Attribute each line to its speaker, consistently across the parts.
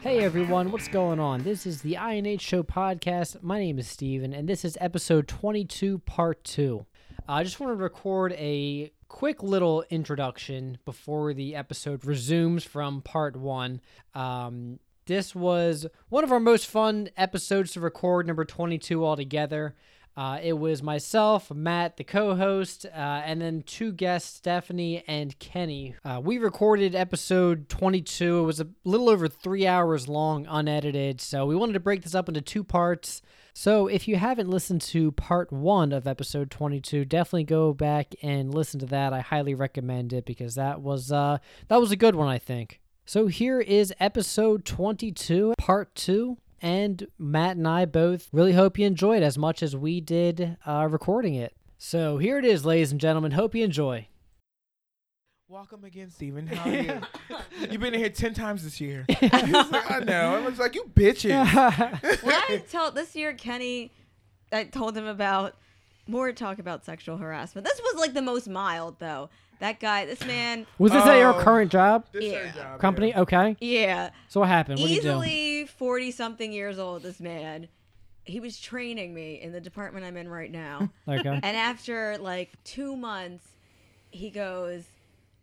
Speaker 1: Hey everyone, what's going on? This is the INH Show podcast. My name is Steven, and this is episode 22, part 2. I just want to record a quick little introduction before the episode resumes from part 1. Um, this was one of our most fun episodes to record, number 22 altogether. Uh, it was myself, Matt, the co host, uh, and then two guests, Stephanie and Kenny. Uh, we recorded episode 22. It was a little over three hours long, unedited. So we wanted to break this up into two parts. So if you haven't listened to part one of episode 22, definitely go back and listen to that. I highly recommend it because that was uh, that was a good one, I think. So here is episode 22, part two. And Matt and I both really hope you enjoyed as much as we did uh, recording it. So here it is, ladies and gentlemen. Hope you enjoy.
Speaker 2: Welcome again, Steven. How are you? You've been in here ten times this year. He was like, I know. I was like, you bitches.
Speaker 3: When I told this year Kenny, I told him about more talk about sexual harassment. This was like the most mild though. That guy, this man,
Speaker 1: Was this at your
Speaker 2: Oh.
Speaker 1: current job
Speaker 2: This is our
Speaker 3: Yeah.
Speaker 2: job,
Speaker 1: company?
Speaker 2: yeah.
Speaker 1: Okay.
Speaker 3: yeah,
Speaker 1: So what happened? What did you do?
Speaker 3: easily forty something years old. This man, he was training me in the department I'm in right now,
Speaker 1: Okay.
Speaker 3: and after like two months, he goes,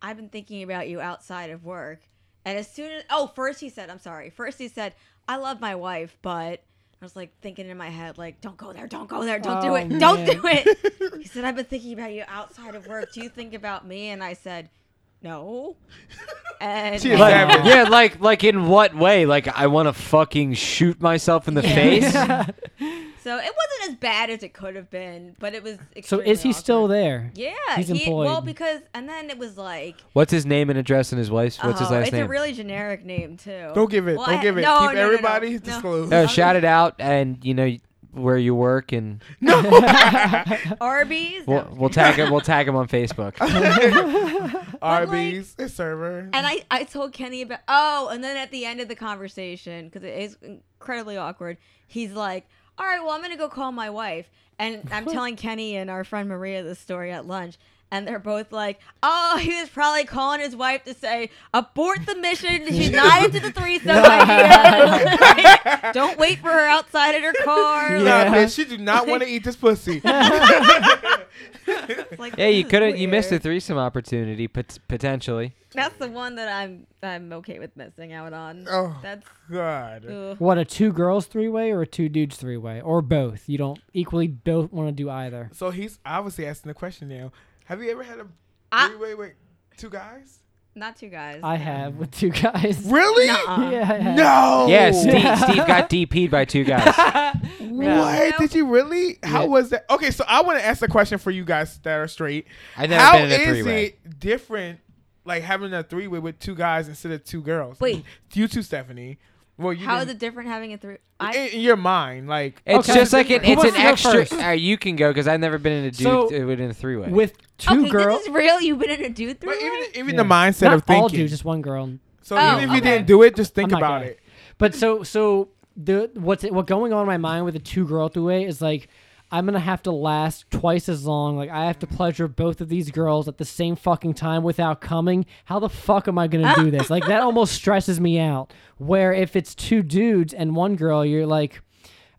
Speaker 3: "I've been thinking about you outside of work." And as soon as oh, first he said, "I'm sorry." First he said, "I love my wife, but." I was like thinking in my head, like, "Don't go there, don't go there, don't do
Speaker 1: Oh,
Speaker 3: it, don't
Speaker 1: man.
Speaker 3: do it." He said, "I've been thinking about you outside of work. Do you think about me?" And I said, "No." And
Speaker 2: She is
Speaker 4: Like,
Speaker 2: Savage.
Speaker 4: yeah, like like in what way? Like I want to fucking shoot myself in the
Speaker 3: Yeah.
Speaker 4: face.
Speaker 3: so it wasn't as bad as it could have been, but it was.
Speaker 1: so is he
Speaker 3: extremely
Speaker 1: still
Speaker 3: awkward.
Speaker 1: there?
Speaker 3: Yeah,
Speaker 1: He's
Speaker 3: he- Well,
Speaker 1: employed.
Speaker 3: because and then it was like
Speaker 4: What's his name and address and his wife's? What's his
Speaker 3: Oh,
Speaker 4: last
Speaker 3: it's a
Speaker 4: name?
Speaker 3: really generic name too.
Speaker 2: Don't give it.
Speaker 3: Well,
Speaker 2: don't
Speaker 3: I-
Speaker 2: give it.
Speaker 3: no,
Speaker 2: Keep
Speaker 3: no, no, no,
Speaker 2: everybody
Speaker 3: no.
Speaker 2: disclosed.
Speaker 4: Uh, shout it out and you know where you work and
Speaker 3: Arby's.
Speaker 4: we'll, we'll tag him. We'll tag him on Facebook.
Speaker 2: Arby's a server.
Speaker 3: And I, I told Kenny about oh, and then at the end of the conversation because it is incredibly awkward. He's like, "All right, well, I'm gonna go call my wife," and I'm telling Kenny and our friend Maria this story at lunch, and they're both like, "Oh, he was probably calling his wife to say abort the mission. She's not into the threesome idea. Like, don't wait for her outside at her car."
Speaker 2: nah,
Speaker 1: Yeah.
Speaker 2: bitch, she do not want to eat this pussy.
Speaker 3: It's like,
Speaker 4: yeah, you
Speaker 3: this is
Speaker 4: couldn't. You missed a
Speaker 3: weird.
Speaker 4: threesome opportunity pot- potentially.
Speaker 3: That's the one that I'm I'm okay with missing out on.
Speaker 2: Oh.
Speaker 3: That's uh,
Speaker 2: God.
Speaker 3: ugh.
Speaker 1: What a two girls three way or a two dudes three way or both? You don't equally don't want to do either.
Speaker 2: So he's obviously asking the question now. Have you ever had a
Speaker 3: I-
Speaker 2: three-way with two guys?
Speaker 3: not two guys.
Speaker 1: I have with two guys.
Speaker 2: Really?
Speaker 4: uh,
Speaker 3: Nuh-uh.
Speaker 1: Yeah. I have.
Speaker 2: No.
Speaker 4: Yeah, Steve, Steve got DP'd by two guys.
Speaker 2: What?
Speaker 3: No.
Speaker 2: Did you really? How
Speaker 1: Yeah.
Speaker 2: was that? Okay, so I want to ask a question for you guys that are straight.
Speaker 4: I've never
Speaker 2: How
Speaker 4: been in a
Speaker 2: is
Speaker 4: three-way.
Speaker 2: it different, like having a three way with two guys instead of two girls?
Speaker 3: Wait.
Speaker 2: you too, Stephanie. Well, you
Speaker 3: How is
Speaker 2: didn't-
Speaker 3: it different having a three?
Speaker 2: in,
Speaker 3: I,
Speaker 2: in your mind, like
Speaker 4: It's
Speaker 1: Okay.
Speaker 4: just like an,
Speaker 1: Who
Speaker 4: it's an
Speaker 1: wants to go
Speaker 4: extra.
Speaker 1: first?
Speaker 4: Uh, you can go because I've never been in a dude
Speaker 1: So-
Speaker 4: uh, in a three-way.
Speaker 1: With two
Speaker 3: okay,
Speaker 1: girls.
Speaker 3: this is real. You've been in a dude
Speaker 2: but
Speaker 3: three.
Speaker 2: even even
Speaker 1: Yeah.
Speaker 2: the mindset
Speaker 1: Not
Speaker 2: of thinking.
Speaker 1: all dudes, Oh just one girl.
Speaker 2: so
Speaker 3: Oh,
Speaker 2: even if you
Speaker 3: okay.
Speaker 2: didn't do it, just think
Speaker 1: I'm not
Speaker 2: about
Speaker 1: gay.
Speaker 2: it.
Speaker 1: But so so the what's it, what going on in my mind with the two girl through way is like I'm gonna have to last twice as long. Like I have to pleasure both of these girls at the same fucking time without coming. How the fuck am I gonna do this? Like that almost stresses me out. Where if it's two dudes and one girl, you're like.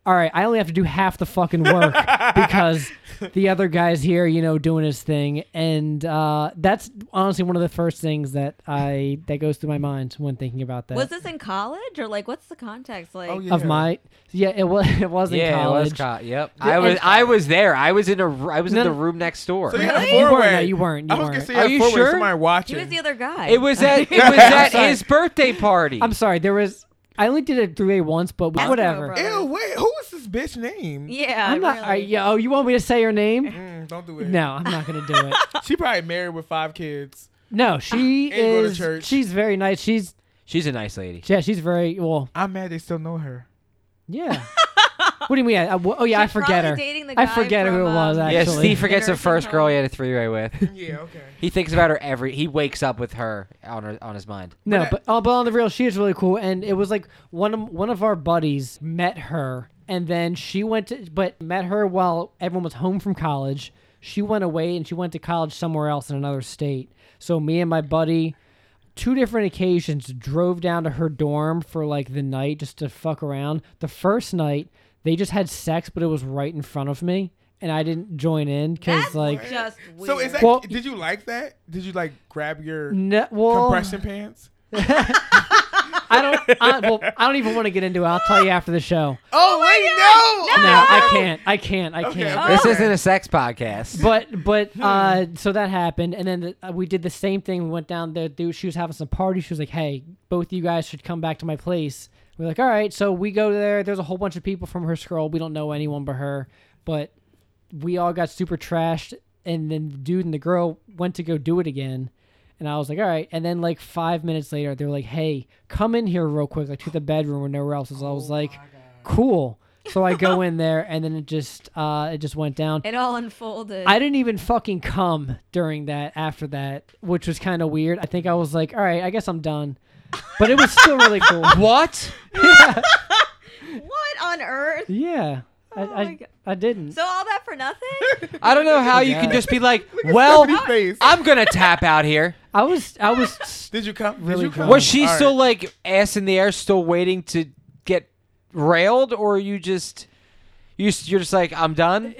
Speaker 1: All right, I only have to do half the fucking work because the other guy's here, you know, doing his thing, and uh, that's honestly one of the first things that I that goes through my mind when thinking about that
Speaker 3: was this in college or like what's the context? Like
Speaker 2: Oh yeah.
Speaker 1: of my yeah it was it was in
Speaker 4: yeah,
Speaker 1: college
Speaker 4: it was co- Yep,
Speaker 1: Yeah,
Speaker 4: I was.
Speaker 1: and-
Speaker 4: I was there. I was in a. r- I was
Speaker 1: No,
Speaker 4: in the
Speaker 1: no.
Speaker 4: room next door.
Speaker 2: So you had a
Speaker 3: Really?
Speaker 1: You
Speaker 2: four
Speaker 1: weren't,
Speaker 2: way.
Speaker 1: no, you weren't, you
Speaker 2: I was gonna
Speaker 1: weren't.
Speaker 2: say
Speaker 4: Are
Speaker 2: you
Speaker 4: you
Speaker 2: had four way.
Speaker 4: sure?
Speaker 2: Somebody watching.
Speaker 3: he was the other guy.
Speaker 4: It was at it was at
Speaker 2: sorry.
Speaker 4: his birthday party.
Speaker 1: i'm sorry there was i only did it 3a once but
Speaker 3: That's
Speaker 1: whatever
Speaker 3: terrible.
Speaker 2: Ew, wait, who is this bitch name?
Speaker 3: yeah,
Speaker 1: i'm not
Speaker 3: really.
Speaker 1: I, yeah, oh you want me to say your name
Speaker 2: Mm, don't do it.
Speaker 1: no i'm not gonna do it
Speaker 2: She probably married with five kids.
Speaker 1: no she
Speaker 2: And go to
Speaker 1: is
Speaker 2: church.
Speaker 1: she's very nice she's
Speaker 4: She's a nice lady.
Speaker 1: yeah she's very well
Speaker 2: I'm mad they still know her.
Speaker 1: yeah What do you mean? I, I- oh yeah, I
Speaker 3: She's
Speaker 1: forget
Speaker 3: probably
Speaker 1: her.
Speaker 3: dating the
Speaker 1: I
Speaker 3: guy
Speaker 1: forget who
Speaker 3: from,
Speaker 1: it was.
Speaker 3: um,
Speaker 1: Actually,
Speaker 4: yeah, Steve forgets the
Speaker 3: Nursing
Speaker 4: first girl he
Speaker 3: home.
Speaker 4: had a three-way with.
Speaker 2: Yeah, okay.
Speaker 4: He thinks about her every. He wakes up with her on her, on his mind.
Speaker 1: No,
Speaker 2: But
Speaker 1: but oh, but on the real, she is really cool, and it was like one of one of our buddies met her, and then she went to but met her while everyone was home from college. She went away and she went to college somewhere else in another state. So me and my buddy, two different occasions, drove down to her dorm for like the night just to fuck around. The first night they just had sex, but it was right in front of me, and I didn't join in because
Speaker 3: That's
Speaker 1: like
Speaker 3: just weird.
Speaker 2: So is that?
Speaker 1: Well-
Speaker 2: did you like that? Did you like grab your
Speaker 1: no, well,
Speaker 2: compression pants?
Speaker 1: I don't. I, well, I don't even want to get into it. I'll tell you after the show.
Speaker 2: Oh, wait,
Speaker 1: No, I can't. I can't. I
Speaker 2: Okay,
Speaker 1: can't.
Speaker 2: okay.
Speaker 4: This
Speaker 2: Oh.
Speaker 4: isn't a sex podcast.
Speaker 1: But but uh, so that happened, and then the, uh, we did the same thing. We went down there. Dude, she was having some party. She was like, "Hey, both of you guys should come back to my place." We're like, "All right." So we go there. There's a whole bunch of people from her scroll. We don't know anyone but her, but we all got super trashed. And then the dude and the girl went to go do it again. And I was like, all right. And then like five minutes later, they were like, hey, come in here real quick, like to the bedroom or nowhere else. So I was like, cool. So I go in there, and then it just uh, it just went down.
Speaker 3: It all unfolded.
Speaker 1: I didn't even fucking come during that after that, which was kind of weird. I think I was like, all right, I guess I'm done. But it was still really cool.
Speaker 4: What?
Speaker 3: what on earth?
Speaker 1: Yeah. I,
Speaker 3: Oh my
Speaker 1: I,
Speaker 3: God.
Speaker 1: I didn't.
Speaker 3: So all that for nothing?
Speaker 4: I don't know how you can
Speaker 1: God.
Speaker 4: just be like, well,
Speaker 2: no! Face.
Speaker 4: I'm gonna tap out here.
Speaker 1: I was I was
Speaker 2: Did you come?
Speaker 1: Really
Speaker 2: Did you come?
Speaker 1: drunk.
Speaker 4: Was she
Speaker 2: All right.
Speaker 4: still like ass in the air, still waiting to get railed, or are you just you s- you're just like I'm done?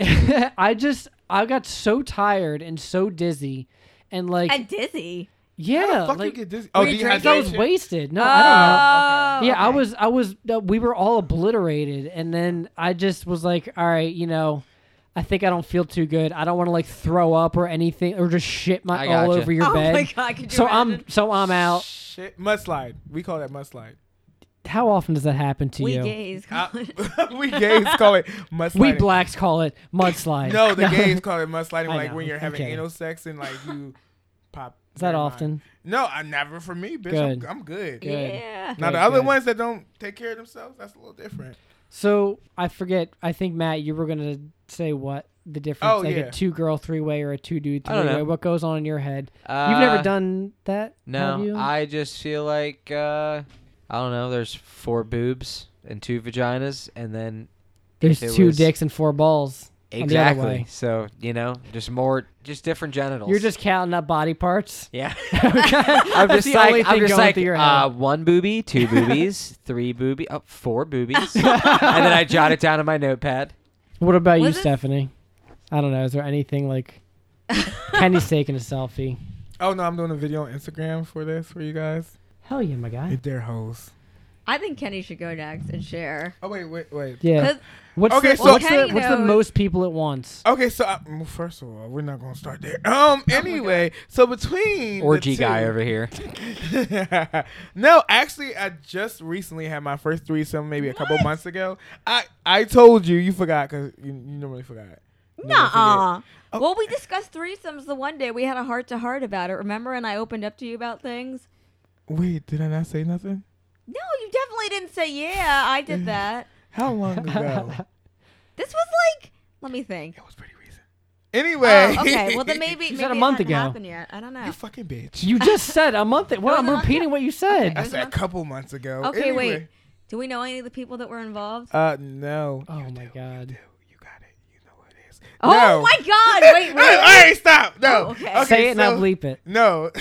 Speaker 1: I just I got so tired and so dizzy and like
Speaker 3: and dizzy.
Speaker 1: yeah,
Speaker 2: Fuck
Speaker 1: like
Speaker 2: you get this.
Speaker 3: Were
Speaker 2: Oh,
Speaker 3: you
Speaker 1: I
Speaker 3: drinking?
Speaker 1: thought I was
Speaker 2: dehydration?
Speaker 1: wasted. No, I don't know.
Speaker 3: Oh,
Speaker 1: yeah i
Speaker 3: okay.
Speaker 1: was i was uh, we were all obliterated and then i just was like all right you know i think i don't feel too good i don't want to like throw up or anything or just shit my
Speaker 4: I
Speaker 1: all
Speaker 4: gotcha.
Speaker 1: over your
Speaker 3: oh
Speaker 1: bed
Speaker 3: my god, could you
Speaker 1: so i'm
Speaker 3: imagine?
Speaker 1: so i'm out
Speaker 2: Shit, mudslide. We call that mudslide.
Speaker 1: how often does that happen to
Speaker 3: we
Speaker 1: you Ah.
Speaker 3: gays.
Speaker 2: Uh, we gays call it mudslide.
Speaker 1: we blacks call it mudslide
Speaker 2: No, the gays call it mudsliding.
Speaker 1: I
Speaker 2: Like
Speaker 1: know,
Speaker 2: when you're
Speaker 1: I'm
Speaker 2: having
Speaker 1: kidding.
Speaker 2: anal sex and like you pop.
Speaker 1: is that
Speaker 2: never mind.
Speaker 1: often
Speaker 2: No, I never for me, bitch.
Speaker 1: Good.
Speaker 2: I'm, I'm good.
Speaker 1: Good.
Speaker 3: yeah.
Speaker 2: Now the
Speaker 1: Good,
Speaker 2: other
Speaker 1: good.
Speaker 2: ones that don't take care of themselves, that's a little different.
Speaker 1: so i forget i think matt you were gonna say what the difference
Speaker 2: Oh,
Speaker 1: like
Speaker 2: yeah.
Speaker 1: a two girl three way or a two dude
Speaker 4: I
Speaker 1: three
Speaker 4: don't
Speaker 1: way
Speaker 4: know.
Speaker 1: what goes on in your head you've never
Speaker 4: Uh,
Speaker 1: done that have
Speaker 4: No,
Speaker 1: you?
Speaker 4: I just feel like uh, I don't know. There's four boobs and two vaginas, and then
Speaker 1: there's
Speaker 4: it
Speaker 1: two
Speaker 4: was-
Speaker 1: dicks and four balls On the other
Speaker 4: exactly.
Speaker 1: way.
Speaker 4: So you know, just more, just different genitals.
Speaker 1: You're just counting up body parts.
Speaker 4: yeah.
Speaker 1: I'm
Speaker 4: I'm just like I'm just like
Speaker 1: your
Speaker 4: uh,
Speaker 1: head.
Speaker 4: one booby, two boobies, three booby, oh, four boobies, and then I jot it down in my notepad.
Speaker 1: what about you,
Speaker 3: was it-
Speaker 1: Stephanie? I don't know. Is there anything like Kenny's taking a selfie?
Speaker 2: Oh no, I'm doing a video on Instagram for this for you guys.
Speaker 1: Hell yeah, my guy.
Speaker 2: They're hoes.
Speaker 3: I think Kenny should go next and share.
Speaker 2: Oh wait, wait, wait.
Speaker 1: Yeah.
Speaker 3: 'Cause-
Speaker 1: What's
Speaker 2: Okay,
Speaker 1: the,
Speaker 2: so-
Speaker 1: what's, the,
Speaker 3: Kenny
Speaker 1: what's the
Speaker 3: knows.
Speaker 1: most people at once?
Speaker 2: Okay, so I, well, first of all, we're not gonna start there.
Speaker 3: Oh
Speaker 2: Um. Anyway, so between the
Speaker 4: Orgy guy
Speaker 2: two-
Speaker 4: over here.
Speaker 2: no, actually, I just recently had my first threesome, maybe a couple months ago. I I told you, you forgot because you, you normally forgot. Normally
Speaker 3: Nuh-uh.
Speaker 2: Oh.
Speaker 3: Well, we discussed threesomes the one day. We had a heart to heart about it. Remember? And I opened up to you about things.
Speaker 2: forget. Wait, did I not say nothing?
Speaker 3: No, you definitely didn't say yeah. I did that.
Speaker 2: How long ago?
Speaker 3: This was like, let me think.
Speaker 2: it was pretty recent. Anyway.
Speaker 3: Oh, okay. Well, then maybe
Speaker 1: You
Speaker 3: maybe
Speaker 1: said a
Speaker 3: it
Speaker 1: month
Speaker 3: hadn't
Speaker 1: ago.
Speaker 3: happened yet. I don't know.
Speaker 2: you fucking bitch.
Speaker 1: You just said a month. Well,
Speaker 3: was
Speaker 1: I'm
Speaker 3: a month
Speaker 1: repeating what you said.
Speaker 2: I
Speaker 3: Okay.
Speaker 2: said a couple months ago.
Speaker 3: Okay,
Speaker 2: Anyway.
Speaker 3: wait. Do we know any of the people that were involved?
Speaker 2: Uh, no.
Speaker 1: Oh
Speaker 2: You
Speaker 1: my
Speaker 2: do,
Speaker 1: God.
Speaker 2: You, do. you got it. You know what it is.
Speaker 3: Oh
Speaker 2: no.
Speaker 3: my God! Wait,
Speaker 2: All
Speaker 3: wait.
Speaker 2: right, stop. No.
Speaker 3: Oh, okay.
Speaker 2: okay.
Speaker 1: Say it and I'll
Speaker 2: so-
Speaker 1: bleep it.
Speaker 2: No.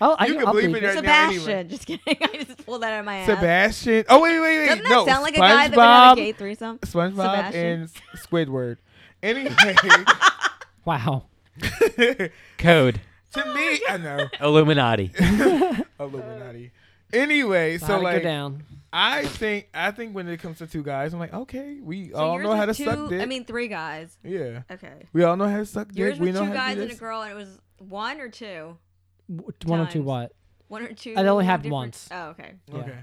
Speaker 1: Oh, I,
Speaker 2: you can
Speaker 1: I'll
Speaker 2: bleep
Speaker 1: bleep
Speaker 2: it
Speaker 1: it.
Speaker 2: right
Speaker 3: Sebastian.
Speaker 2: now anyway.
Speaker 3: Just kidding. I just pulled that out of my ass.
Speaker 2: Sebastian. Oh wait, wait, wait.
Speaker 3: Doesn't that
Speaker 2: no.
Speaker 3: sound like a guy that would
Speaker 2: SpongeBob.
Speaker 3: have a gay threesome?
Speaker 2: SpongeBob
Speaker 3: Sebastian.
Speaker 2: and S- Squidward. Anyway,
Speaker 1: Wow.
Speaker 2: to
Speaker 4: Code
Speaker 2: me, I know
Speaker 4: Illuminati.
Speaker 2: Illuminati. Anyway,
Speaker 1: how
Speaker 2: so
Speaker 1: to go
Speaker 2: like
Speaker 1: down.
Speaker 2: I think I think when it comes to two guys, I'm like, okay, we
Speaker 3: So
Speaker 2: all
Speaker 3: yours
Speaker 2: know how to
Speaker 3: was
Speaker 2: suck
Speaker 3: two-
Speaker 2: dick.
Speaker 3: I mean, three guys.
Speaker 2: yeah,
Speaker 3: Okay.
Speaker 2: we all know how to suck
Speaker 3: Yours
Speaker 2: dick. We
Speaker 3: was
Speaker 2: know how
Speaker 3: two
Speaker 2: to
Speaker 3: guys
Speaker 2: do
Speaker 3: and a
Speaker 2: this.
Speaker 3: girl, and it was one or two.
Speaker 1: W- One or two
Speaker 3: Times.
Speaker 1: what?
Speaker 3: One or two.
Speaker 1: It only happened
Speaker 3: different-
Speaker 1: once.
Speaker 3: Oh, okay.
Speaker 1: Yeah.
Speaker 2: Okay.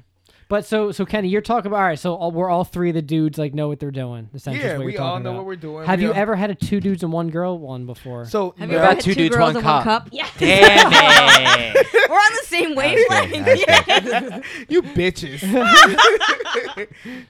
Speaker 1: But so so Kenny, you're talking about all right. So all, we're all three of the dudes like know what they're doing. Essentially, is
Speaker 2: Yeah,
Speaker 1: what
Speaker 2: we
Speaker 1: you're
Speaker 2: all
Speaker 1: talking
Speaker 2: know
Speaker 1: about.
Speaker 2: what we're doing.
Speaker 1: Have
Speaker 2: We
Speaker 1: you
Speaker 2: all-
Speaker 1: ever had a two dudes and one girl one before?
Speaker 2: So
Speaker 3: Have
Speaker 2: no,
Speaker 3: you ever
Speaker 4: About
Speaker 3: had
Speaker 4: two
Speaker 3: two,
Speaker 4: dudes,
Speaker 3: girls
Speaker 4: one
Speaker 3: and one
Speaker 4: cup.
Speaker 3: cup? Yeah,
Speaker 4: Damn it!
Speaker 3: we're on the same wavelength.
Speaker 2: you bitches.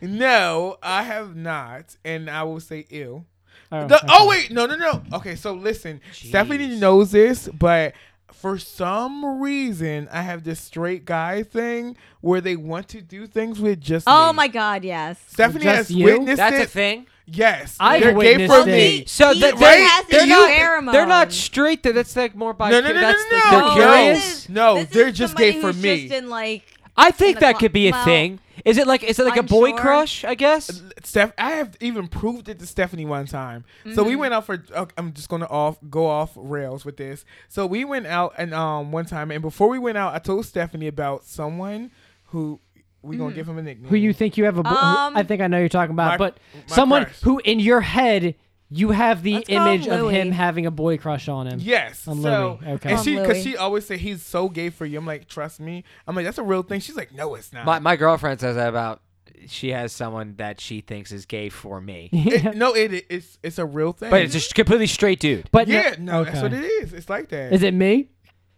Speaker 2: no, I have not, and I will say ill.
Speaker 1: Oh,
Speaker 2: The-
Speaker 1: okay.
Speaker 2: oh wait, no, no, no. Okay, so listen, Stephanie knows this, but for some reason, I have this straight guy thing where they want to do things with just.
Speaker 3: Oh
Speaker 2: me.
Speaker 3: my god, yes.
Speaker 2: Stephanie
Speaker 1: Just
Speaker 2: has
Speaker 1: you?
Speaker 2: witnessed
Speaker 4: That's
Speaker 2: it.
Speaker 4: a thing.
Speaker 2: Yes,
Speaker 1: I've
Speaker 2: they're gay
Speaker 1: witnessed
Speaker 2: for
Speaker 1: it.
Speaker 2: me.
Speaker 4: So
Speaker 3: He-
Speaker 4: that
Speaker 3: he
Speaker 4: they're,
Speaker 3: has
Speaker 4: they're
Speaker 3: the
Speaker 4: not
Speaker 3: pheromone.
Speaker 4: they're not straight. That that's like more bi.
Speaker 2: No, no, no,
Speaker 4: that's
Speaker 2: no,
Speaker 4: the-
Speaker 2: no,
Speaker 4: They're
Speaker 2: no.
Speaker 4: curious.
Speaker 2: No,
Speaker 3: this
Speaker 2: they're
Speaker 3: Oh, is
Speaker 2: just gay
Speaker 3: somebody
Speaker 2: for
Speaker 3: who's
Speaker 2: me.
Speaker 3: Just in like,
Speaker 4: I think
Speaker 3: the
Speaker 4: that
Speaker 3: cl-
Speaker 4: could be a
Speaker 3: well,
Speaker 4: thing. Is it like is it like a
Speaker 3: I'm
Speaker 4: boy
Speaker 3: sure.
Speaker 4: crush? I guess.
Speaker 2: Steph, I have even proved it to Stephanie one time. So
Speaker 3: Mm-hmm.
Speaker 2: we went out for. ok, I'm just gonna off go off rails with this. So we went out and um one time, and before we went out, I told Stephanie about someone who we
Speaker 3: Mm.
Speaker 2: gonna give him a nickname.
Speaker 1: who you think you have a? bo- who-
Speaker 3: Um,
Speaker 1: I think I know who you're talking about,
Speaker 2: my-
Speaker 1: but
Speaker 2: my
Speaker 1: someone
Speaker 2: crush.
Speaker 1: who in your head you have the
Speaker 3: Let's call him
Speaker 1: image of
Speaker 3: Louis.
Speaker 1: him having a boy crush on him.
Speaker 2: Yes.
Speaker 1: I'm
Speaker 2: so
Speaker 1: Louis. Okay.
Speaker 2: and
Speaker 3: I'm
Speaker 2: she because
Speaker 3: Louis.
Speaker 2: she always said he's so gay for you. I'm like, trust me. I'm like, that's a real thing. She's like, no, it's not.
Speaker 4: My my girlfriend says that about. She has someone that she thinks is gay for me,
Speaker 2: It- no, it it's it's a real thing.
Speaker 4: but it's a sh- completely straight dude.
Speaker 1: But
Speaker 2: yeah, no, that's
Speaker 1: okay.
Speaker 2: what it is. It's like that.
Speaker 1: Is it me?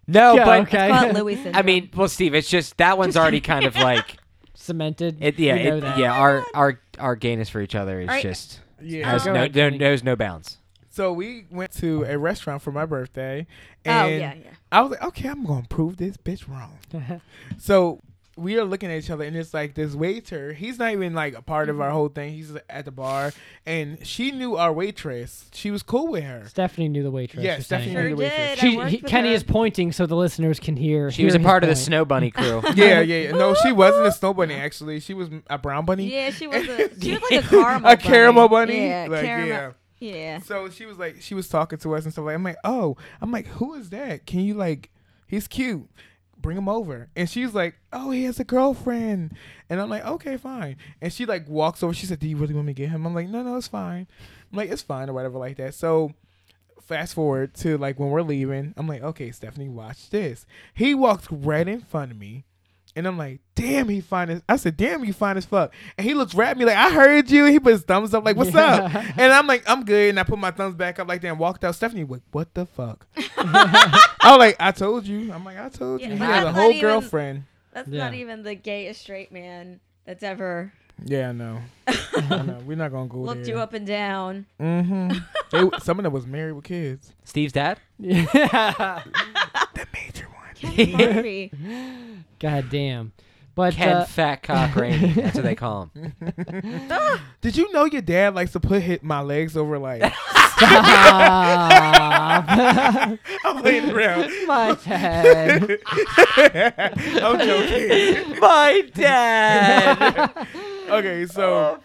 Speaker 4: No,
Speaker 1: Yeah,
Speaker 4: but
Speaker 1: okay.
Speaker 3: call it Louis syndrome. Oh,
Speaker 4: I mean, well, Steve, it's just that one's already kind of like
Speaker 1: Cemented.
Speaker 4: it. Yeah,
Speaker 1: We know
Speaker 4: it,
Speaker 1: that.
Speaker 4: yeah. Our our our gayness for each other is
Speaker 3: right.
Speaker 4: just
Speaker 2: yeah.
Speaker 4: has
Speaker 1: Go
Speaker 4: no
Speaker 1: ahead,
Speaker 4: there
Speaker 1: Jenny.
Speaker 4: knows no bounds.
Speaker 2: So we went to a restaurant for my birthday.
Speaker 3: Oh,
Speaker 2: And
Speaker 3: yeah, yeah.
Speaker 2: I was like, okay, I'm gonna prove this bitch wrong. so we are looking at each other, and it's like this waiter. He's not even like a part of our whole thing. He's at the bar, and she knew our waitress. She was cool with her.
Speaker 1: Stephanie knew the waitress.
Speaker 2: Yeah,
Speaker 1: you're
Speaker 2: Stephanie
Speaker 1: saying.
Speaker 2: knew
Speaker 3: sure
Speaker 2: the
Speaker 3: did.
Speaker 2: waitress.
Speaker 3: I
Speaker 1: She,
Speaker 3: worked
Speaker 1: he,
Speaker 3: with
Speaker 1: Kenny
Speaker 3: her.
Speaker 1: is pointing so the listeners can hear.
Speaker 4: She was a
Speaker 1: hear his
Speaker 4: part of the
Speaker 1: point.
Speaker 4: Snow Bunny crew.
Speaker 2: Yeah, yeah, yeah. No, she wasn't a snow bunny. Actually, she was a brown bunny.
Speaker 3: Yeah, she was a she was like a caramel
Speaker 2: A caramel bunny?
Speaker 3: Yeah,
Speaker 2: Like,
Speaker 3: caramel. Yeah.
Speaker 2: So she was like, she was talking to us and stuff. Like, I'm like, oh, I'm like, who is that? Can you like, he's cute. Bring him over. And she's like, oh, he has a girlfriend. And I'm like, okay, fine. And she like walks over. She said, do you really want me to get him? I'm like, no, no, it's fine. I'm like, it's fine or whatever like that. So fast forward to like when we're leaving. I'm like, okay, Stephanie, watch this. He walks right in front of me. And I'm like, damn, he fine as I said, damn, you fine as fuck. And he looks right at me like, I heard you. He put his thumbs up like, what's up?
Speaker 1: Yeah.
Speaker 2: And I'm like, I'm good. And I put my thumbs back up like that and walked out. Stephanie, like, what the fuck? I was like, I told you. I'm like, I told you.
Speaker 3: Yeah,
Speaker 2: he
Speaker 3: but
Speaker 2: has
Speaker 3: I'm
Speaker 2: a
Speaker 3: not
Speaker 2: whole
Speaker 3: even-
Speaker 2: girlfriend.
Speaker 3: That's
Speaker 1: Yeah.
Speaker 3: not even the gayest straight man that's ever
Speaker 2: Yeah, I know. I know. We're not gonna go
Speaker 3: looked
Speaker 2: there.
Speaker 3: you up and down.
Speaker 2: Mm-hmm. They, some of them was married with kids.
Speaker 4: Steve's dad.
Speaker 1: Yeah.
Speaker 2: The major one.
Speaker 3: Ken Harvey.
Speaker 1: God damn. But
Speaker 4: Ken
Speaker 1: uh,
Speaker 4: Fat Cock Rainey. That's what they call him.
Speaker 2: Did you know your dad likes to put hit my legs over like
Speaker 1: stop.
Speaker 2: I'm playing around.
Speaker 1: uh, My dad.
Speaker 2: I'm joking.
Speaker 4: My dad.
Speaker 2: Okay, so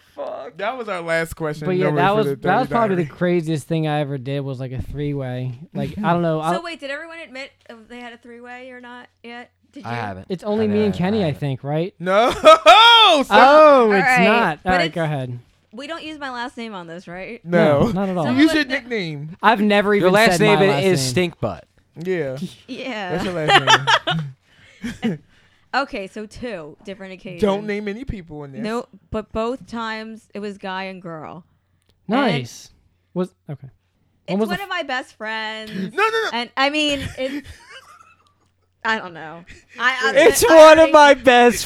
Speaker 2: that was our last question.
Speaker 1: Oh, But yeah,
Speaker 2: Nobody
Speaker 1: that
Speaker 2: for
Speaker 1: was
Speaker 2: the
Speaker 1: that was
Speaker 2: $30
Speaker 1: probably the craziest thing I ever did was like a three way. Like I don't know. I-
Speaker 3: So wait, did everyone admit if they had a three way or not yet? Did you?
Speaker 4: I haven't.
Speaker 1: it's only
Speaker 4: I
Speaker 1: me and
Speaker 4: know,
Speaker 1: Kenny, I
Speaker 4: haven't.
Speaker 1: think, right?
Speaker 2: No.
Speaker 1: Oh, it's
Speaker 3: Alright,
Speaker 1: not.
Speaker 3: but
Speaker 1: All right,
Speaker 3: it's-
Speaker 1: go ahead.
Speaker 3: We don't use my last name on this, right?
Speaker 2: no.
Speaker 1: not at all.
Speaker 2: Use your nickname.
Speaker 1: I've never even
Speaker 4: Your last
Speaker 1: said my
Speaker 4: name
Speaker 1: last
Speaker 4: is
Speaker 1: name.
Speaker 4: Stink Butt.
Speaker 2: Yeah. That's your
Speaker 3: Yeah.
Speaker 2: last name.
Speaker 3: Okay, so two different occasions.
Speaker 2: Don't name any people in this.
Speaker 3: No, but both times it was guy and girl.
Speaker 1: Nice. Was okay. When
Speaker 3: It's
Speaker 1: was
Speaker 3: one
Speaker 1: the
Speaker 3: of my best friends.
Speaker 2: No, no, no.
Speaker 3: And I mean, it's, I don't know. I, I,
Speaker 4: It's
Speaker 3: I-
Speaker 4: one
Speaker 3: I-
Speaker 4: of my best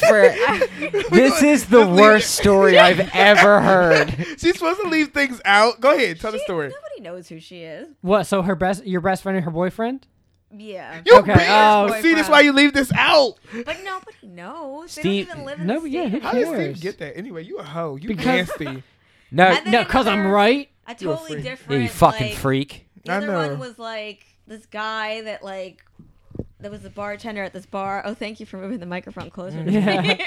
Speaker 4: friends. this is the worst story I've ever heard.
Speaker 2: She's supposed to leave things out. Go ahead, tell the
Speaker 3: She-
Speaker 2: story.
Speaker 3: Nobody knows who she is.
Speaker 1: what? So her best, your best friend and her boyfriend.
Speaker 3: Yeah.
Speaker 2: You
Speaker 1: Okay,
Speaker 2: bitch.
Speaker 1: oh.
Speaker 2: See, that's why you leave this out.
Speaker 3: But nobody knows.
Speaker 4: Steve-
Speaker 3: they don't even live in
Speaker 1: No,
Speaker 3: the
Speaker 1: yeah, who
Speaker 3: state.
Speaker 2: How did Steve
Speaker 1: cares?
Speaker 2: get that? Anyway, you a hoe. You
Speaker 1: Because-
Speaker 2: nasty.
Speaker 4: No,
Speaker 3: And then
Speaker 1: No, cause I'm
Speaker 3: another-
Speaker 1: right.
Speaker 3: A
Speaker 2: You're a
Speaker 3: totally
Speaker 2: freak.
Speaker 4: you
Speaker 3: different.
Speaker 4: fucking
Speaker 3: like,
Speaker 4: freak.
Speaker 3: The
Speaker 2: I
Speaker 3: other
Speaker 2: know.
Speaker 3: one was like this guy that like that was the bartender at this bar. Oh, thank you for moving the microphone closer. to me.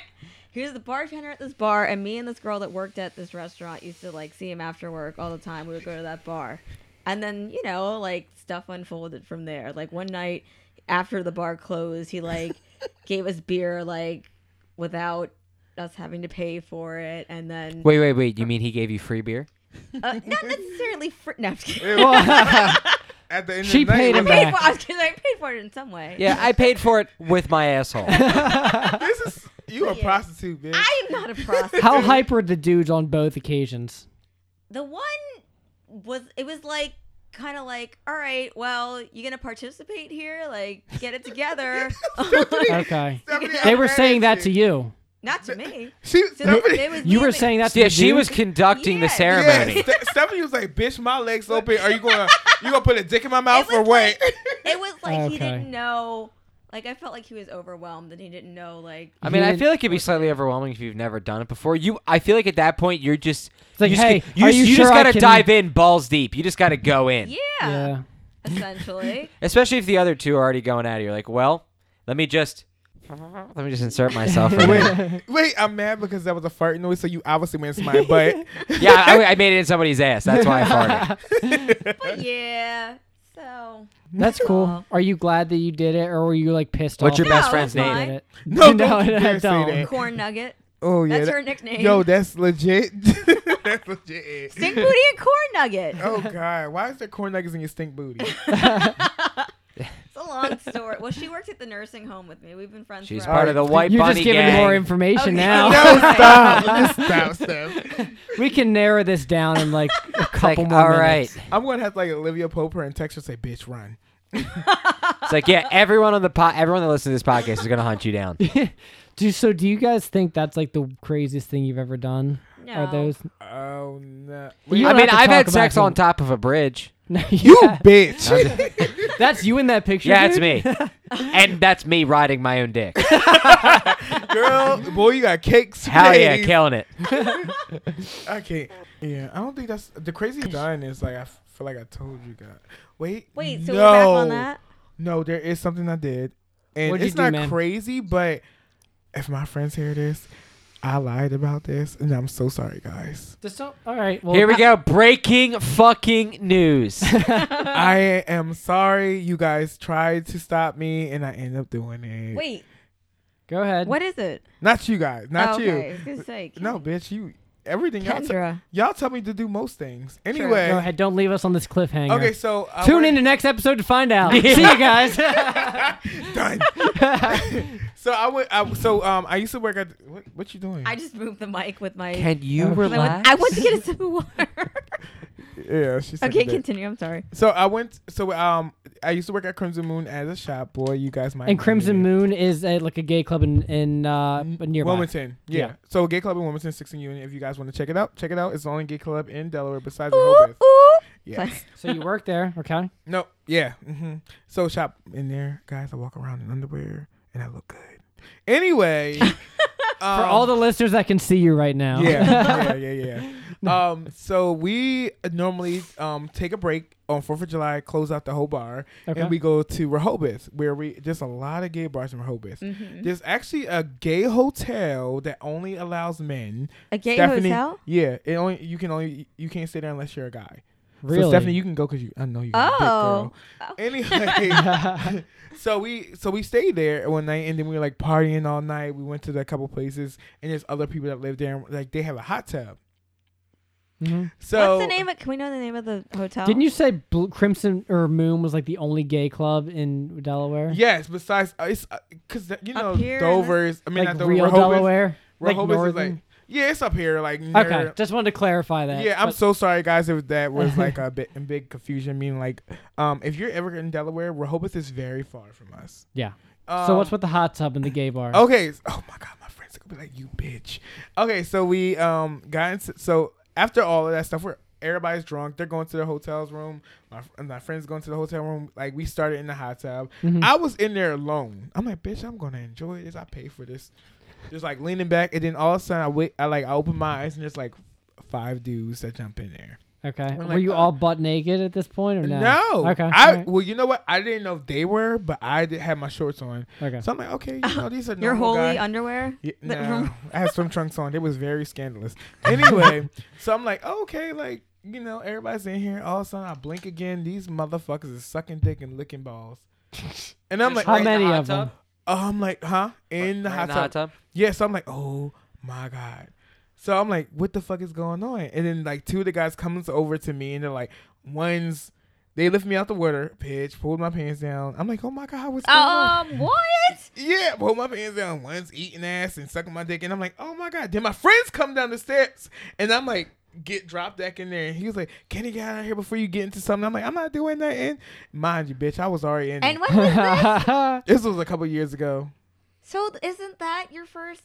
Speaker 3: he was the bartender at this bar, and me and this girl that worked at this restaurant used to like see him after work all the time. We would go to that bar, and then you know like stuff unfolded from there. Like one night after the bar closed, he like gave us beer like without us having to pay for it, and then
Speaker 4: Wait, wait, wait. You mean he gave you free beer?
Speaker 3: uh, not necessarily. Fr- no, I'm kidding.
Speaker 2: At the end
Speaker 1: She
Speaker 2: of the night,
Speaker 1: paid
Speaker 2: it
Speaker 1: him
Speaker 2: was-
Speaker 1: back.
Speaker 3: paid for, I was kidding, I paid for it in some way.
Speaker 4: Yeah, I paid for it with my asshole.
Speaker 2: This is You a prostitute, bitch.
Speaker 3: I am not a prostitute.
Speaker 1: How hype were the dudes on both occasions?
Speaker 3: the one was it was like kind of like all right well you gonna participate here like get it together
Speaker 1: Okay.
Speaker 2: Stephanie,
Speaker 1: They
Speaker 2: I
Speaker 1: were
Speaker 2: heard
Speaker 1: saying that to you.
Speaker 3: not to me
Speaker 2: She,
Speaker 3: So they-
Speaker 2: Stephanie,
Speaker 3: they was
Speaker 1: You were
Speaker 3: moving-
Speaker 1: saying that to
Speaker 4: yeah,
Speaker 1: the
Speaker 4: she was
Speaker 1: dudes?
Speaker 4: conducting the
Speaker 3: Yeah.
Speaker 4: ceremony.
Speaker 2: Yeah, Ste- Stephanie was like, "Bitch, my legs open. Are you gonna you gonna put a dick in my mouth
Speaker 3: was
Speaker 2: or what?"
Speaker 3: it was like he
Speaker 1: Okay.
Speaker 3: didn't know like i felt like he was overwhelmed and he didn't know like
Speaker 4: I mean, I
Speaker 1: Ian-
Speaker 4: feel like it'd be slightly overwhelming if you've never done it before. You, I feel like at that point you're just
Speaker 1: It's like,
Speaker 4: you just,
Speaker 1: hey,
Speaker 4: you,
Speaker 1: are
Speaker 4: just-
Speaker 1: you
Speaker 4: you
Speaker 1: sure
Speaker 4: just
Speaker 1: I
Speaker 4: gotta
Speaker 1: can-
Speaker 4: dive in balls deep. You just gotta go in,
Speaker 3: yeah,
Speaker 1: Yeah.
Speaker 3: essentially
Speaker 4: especially if the other two are already going at it. You're like, well, let me just let me just insert myself. right here.
Speaker 2: wait, wait, I'm mad because that was a fart noise, so you obviously meant it's my butt.
Speaker 4: yeah, I, I made it in somebody's ass. That's why I farted.
Speaker 3: but yeah so
Speaker 1: That's cool.
Speaker 3: Aw.
Speaker 1: Are you glad that you did it, or were you like pissed
Speaker 4: What's
Speaker 1: off?
Speaker 4: your
Speaker 3: No,
Speaker 4: best
Speaker 3: it's
Speaker 4: friend's name?
Speaker 1: that you
Speaker 3: fine.
Speaker 1: did it?
Speaker 2: No, don't you dare say that.
Speaker 3: corn nugget
Speaker 2: Oh yeah,
Speaker 3: that's
Speaker 2: that-
Speaker 3: her nickname
Speaker 2: yo, that's legit. that's legit.
Speaker 3: stink booty and corn nugget
Speaker 2: Oh god, why is there corn nuggets in your stink booty?
Speaker 3: it's a long story well she worked at the nursing home with me we've been friends
Speaker 4: She's
Speaker 3: forever.
Speaker 4: part of the White
Speaker 1: You're
Speaker 4: Bunny
Speaker 1: just giving
Speaker 4: gang.
Speaker 1: more information
Speaker 3: Okay.
Speaker 1: now.
Speaker 2: no, stop, Just stop, stop.
Speaker 1: We can narrow this down in like a
Speaker 4: It's like,
Speaker 1: couple more
Speaker 4: all right.
Speaker 1: minutes.
Speaker 2: I'm gonna have like Olivia Pope her in Texas say, "Bitch, run."
Speaker 4: It's like, yeah, everyone on the po- everyone that listens to this podcast is gonna hunt you down.
Speaker 1: Do so? Do you guys think that's like the craziest thing you've ever done? Are
Speaker 3: No.
Speaker 1: those?
Speaker 2: Oh no,
Speaker 1: You
Speaker 4: I
Speaker 1: don't have
Speaker 4: mean,
Speaker 1: to
Speaker 4: I've
Speaker 1: talk
Speaker 4: had
Speaker 1: about
Speaker 4: sex
Speaker 1: who-
Speaker 4: on top of a bridge.
Speaker 1: No,
Speaker 2: you
Speaker 1: yeah.
Speaker 2: bitch.
Speaker 1: that's you in that picture.
Speaker 4: Yeah, it's
Speaker 1: dude?
Speaker 4: me, and that's me riding my own dick.
Speaker 2: Girl, boy, you got cakes.
Speaker 4: Hell yeah,
Speaker 2: please.
Speaker 4: killing it.
Speaker 2: I can't. Yeah, I don't think that's the crazy done is like I f- feel like I told you guys. Wait,
Speaker 3: wait so
Speaker 2: no.
Speaker 3: we're back on that
Speaker 2: No, there is something I did, and
Speaker 1: What'd you
Speaker 2: it's
Speaker 1: do,
Speaker 2: not
Speaker 1: man?
Speaker 2: crazy. But if my friends hear this, I lied about this, and I'm so sorry, guys.
Speaker 1: Just don't- all right. Well,
Speaker 4: Here we
Speaker 1: I-
Speaker 4: go. Breaking fucking news.
Speaker 2: I am sorry. You guys tried to stop me, and I end up doing it.
Speaker 3: wait
Speaker 1: Go ahead.
Speaker 3: what is it
Speaker 2: not you guys, not
Speaker 3: Oh,
Speaker 2: you.
Speaker 3: okay. I was gonna say,
Speaker 2: No, bitch, you. Everything y'all, t-
Speaker 3: Kendra.
Speaker 2: y'all tell me to do most things.
Speaker 1: Go
Speaker 2: Anyway,
Speaker 1: ahead. Don't leave us on this cliffhanger.
Speaker 2: okay, so I
Speaker 1: Tune
Speaker 2: work-
Speaker 1: in to next episode to find out. See you guys.
Speaker 2: done. so I went. I, so um, I used to work at what? What you doing?
Speaker 3: I just moved the mic with my.
Speaker 4: Can you
Speaker 1: Okay.
Speaker 3: 'cause I, went,
Speaker 4: relax?
Speaker 3: I went to get a sip of water.
Speaker 2: yeah, she said
Speaker 3: okay,
Speaker 2: that.
Speaker 3: continue. I'm sorry.
Speaker 2: So I went. So um, I used to work at Crimson Moon as a shop boy. You guys might.
Speaker 1: and Crimson
Speaker 2: know
Speaker 1: Moon is a, like a gay club in in uh,
Speaker 4: Mm,
Speaker 2: it.
Speaker 1: nearby.
Speaker 2: Wilmington, yeah.
Speaker 1: Yeah.
Speaker 2: So gay club in Wilmington, 16 Union. If you guys want to check it out, check it out. It's the only gay club in Delaware besides
Speaker 3: Ooh,
Speaker 2: Rehoboth.
Speaker 3: ooh.
Speaker 2: Yeah.
Speaker 3: Sorry.
Speaker 1: So you work there, okay?
Speaker 2: No. Yeah. hmm So shop in there, guys. I walk around in underwear and I look good. Anyway, um,
Speaker 1: For
Speaker 4: Um,
Speaker 1: all the listeners that can see you right now.
Speaker 2: yeah, yeah, yeah, yeah. Um, so we uh, normally um take a break on Fourth of July, close out the whole bar,
Speaker 1: Okay.
Speaker 2: and we go to Rehoboth, where we there's a lot of gay bars in Rehoboth.
Speaker 1: Mm-hmm.
Speaker 3: Mm-hmm.
Speaker 2: There's actually a gay hotel that only allows men.
Speaker 3: A gay
Speaker 2: Stephanie-
Speaker 3: hotel?
Speaker 2: Yeah, it only you can only you can't stay there unless you're a guy.
Speaker 1: really.
Speaker 2: So Stephanie, you can go because you I know you. Oh.
Speaker 3: Oh.
Speaker 2: girl. Anyway, so we so we stayed there one night, and then we were like partying all night. We went to the couple places, and there's other people that live there. And, like they have a hot tub.
Speaker 1: Mhm.
Speaker 2: So
Speaker 3: What's the name of? Can we know the name of the hotel?
Speaker 1: Didn't you say Blue, Crimson or Moon was like the only gay club in Delaware?
Speaker 2: Yes, besides uh, it's because you
Speaker 3: Up
Speaker 2: know
Speaker 3: here in
Speaker 2: Dover's. I mean,
Speaker 1: like
Speaker 2: not Dover,
Speaker 1: real
Speaker 2: Rehoboth.
Speaker 1: Delaware,
Speaker 2: Rehoboth
Speaker 1: like
Speaker 2: is like
Speaker 1: northern.
Speaker 2: yeah, it's up here. Like
Speaker 1: okay,
Speaker 2: near,
Speaker 1: just wanted to clarify that.
Speaker 2: yeah. I'm
Speaker 1: but
Speaker 2: so sorry, guys, if that was like a bit in big confusion. Meaning like, um, if you're ever in Delaware, Rehoboth is very far from us.
Speaker 1: yeah.
Speaker 2: Um,
Speaker 1: so what's with the hot tub and the gay bar?
Speaker 2: Okay. s- Oh my god, my friends are gonna be like, "You bitch." Okay, so we um got into, so after all of that stuff, we're everybody's drunk. They're going to the hotel's room. My fr- my friends going to the hotel room. Like we started in the hot tub.
Speaker 1: Mm-hmm.
Speaker 2: I was in there alone. I'm like, "Bitch, I'm gonna enjoy this. I pay for this." Just like leaning back, and then all of a sudden, I wait. I like I open my eyes, and there's like five dudes that jump in there.
Speaker 1: Okay.
Speaker 2: We're
Speaker 1: Were
Speaker 2: like,
Speaker 1: you
Speaker 2: uh,
Speaker 1: all butt naked at this point or no?
Speaker 2: No,
Speaker 1: Okay.
Speaker 2: I
Speaker 1: alright,
Speaker 2: well, you know what? I didn't know if they were, but I did have my shorts on,
Speaker 1: Okay.
Speaker 2: so I'm like, okay, you know, these are
Speaker 3: Your
Speaker 2: normal
Speaker 3: holy
Speaker 2: guys.
Speaker 3: underwear?
Speaker 2: Yeah,
Speaker 3: But-
Speaker 2: no, I had swim trunks on. It was very scandalous. Anyway, so I'm like, okay, like you know, everybody's in here. All of a sudden, I blink again. These motherfuckers is sucking dick and licking balls. And I'm like,
Speaker 1: How
Speaker 2: oh,
Speaker 1: many of them?
Speaker 2: I'm like, huh? In the hot tub? Yeah. So I'm like, oh my god. So I'm like, what the fuck is going on? And then like two of the guys comes over to me and they're like, one's They lift me out the water, bitch, pulled my pants down. I'm like, oh my God, what's going on?
Speaker 3: Um, what?
Speaker 2: Yeah, pull my pants down. One's eating ass and sucking my dick, and I'm like, oh my god. Then my friends come down the steps, and I'm like, get dropped back in there. And he was like, can you get out of here before you get into something? I'm like, I'm not doing nothing. Mind you, bitch, I was already in.
Speaker 3: And
Speaker 2: it.
Speaker 3: when was this?
Speaker 2: this was a couple years ago,
Speaker 3: So isn't that your first?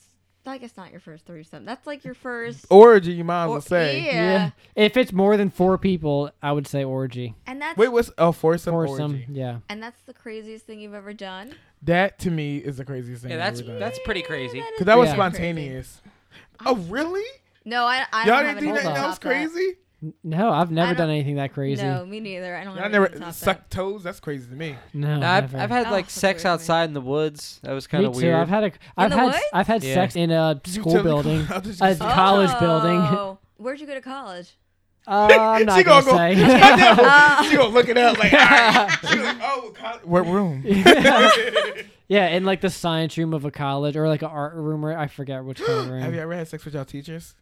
Speaker 3: I guess not your first threesome. That's like your first.
Speaker 2: orgy. You might as well
Speaker 3: Or-
Speaker 2: say.
Speaker 3: yeah.
Speaker 1: If it's more than four people, I would say orgy.
Speaker 3: And that's
Speaker 2: Wait, what's oh foursome,
Speaker 1: Foursome,
Speaker 2: orgy?
Speaker 1: yeah.
Speaker 3: and that's the craziest thing you've ever done.
Speaker 2: That to me is the craziest thing.
Speaker 4: Yeah, that's that's pretty
Speaker 3: Yeah,
Speaker 4: crazy.
Speaker 3: is
Speaker 2: because that was
Speaker 1: Yeah.
Speaker 3: pretty
Speaker 2: spontaneous. Oh really?
Speaker 3: crazy. No, I, I
Speaker 2: Y'all
Speaker 3: don't have
Speaker 2: didn't do
Speaker 1: that-
Speaker 2: nothing
Speaker 3: anything
Speaker 1: Hold
Speaker 3: to
Speaker 1: on.
Speaker 2: else
Speaker 3: top that.
Speaker 2: crazy?
Speaker 1: No, I've never
Speaker 3: don't-
Speaker 1: done anything that crazy.
Speaker 3: No, me neither. I don't.
Speaker 2: Y'all
Speaker 3: have
Speaker 2: never
Speaker 3: anything to top that.
Speaker 2: sucked toes. That's crazy to me.
Speaker 1: No,
Speaker 4: No, I've,
Speaker 1: never.
Speaker 4: I've had
Speaker 3: Oh,
Speaker 4: like
Speaker 3: that's
Speaker 4: sex
Speaker 3: weird.
Speaker 4: outside in the woods. That was kind
Speaker 1: Me
Speaker 4: of
Speaker 1: too.
Speaker 4: weird.
Speaker 1: I've had a. I've
Speaker 3: the
Speaker 1: had.
Speaker 3: woods?
Speaker 1: I've had
Speaker 4: Yeah.
Speaker 1: sex in a school
Speaker 2: Utility
Speaker 1: building.
Speaker 2: closet is
Speaker 1: A
Speaker 2: just-
Speaker 1: college building.
Speaker 3: Oh, Where'd you go to college?
Speaker 1: Uh, I'm not
Speaker 2: she
Speaker 1: gonna
Speaker 2: gonna go.
Speaker 1: say.
Speaker 2: she gonna look it up like, all right. She like, oh, col- what room?
Speaker 1: yeah, in like the science room of a college or like an art room. Or I forget which kind of room.
Speaker 2: Have you ever had sex with y'all teachers?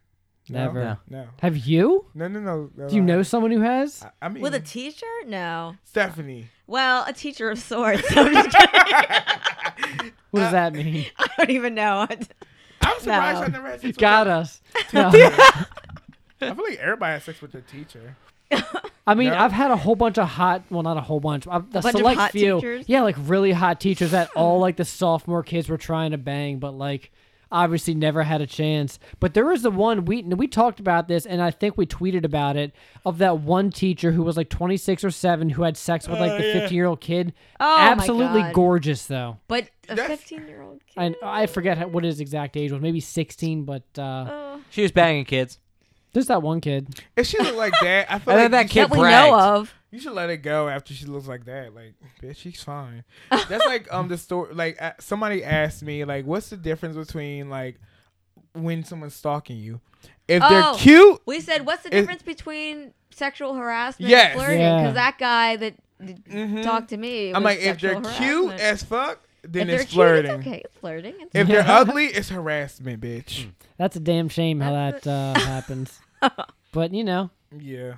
Speaker 1: Never.
Speaker 4: No.
Speaker 2: No.
Speaker 1: Have you?
Speaker 2: No. No. No. no
Speaker 1: Do you
Speaker 2: no.
Speaker 1: know someone who has?
Speaker 2: I, I mean,
Speaker 3: With a teacher? No.
Speaker 2: Stephanie.
Speaker 3: Well, a teacher of sorts. I'm just kidding.
Speaker 1: What
Speaker 2: Uh,
Speaker 1: does that mean?
Speaker 3: I don't even know.
Speaker 2: I'm surprised
Speaker 3: No.
Speaker 2: I never had sex.
Speaker 1: Got
Speaker 2: with
Speaker 1: us. No.
Speaker 2: a. I feel like everybody has sex with their teacher.
Speaker 1: I mean,
Speaker 2: No.
Speaker 1: I've had a whole bunch of hot, well, not a whole bunch, but a, a
Speaker 3: bunch of
Speaker 1: select
Speaker 3: hot
Speaker 1: few.
Speaker 3: teachers?
Speaker 1: Yeah, like really hot teachers that all like the sophomore kids were trying to bang, but like obviously never had a chance. But there was the one we and we talked about this, and I think we tweeted about it of that one teacher who was like 26 or seven who had sex with like
Speaker 2: Oh,
Speaker 1: the
Speaker 2: yeah.
Speaker 1: 15 year old kid.
Speaker 3: Oh, my
Speaker 1: absolutely
Speaker 3: God.
Speaker 1: gorgeous though.
Speaker 3: But a
Speaker 2: That's-
Speaker 3: 15 year old kid.
Speaker 1: And I forget how- what his exact age was, maybe 16, but uh,
Speaker 3: Oh.
Speaker 4: She was banging kids.
Speaker 1: there's that one kid.
Speaker 2: If she looked like that, I feel
Speaker 4: And
Speaker 2: like
Speaker 4: then that
Speaker 2: you,
Speaker 4: kid
Speaker 3: that we
Speaker 4: bragged.
Speaker 3: know of.
Speaker 2: you should let it go after she looks like that. Like, bitch, she's fine. That's like um the story. Like, uh, somebody asked me like, what's the difference between like when someone's stalking you, if
Speaker 3: Oh.
Speaker 2: they're cute
Speaker 3: We said, what's the
Speaker 2: It-
Speaker 3: difference between sexual harassment
Speaker 2: Yes. Mm-hmm.
Speaker 3: and flirting?
Speaker 1: Yeah.
Speaker 3: Because that guy that d- talked to me.
Speaker 2: I'm
Speaker 3: was
Speaker 2: like, if they're
Speaker 3: sexual
Speaker 2: cute
Speaker 3: harassment.
Speaker 2: as fuck,
Speaker 3: If
Speaker 2: then
Speaker 3: they're
Speaker 2: it's
Speaker 3: cute,
Speaker 2: flirting.
Speaker 3: it's okay. It's flirting. It's
Speaker 2: If they're ugly, it's harassment, bitch.
Speaker 1: That's a damn shame how
Speaker 3: That's
Speaker 1: that uh, happens. But you know,
Speaker 4: Hmm.
Speaker 2: Yeah.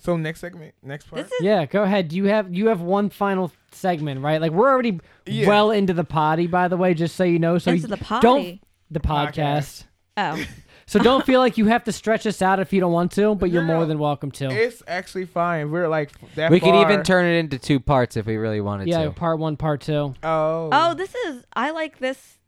Speaker 2: So next segment, next part.
Speaker 3: This is
Speaker 1: Yeah, go ahead. You have you have one final segment, right? Like we're already
Speaker 2: Yeah.
Speaker 1: well into the potty, by the way, just so you know. So
Speaker 3: Into
Speaker 1: you
Speaker 3: the potty?
Speaker 1: Don't, the podcast.
Speaker 2: Podcast.
Speaker 3: oh,
Speaker 1: So don't feel like you have to stretch us out if you don't want to, but you're
Speaker 2: No.
Speaker 1: more than welcome to.
Speaker 2: it's actually fine. We're like that.
Speaker 4: We
Speaker 2: far.
Speaker 4: could even turn it into two parts if we really wanted
Speaker 1: Yeah,
Speaker 4: to.
Speaker 1: part one, part two.
Speaker 2: Oh.
Speaker 3: oh, this is. I like this.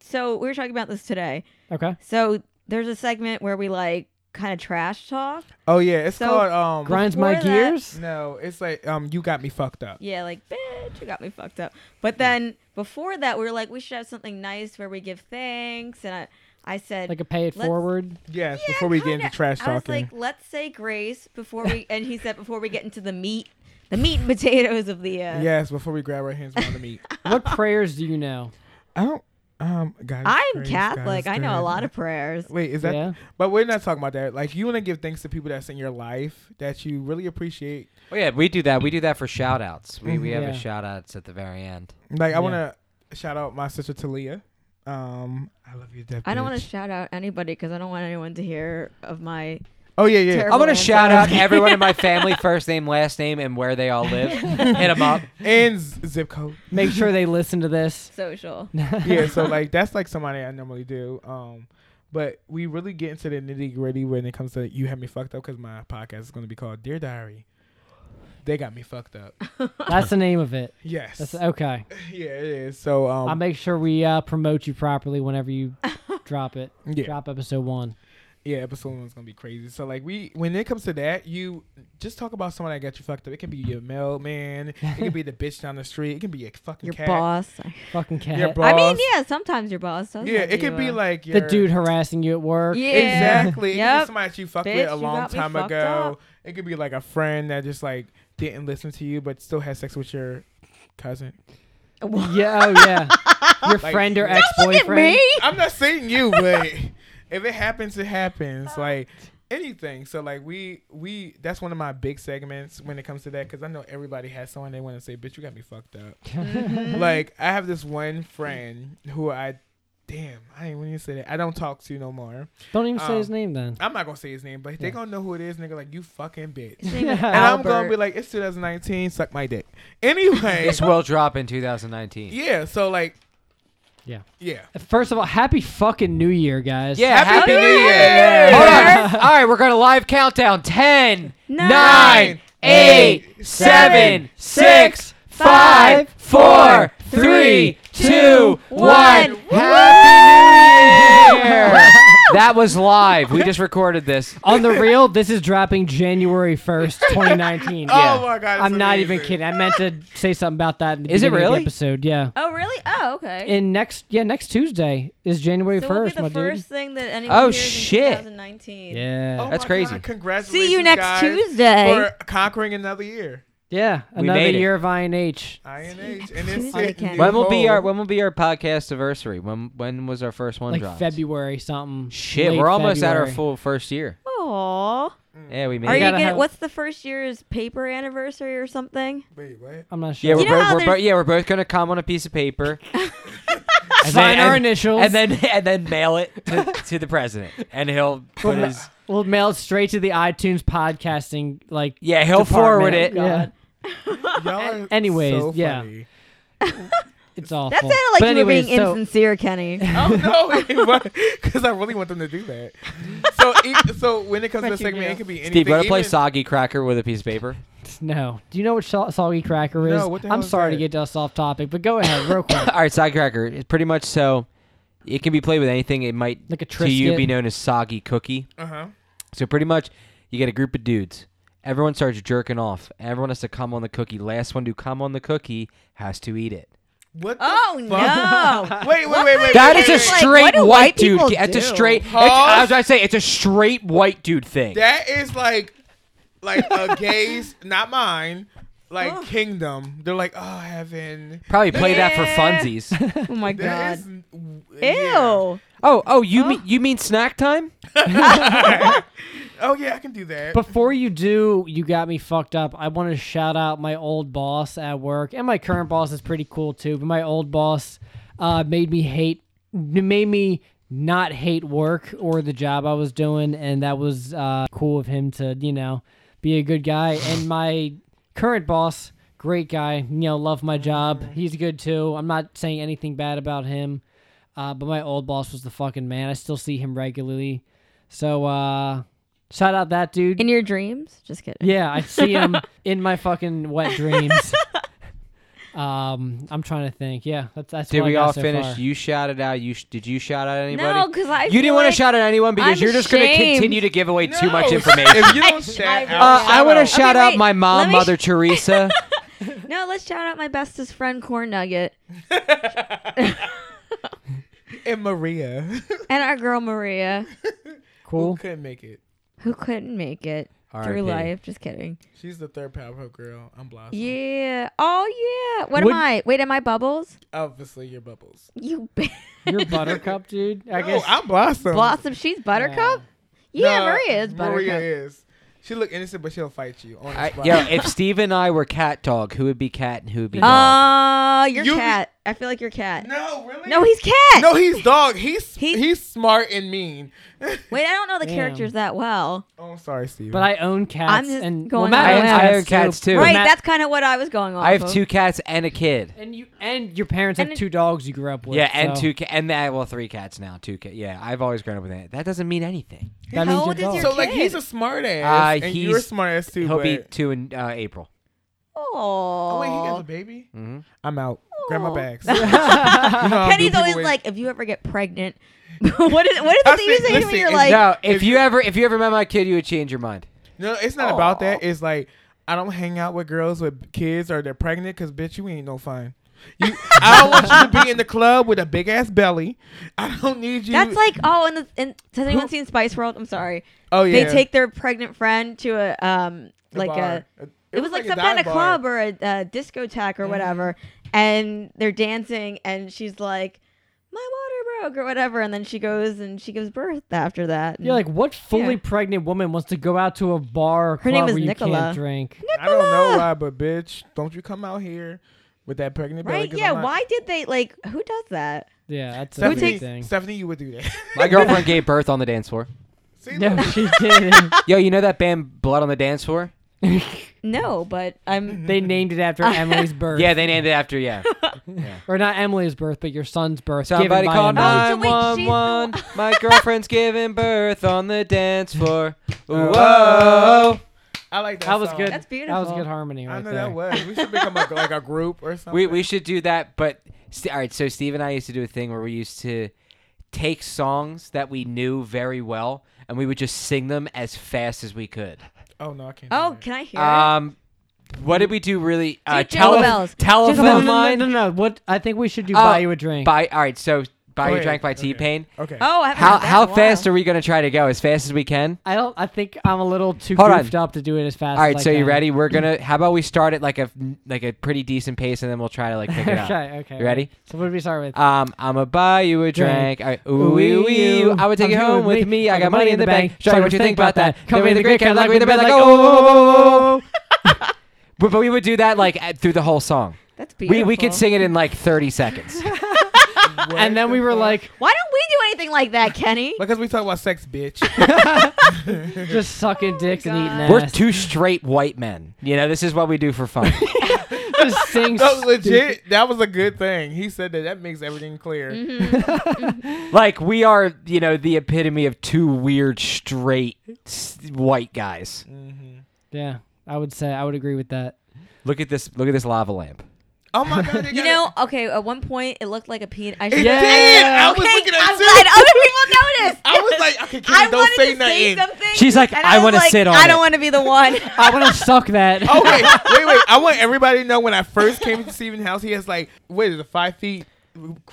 Speaker 3: So we were talking about this today.
Speaker 1: Okay.
Speaker 3: So there's a segment where we like kind of trash talk.
Speaker 2: Oh yeah. It's
Speaker 3: So-
Speaker 2: called um.
Speaker 1: Grinds my
Speaker 3: Before that-
Speaker 1: gears.
Speaker 2: No, it's like um. You got me fucked up.
Speaker 3: Yeah, like bitch, you got me fucked up. But then before that, we were like, we should have something nice where we give thanks. And I, I said,
Speaker 1: Like a pay it
Speaker 3: Let's-
Speaker 1: forward.
Speaker 2: Yes.
Speaker 3: Yeah,
Speaker 2: before we get
Speaker 3: kinda.
Speaker 2: into trash
Speaker 3: I was
Speaker 2: talking.
Speaker 3: like, let's say grace before we, and he said before we get into the meat, the meat and potatoes of the. Uh,
Speaker 2: yes. Before we grab our hands around the meat.
Speaker 1: What prayers do you know?
Speaker 2: I don't. Um. Guys.
Speaker 3: I'm
Speaker 2: grace,
Speaker 3: Catholic.
Speaker 2: guys,
Speaker 3: I know a
Speaker 2: grace.
Speaker 3: lot of prayers.
Speaker 2: Wait, is that?
Speaker 1: Yeah.
Speaker 2: But we're not talking about that. Like, you want to give thanks to people that's in your life that you really appreciate.
Speaker 4: Oh, yeah, we do that. We do that for shout outs. We, we have
Speaker 1: Yeah.
Speaker 4: a shout outs at the very end.
Speaker 2: Like I
Speaker 1: Yeah.
Speaker 2: want to shout out my sister Talia. Um, I love you, Deb.
Speaker 3: I don't want to shout out anybody because I don't want anyone to hear of my.
Speaker 2: oh yeah, yeah.
Speaker 3: Terrible.
Speaker 4: I'm going to
Speaker 3: Everyone.
Speaker 4: shout out everyone in my family, first name, last name, and where they all live. Hit them up.
Speaker 2: Oh, And z- zip code.
Speaker 1: Make sure they listen to this.
Speaker 3: Social.
Speaker 2: Yeah. So like that's like somebody I normally do. Um, but we really get into the nitty gritty when it comes to you have me fucked up because my podcast is going to be called Dear Diary. They got me fucked up.
Speaker 1: That's the name of it.
Speaker 2: Yes.
Speaker 1: That's okay.
Speaker 2: yeah, it is. So um,
Speaker 1: I'll make sure we uh, promote you properly whenever you drop it.
Speaker 2: Yeah.
Speaker 1: Drop episode one.
Speaker 2: Yeah, episode one's gonna be crazy. So like we when it comes to that, you just talk about someone that got you fucked up. It can be your mailman, it can be the bitch down the street, it can be your fucking
Speaker 3: Your
Speaker 2: cat,
Speaker 3: boss.
Speaker 1: Fucking cat.
Speaker 2: your boss.
Speaker 3: I mean, yeah, sometimes your boss. does
Speaker 2: Yeah,
Speaker 3: have
Speaker 2: it could
Speaker 3: you,
Speaker 2: be
Speaker 3: uh,
Speaker 2: like
Speaker 1: the
Speaker 2: your,
Speaker 1: dude harassing you at work.
Speaker 3: Yeah.
Speaker 2: Exactly. It could be
Speaker 3: Yep.
Speaker 2: somebody that you fucked
Speaker 3: Bitch,
Speaker 2: with a
Speaker 3: you
Speaker 2: long
Speaker 3: got me
Speaker 2: time
Speaker 3: fucked
Speaker 2: ago.
Speaker 3: up.
Speaker 2: It could be like a friend that just like didn't listen to you but still had sex with your cousin.
Speaker 1: Yeah, oh yeah. Your
Speaker 2: Like-
Speaker 1: friend or
Speaker 2: Don't
Speaker 1: ex
Speaker 3: Look at
Speaker 1: boyfriend.
Speaker 3: me.
Speaker 2: I'm not saying you, but if it happens, it happens. Like anything. So like we we that's one of my big segments when it comes to that because I know everybody has someone they want
Speaker 1: Mm-hmm.
Speaker 2: to say, "Bitch, you got me fucked up." like I have this one friend who I Damn, I didn't even say that. I don't talk to you no more.
Speaker 1: Don't even
Speaker 4: Oh.
Speaker 1: say his
Speaker 2: Um,
Speaker 1: name then.
Speaker 2: I'm not gonna say his name, but they
Speaker 1: Yeah.
Speaker 2: gonna know who it is, nigga. Like you fucking bitch.
Speaker 3: His name is
Speaker 1: And
Speaker 2: And I'm
Speaker 3: Albert.
Speaker 2: gonna be like, it's 2019, suck my dick. Anyway,
Speaker 4: This will drop in 2019.
Speaker 2: yeah. So like,
Speaker 1: Yeah.
Speaker 2: yeah.
Speaker 1: First of all, happy fucking New Year, guys.
Speaker 4: Yeah,
Speaker 2: Happy
Speaker 4: happy,
Speaker 2: New
Speaker 4: New Year!
Speaker 2: Year!
Speaker 4: Hold on. All right, we're going to live countdown. 10,
Speaker 3: Nine,
Speaker 4: 9, eight,
Speaker 2: eight,
Speaker 4: seven,
Speaker 1: seven,
Speaker 4: six,
Speaker 3: five,
Speaker 4: five, four,
Speaker 3: four,
Speaker 4: three,
Speaker 3: three,
Speaker 4: two,
Speaker 3: two,
Speaker 4: one.
Speaker 3: one.
Speaker 4: Happy New Year! that was live. We just recorded this.
Speaker 1: On the real, this is dropping January 1st, 2019.
Speaker 4: Yeah.
Speaker 2: Oh my god. it's
Speaker 1: I'm not
Speaker 2: amazing.
Speaker 1: even kidding. I meant to say something about that in the,
Speaker 4: Is it
Speaker 1: beginning of the
Speaker 4: really?
Speaker 1: episode. Yeah.
Speaker 3: oh, really? Oh, okay.
Speaker 1: In next yeah, next Tuesday is January
Speaker 3: so we'll be
Speaker 1: 1st,
Speaker 3: the
Speaker 1: my
Speaker 3: first
Speaker 1: dude.
Speaker 3: thing that anyone
Speaker 4: Oh,
Speaker 3: hears
Speaker 4: shit.
Speaker 3: in 2019.
Speaker 1: Yeah. Yeah.
Speaker 2: Oh
Speaker 4: That's
Speaker 2: my
Speaker 4: crazy.
Speaker 2: God, Congratulations.
Speaker 3: See you next
Speaker 2: guys,
Speaker 3: Tuesday.
Speaker 2: for conquering another year.
Speaker 4: We
Speaker 1: Another
Speaker 4: made it.
Speaker 1: year of INH.
Speaker 2: INH and it's
Speaker 3: Tuesday,
Speaker 2: hitting
Speaker 3: Ken.
Speaker 2: the
Speaker 4: When will be our
Speaker 2: goal.
Speaker 4: when will be our podcast anniversary? When when was our first one
Speaker 1: like
Speaker 4: dropped?
Speaker 1: February something.
Speaker 4: Shit,
Speaker 1: Late
Speaker 4: we're almost at our
Speaker 1: February.
Speaker 4: full first year.
Speaker 3: Aww.
Speaker 4: Yeah, we made
Speaker 3: Are
Speaker 4: it.
Speaker 3: you
Speaker 1: gotta
Speaker 3: gonna?
Speaker 1: have-
Speaker 3: What's the first year's paper anniversary or something?
Speaker 2: Wait, what?
Speaker 1: I'm not sure.
Speaker 4: Yeah, we're,
Speaker 3: You know
Speaker 4: both,
Speaker 3: how
Speaker 4: we're both
Speaker 3: there's-
Speaker 4: yeah, we're both gonna come on a piece of paper, And then-
Speaker 1: sign our
Speaker 4: and-
Speaker 1: initials
Speaker 4: and then and then mail it to, to the president, and he'll put
Speaker 1: Well,
Speaker 4: his
Speaker 1: we'll mail it straight to the iTunes podcasting like
Speaker 4: yeah, he'll forward it.
Speaker 1: department. Oh, Yeah.
Speaker 2: Y'all are
Speaker 1: Anyways,
Speaker 2: so
Speaker 1: yeah.
Speaker 2: funny.
Speaker 1: It's awful.
Speaker 3: That sounded like
Speaker 1: but
Speaker 3: you
Speaker 1: anyways,
Speaker 3: were being
Speaker 1: so,
Speaker 3: insincere, Kenny.
Speaker 2: Oh no, because I really want them to do that. So, e- so when it comes to
Speaker 3: But
Speaker 2: the
Speaker 3: you
Speaker 2: segment,
Speaker 3: do.
Speaker 2: it could be anything.
Speaker 4: Steve, wanna play
Speaker 2: even-
Speaker 4: soggy cracker with a piece of paper?
Speaker 1: No. Do you know what sal- soggy cracker is?
Speaker 2: No, what the hell
Speaker 1: I'm
Speaker 2: is
Speaker 1: sorry
Speaker 2: that?
Speaker 1: to get us off topic, but go ahead real quick.
Speaker 4: All right, soggy cracker. It's pretty much so. It can be played with anything. It might
Speaker 1: Like a
Speaker 4: to you be
Speaker 1: Triscuit.
Speaker 4: known as soggy cookie.
Speaker 2: Uh-huh.
Speaker 4: So pretty much, you get a group of dudes. Everyone starts jerking off. Everyone has to come on the cookie. Last one to come on the cookie has to eat it.
Speaker 2: What? The
Speaker 3: Oh no!
Speaker 2: fuck? Wait, wait, wait, wait.
Speaker 4: That
Speaker 2: wait,
Speaker 4: is a
Speaker 2: wait,
Speaker 3: Like,
Speaker 4: straight
Speaker 3: what do
Speaker 4: white,
Speaker 3: white
Speaker 4: dude.
Speaker 3: people
Speaker 4: It's
Speaker 3: do?
Speaker 4: a straight. It's,
Speaker 2: Huh?
Speaker 4: as I say, it's a straight white dude thing.
Speaker 2: That is like, like a gays, not mine. Like
Speaker 3: Oh.
Speaker 2: kingdom, they're like, oh heaven.
Speaker 4: Probably play that for
Speaker 3: Yeah.
Speaker 4: funsies.
Speaker 3: Oh my
Speaker 2: That
Speaker 3: god!
Speaker 2: is w-
Speaker 3: Ew!
Speaker 2: yeah.
Speaker 4: Oh, oh, you mean you mean snack time?
Speaker 2: Oh yeah, I can do that.
Speaker 1: Before you do, you got me fucked up. I want to shout out my old boss at work, and my current boss is pretty cool too. But my old boss uh, made me hate, made me not hate work or the job I was doing, and that was uh, cool of him to you know be a good guy. And my current boss, great guy, you know, love my job. He's good too. I'm not saying anything bad about him. Uh, but my old boss was the fucking man. I still see him regularly. So uh, shout out that dude.
Speaker 3: In your dreams? Just kidding.
Speaker 1: Yeah, I see him in my fucking wet dreams. um, I'm trying to think. Yeah, that's that's.
Speaker 4: Did
Speaker 1: what I
Speaker 4: we
Speaker 1: got
Speaker 4: all
Speaker 1: so
Speaker 4: finish?
Speaker 1: far.
Speaker 4: You shouted out. You sh- did you shout out anybody?
Speaker 3: No, because I.
Speaker 4: you
Speaker 3: feel
Speaker 4: didn't want
Speaker 3: like-
Speaker 4: to shout out anyone because
Speaker 3: I'm
Speaker 4: you're just going to
Speaker 3: ashamed.
Speaker 4: continue to give away too
Speaker 2: No,
Speaker 4: much information.
Speaker 2: If you don't shout
Speaker 3: I-
Speaker 4: Uh,
Speaker 2: out,
Speaker 4: I want to
Speaker 2: shout
Speaker 4: shout out
Speaker 3: wait.
Speaker 4: my mom,
Speaker 3: Let me
Speaker 4: Mother Teresa.
Speaker 3: No, let's shout out my bestest friend, Corn Nugget,
Speaker 2: out- and Maria
Speaker 3: and our girl Maria,
Speaker 2: who
Speaker 1: Cool.
Speaker 2: couldn't make it.
Speaker 3: who couldn't make it
Speaker 4: R.I.P.
Speaker 3: through life. Just kidding.
Speaker 2: She's the third Powerpuff Girl. I'm Blossom.
Speaker 3: Yeah. Oh yeah. What
Speaker 1: Would-
Speaker 3: am I? Wait, am I Bubbles?
Speaker 2: Obviously, your bubbles.
Speaker 3: You bitch.
Speaker 1: You're Buttercup, dude. I
Speaker 2: No,
Speaker 1: guess.
Speaker 2: I'm Blossom.
Speaker 3: Blossom. She's Buttercup. Yeah,
Speaker 2: No,
Speaker 3: Maria is Buttercup.
Speaker 2: Maria is. She look innocent, but she'll fight you on the
Speaker 4: I,
Speaker 2: spot.
Speaker 4: yo, if Steve and I were cat dog, who would be cat and who would be dog?
Speaker 3: Uh, you're
Speaker 2: You-
Speaker 3: cat. I feel like you're cat.
Speaker 2: no, really?
Speaker 3: No, he's cat.
Speaker 2: no, he's dog. He's
Speaker 3: He-
Speaker 2: he's smart and mean.
Speaker 3: Wait, I don't know the
Speaker 1: Damn.
Speaker 3: characters that well.
Speaker 2: oh, I'm sorry, Steve.
Speaker 1: but I own cats.
Speaker 3: just
Speaker 1: and
Speaker 3: going
Speaker 1: well, Matt
Speaker 3: on
Speaker 1: owns
Speaker 3: a limb.
Speaker 4: I own cats, too. But
Speaker 3: right,
Speaker 1: Matt-
Speaker 3: that's kind of what I was going on.
Speaker 4: I have two cats and a kid.
Speaker 1: And you and your parents
Speaker 3: And
Speaker 1: have
Speaker 3: it-
Speaker 1: two dogs you grew up with.
Speaker 4: Yeah, and
Speaker 1: so
Speaker 4: two ca- and that well three cats now, two cats. Yeah, I've always grown up with that. That doesn't mean anything.
Speaker 1: That
Speaker 3: How
Speaker 1: means
Speaker 3: old is
Speaker 1: your dog.
Speaker 3: your
Speaker 2: so like
Speaker 3: kid.
Speaker 2: he's a smart ass,
Speaker 4: Uh,
Speaker 2: and
Speaker 4: he's-
Speaker 2: you're a smart ass too.
Speaker 4: He'll
Speaker 2: but,
Speaker 4: be two in uh, April.
Speaker 2: oh wait, he has
Speaker 3: Oh.
Speaker 2: a baby.
Speaker 4: hmm
Speaker 2: I'm out. Grab my
Speaker 3: Aw.
Speaker 2: bags. You know how I Um, do,
Speaker 3: Kenny's
Speaker 2: people
Speaker 3: always
Speaker 2: wait-
Speaker 3: like, if you ever get pregnant, what is what is
Speaker 2: I
Speaker 3: it you
Speaker 2: said,
Speaker 3: say to
Speaker 2: listen,
Speaker 3: me? You're
Speaker 2: if-
Speaker 3: like,
Speaker 4: no, if
Speaker 2: if
Speaker 4: you
Speaker 2: you-
Speaker 4: ever if you ever met my kid, you would change your mind.
Speaker 2: No, it's not about that. It's like I don't hang out with girls with kids or they're pregnant because bitch, you ain't no fun. You, I don't want you to be in the club with a big ass belly. I don't need you.
Speaker 3: that's like, oh, and, the, and has anyone seen Spice World? I'm sorry,
Speaker 2: oh yeah,
Speaker 3: they take their pregnant friend to a um
Speaker 2: The
Speaker 3: like
Speaker 2: bar.
Speaker 3: a it, was, like,
Speaker 2: a
Speaker 3: some kind
Speaker 2: dive
Speaker 3: of
Speaker 2: bar.
Speaker 3: club or a, a discotheque or whatever, and they're dancing, and she's like, my water broke or whatever, and then she goes and she gives birth after that.
Speaker 1: You're like, what fully
Speaker 3: Yeah.
Speaker 1: pregnant woman wants to go out to a bar or
Speaker 3: Her
Speaker 1: club
Speaker 3: name is
Speaker 1: where you
Speaker 3: Nicola.
Speaker 1: can't drink?
Speaker 2: I don't know why, but bitch, don't you come out here with that pregnant belly?
Speaker 3: right?
Speaker 2: 'cause
Speaker 3: Yeah,
Speaker 2: I'm not-
Speaker 3: why did they like? Who does that?
Speaker 1: Yeah, that's a
Speaker 2: Stephanie,
Speaker 1: big thing.
Speaker 2: Stephanie, you would do that.
Speaker 4: My girlfriend gave birth on the dance floor.
Speaker 2: See, look,
Speaker 1: No, she didn't.
Speaker 4: Yo, you know that band Blood on the Dance Floor?
Speaker 3: No, but
Speaker 2: Mm-hmm.
Speaker 3: I'm.
Speaker 1: they named it after Emily's birth.
Speaker 4: Yeah, they named it after yeah.
Speaker 1: or not Emily's birth, but your son's birth. given
Speaker 4: Somebody
Speaker 1: by
Speaker 4: call
Speaker 1: Emily.
Speaker 3: Oh, so
Speaker 4: nine
Speaker 3: wait,
Speaker 4: one
Speaker 3: she's
Speaker 4: one.
Speaker 3: the-
Speaker 4: My girlfriend's giving birth on the dance floor.
Speaker 2: Oh.
Speaker 4: Whoa!
Speaker 2: I like that.
Speaker 1: That was
Speaker 2: song.
Speaker 1: good.
Speaker 3: That's
Speaker 1: That was
Speaker 3: beautiful.
Speaker 1: good harmony right
Speaker 2: I know
Speaker 1: there.
Speaker 2: that was. We should become a, like a group or something.
Speaker 4: We we should do that. But st- all right, so Steve and I used to do a thing where we used to take songs that we knew very well, and we would just sing them as fast as we could.
Speaker 2: oh no, I can't. do
Speaker 3: Oh,
Speaker 2: that.
Speaker 3: can I hear?
Speaker 2: Uh,
Speaker 3: it?
Speaker 4: Um, what did we do really? Uh,
Speaker 3: Jingle
Speaker 4: tele-
Speaker 3: Bells.
Speaker 1: Come on,
Speaker 4: telephone
Speaker 1: no, no,
Speaker 4: line.
Speaker 1: no, no, no. What I think we should do
Speaker 4: Oh,
Speaker 1: buy you a drink.
Speaker 4: By all right, so buy
Speaker 2: Oh,
Speaker 4: your
Speaker 2: yeah,
Speaker 4: drink by
Speaker 2: okay.
Speaker 4: T Pain.
Speaker 2: Okay.
Speaker 3: oh, I haven't
Speaker 4: How
Speaker 3: heard that in a
Speaker 4: how
Speaker 3: while.
Speaker 4: fast are we gonna try to go? As fast as we can.
Speaker 1: I don't. I think I'm a little too
Speaker 4: Hold
Speaker 1: goofed
Speaker 4: on.
Speaker 1: up to do it as fast.
Speaker 4: All right,
Speaker 1: as I
Speaker 4: so you
Speaker 1: can.
Speaker 4: ready? We're gonna. How about we start at like a like a pretty decent pace, and then we'll try to like pick it up.
Speaker 1: okay, okay.
Speaker 4: You ready?
Speaker 1: So what did we start with?
Speaker 4: Um, I'ma buy you a drink. All right, ooh,
Speaker 1: Ooh,
Speaker 4: wee, wee,
Speaker 1: you.
Speaker 4: I would take
Speaker 1: I'm
Speaker 4: it home with me. I got money in the bank. Show me what you think about that.
Speaker 1: Come
Speaker 4: Come in the great cat, like we the bed, like
Speaker 1: oh,
Speaker 4: oh. But, but we would do that like at- through the whole song.
Speaker 3: That's beautiful.
Speaker 4: We we could sing it in like 30 seconds.
Speaker 1: And then we were like,
Speaker 3: Why don't we do anything like that, Kenny?
Speaker 2: because we talk about sex, bitch.
Speaker 1: just
Speaker 3: Oh
Speaker 1: sucking dicks and eating ass.
Speaker 4: We're two straight white men. You know, this is what we do for fun.
Speaker 1: just sing.
Speaker 2: no,
Speaker 1: stupid-
Speaker 2: legit. That was a good thing. He said that. That makes everything clear.
Speaker 3: Mm-hmm.
Speaker 4: like we are, you know, the epitome of two weird straight s- white guys.
Speaker 2: Mm-hmm.
Speaker 1: Yeah, I would say I would agree with that.
Speaker 4: Look at this. Look at this lava lamp.
Speaker 2: Oh my god. they
Speaker 3: You
Speaker 2: got
Speaker 3: know, okay. At one point, it looked like a penis. I
Speaker 2: It
Speaker 3: should-
Speaker 1: Yeah.
Speaker 2: did. I was
Speaker 3: Okay,
Speaker 2: looking at
Speaker 3: I'm
Speaker 2: it
Speaker 3: glad
Speaker 2: too.
Speaker 3: other people noticed.
Speaker 2: I was like, okay, Kenny,
Speaker 3: I
Speaker 2: don't
Speaker 3: wanted
Speaker 2: say
Speaker 3: to say
Speaker 2: nothing.
Speaker 3: something.
Speaker 4: She's like,
Speaker 3: and
Speaker 4: I
Speaker 3: was
Speaker 4: wanna
Speaker 3: like,
Speaker 4: sit on
Speaker 3: I
Speaker 4: it."
Speaker 3: don't want to be the one.
Speaker 1: I want to suck that.
Speaker 2: Oh wait, wait, wait. I want everybody to know when I first came to Stephen's house, he has like, what is it, five feet?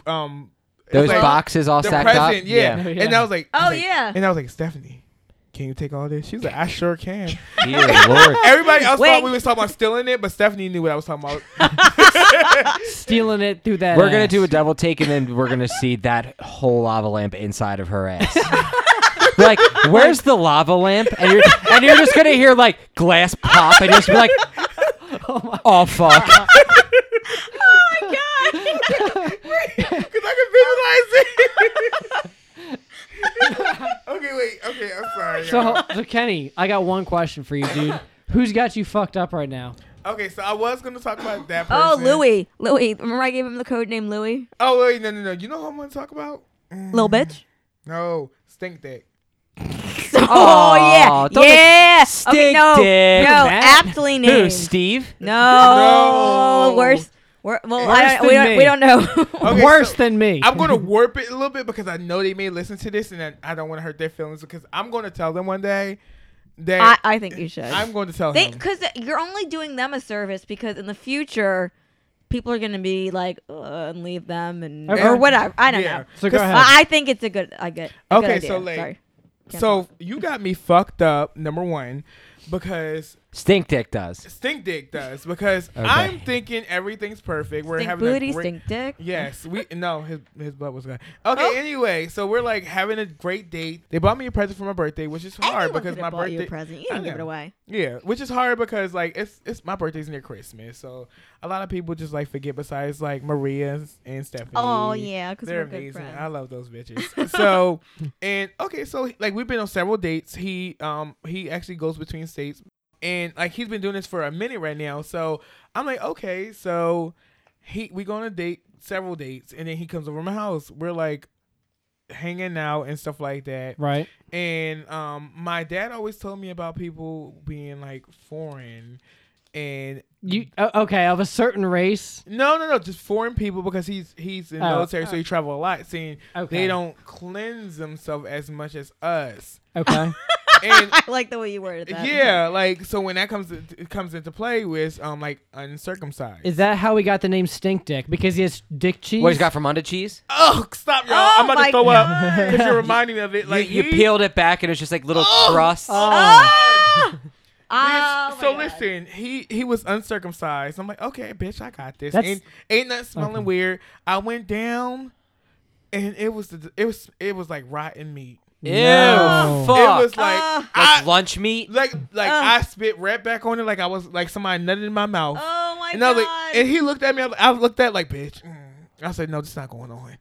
Speaker 2: Um, it's
Speaker 4: Those
Speaker 2: like,
Speaker 4: boxes all
Speaker 2: the
Speaker 4: stacked
Speaker 2: present,
Speaker 4: up.
Speaker 2: Yeah.
Speaker 1: Yeah.
Speaker 2: And I was like, I
Speaker 3: Oh,
Speaker 2: was like-
Speaker 3: yeah.
Speaker 2: And I was like, Stephanie, can you take all this? She was like, I sure can.
Speaker 4: Dear Lord.
Speaker 2: Everybody else thought
Speaker 3: Wink.
Speaker 2: we was talking about stealing it, but Stephanie knew what I was talking about.
Speaker 1: Stealing it through that.
Speaker 4: We're gonna
Speaker 1: ass.
Speaker 4: do a double take, and then we're gonna see that whole lava lamp inside of her ass. like, where's the lava lamp? And you're and you're just gonna hear like glass pop, and you're just be like, oh fuck.
Speaker 2: Cause I can visualize it. okay, wait. Okay, I'm sorry. y'all.
Speaker 1: So, so Kenny, I got one question for you, dude. Who's got you fucked up right now?
Speaker 2: okay, so I was gonna talk about that. Person.
Speaker 3: oh, Louis. Louis. Remember I gave him the code name Louis?
Speaker 2: Oh wait, no, no, no. You know who I'm gonna talk about?
Speaker 3: Little bitch.
Speaker 2: No, stink dick.
Speaker 3: Oh, yeah.
Speaker 4: don't make-
Speaker 3: yeah. okay,
Speaker 4: Stink
Speaker 3: no.
Speaker 4: dick.
Speaker 3: No,
Speaker 1: Matt.
Speaker 3: aptly
Speaker 4: Who,
Speaker 3: named.
Speaker 4: Steve?
Speaker 3: No.
Speaker 2: No.
Speaker 3: Worse. Wor- well,
Speaker 1: Worse
Speaker 3: I don't, we,
Speaker 1: than
Speaker 3: don't, we
Speaker 1: me.
Speaker 3: don't know.
Speaker 2: Okay,
Speaker 1: Worse
Speaker 2: so
Speaker 1: than me.
Speaker 2: I'm gonna warp it a little bit because I know they may listen to this, and I- I don't want to hurt their feelings because I'm gonna tell them one day
Speaker 3: I,
Speaker 2: that
Speaker 3: I think you should.
Speaker 2: I, am going to tell
Speaker 3: They
Speaker 2: him.
Speaker 3: because you're only doing them a service because in the future people are gonna be like uh, and leave them and
Speaker 1: Okay.
Speaker 3: or whatever. I don't
Speaker 2: Yeah.
Speaker 3: know.
Speaker 1: So go
Speaker 2: 'Cause-
Speaker 1: ahead.
Speaker 3: I I think it's a good I good. a good
Speaker 2: Okay,
Speaker 3: idea.
Speaker 2: so, like,
Speaker 3: Sorry. Can't
Speaker 2: So you got me fucked up, number one, because
Speaker 4: Stink dick does.
Speaker 2: stink dick does because
Speaker 4: Okay.
Speaker 2: I'm thinking everything's perfect. We're
Speaker 3: stink
Speaker 2: having
Speaker 3: booty,
Speaker 2: a great,
Speaker 3: stink Oh. dick.
Speaker 2: Yes, we no his his butt was gone. Okay, anyway, so we're like having a great date. They bought me a present for my birthday, which is hard
Speaker 3: Anyone
Speaker 2: because
Speaker 3: could've
Speaker 2: my
Speaker 3: bought you a
Speaker 2: birthday.
Speaker 3: present. You
Speaker 2: I
Speaker 3: didn't give it
Speaker 2: know.
Speaker 3: away.
Speaker 2: Yeah, which is hard because like it's it's my birthday's near Christmas, so a lot of people just like forget. Besides like Maria and Stephanie.
Speaker 3: Oh yeah, because
Speaker 2: They're
Speaker 3: we're good
Speaker 2: amazing.
Speaker 3: friends.
Speaker 2: I love those bitches. so, and okay, so like we've been on several dates. He um he actually goes between states, and like he's been doing this for a minute right now. So I'm like, okay, so he we go on a date, several dates, and then he comes over to my house. We're like hanging out and stuff like that.
Speaker 1: right.
Speaker 2: And um, my dad always told me about people being like foreign, and
Speaker 1: You o- okay? Of a certain race.
Speaker 2: no, no, no, just foreign people because he's he's in the
Speaker 1: Oh.
Speaker 2: military, so he travel a lot. Seeing
Speaker 1: Okay.
Speaker 2: they don't cleanse themselves as much as us,
Speaker 1: Okay.
Speaker 2: and
Speaker 3: I like the way you worded that.
Speaker 2: yeah, like so when that comes it comes into play with um like uncircumcised.
Speaker 1: Is that how we got the name Stink Dick? Because he has dick cheese.
Speaker 4: What he's got from under cheese?
Speaker 2: oh stop y'all!
Speaker 3: Oh,
Speaker 2: I'm about
Speaker 3: my
Speaker 2: to throw up
Speaker 3: God.
Speaker 2: because you're reminding me of it. Like
Speaker 4: you, you
Speaker 2: he- Oh.
Speaker 4: peeled it back, and it's just like little crusts.
Speaker 3: Ah!
Speaker 2: Bitch,
Speaker 3: Oh, my
Speaker 2: so
Speaker 3: God.
Speaker 2: listen, he he was uncircumcised. I'm like, okay, bitch, I got this.
Speaker 1: That's-
Speaker 2: Ain't ain't nothing smelling
Speaker 1: Okay.
Speaker 2: weird. I went down, and it was the, it was it was like rotten meat.
Speaker 4: Ew,
Speaker 1: No.
Speaker 4: fuck.
Speaker 2: It was like
Speaker 3: Uh. Like
Speaker 2: I
Speaker 4: like lunch meat.
Speaker 2: like like
Speaker 3: Uh.
Speaker 2: I spit right back on it like I was like somebody nutted in my mouth.
Speaker 3: Oh my
Speaker 2: and I
Speaker 3: god.
Speaker 2: was like, and he looked at me. I, was- I looked at like bitch. mm, I said, no, this not going on.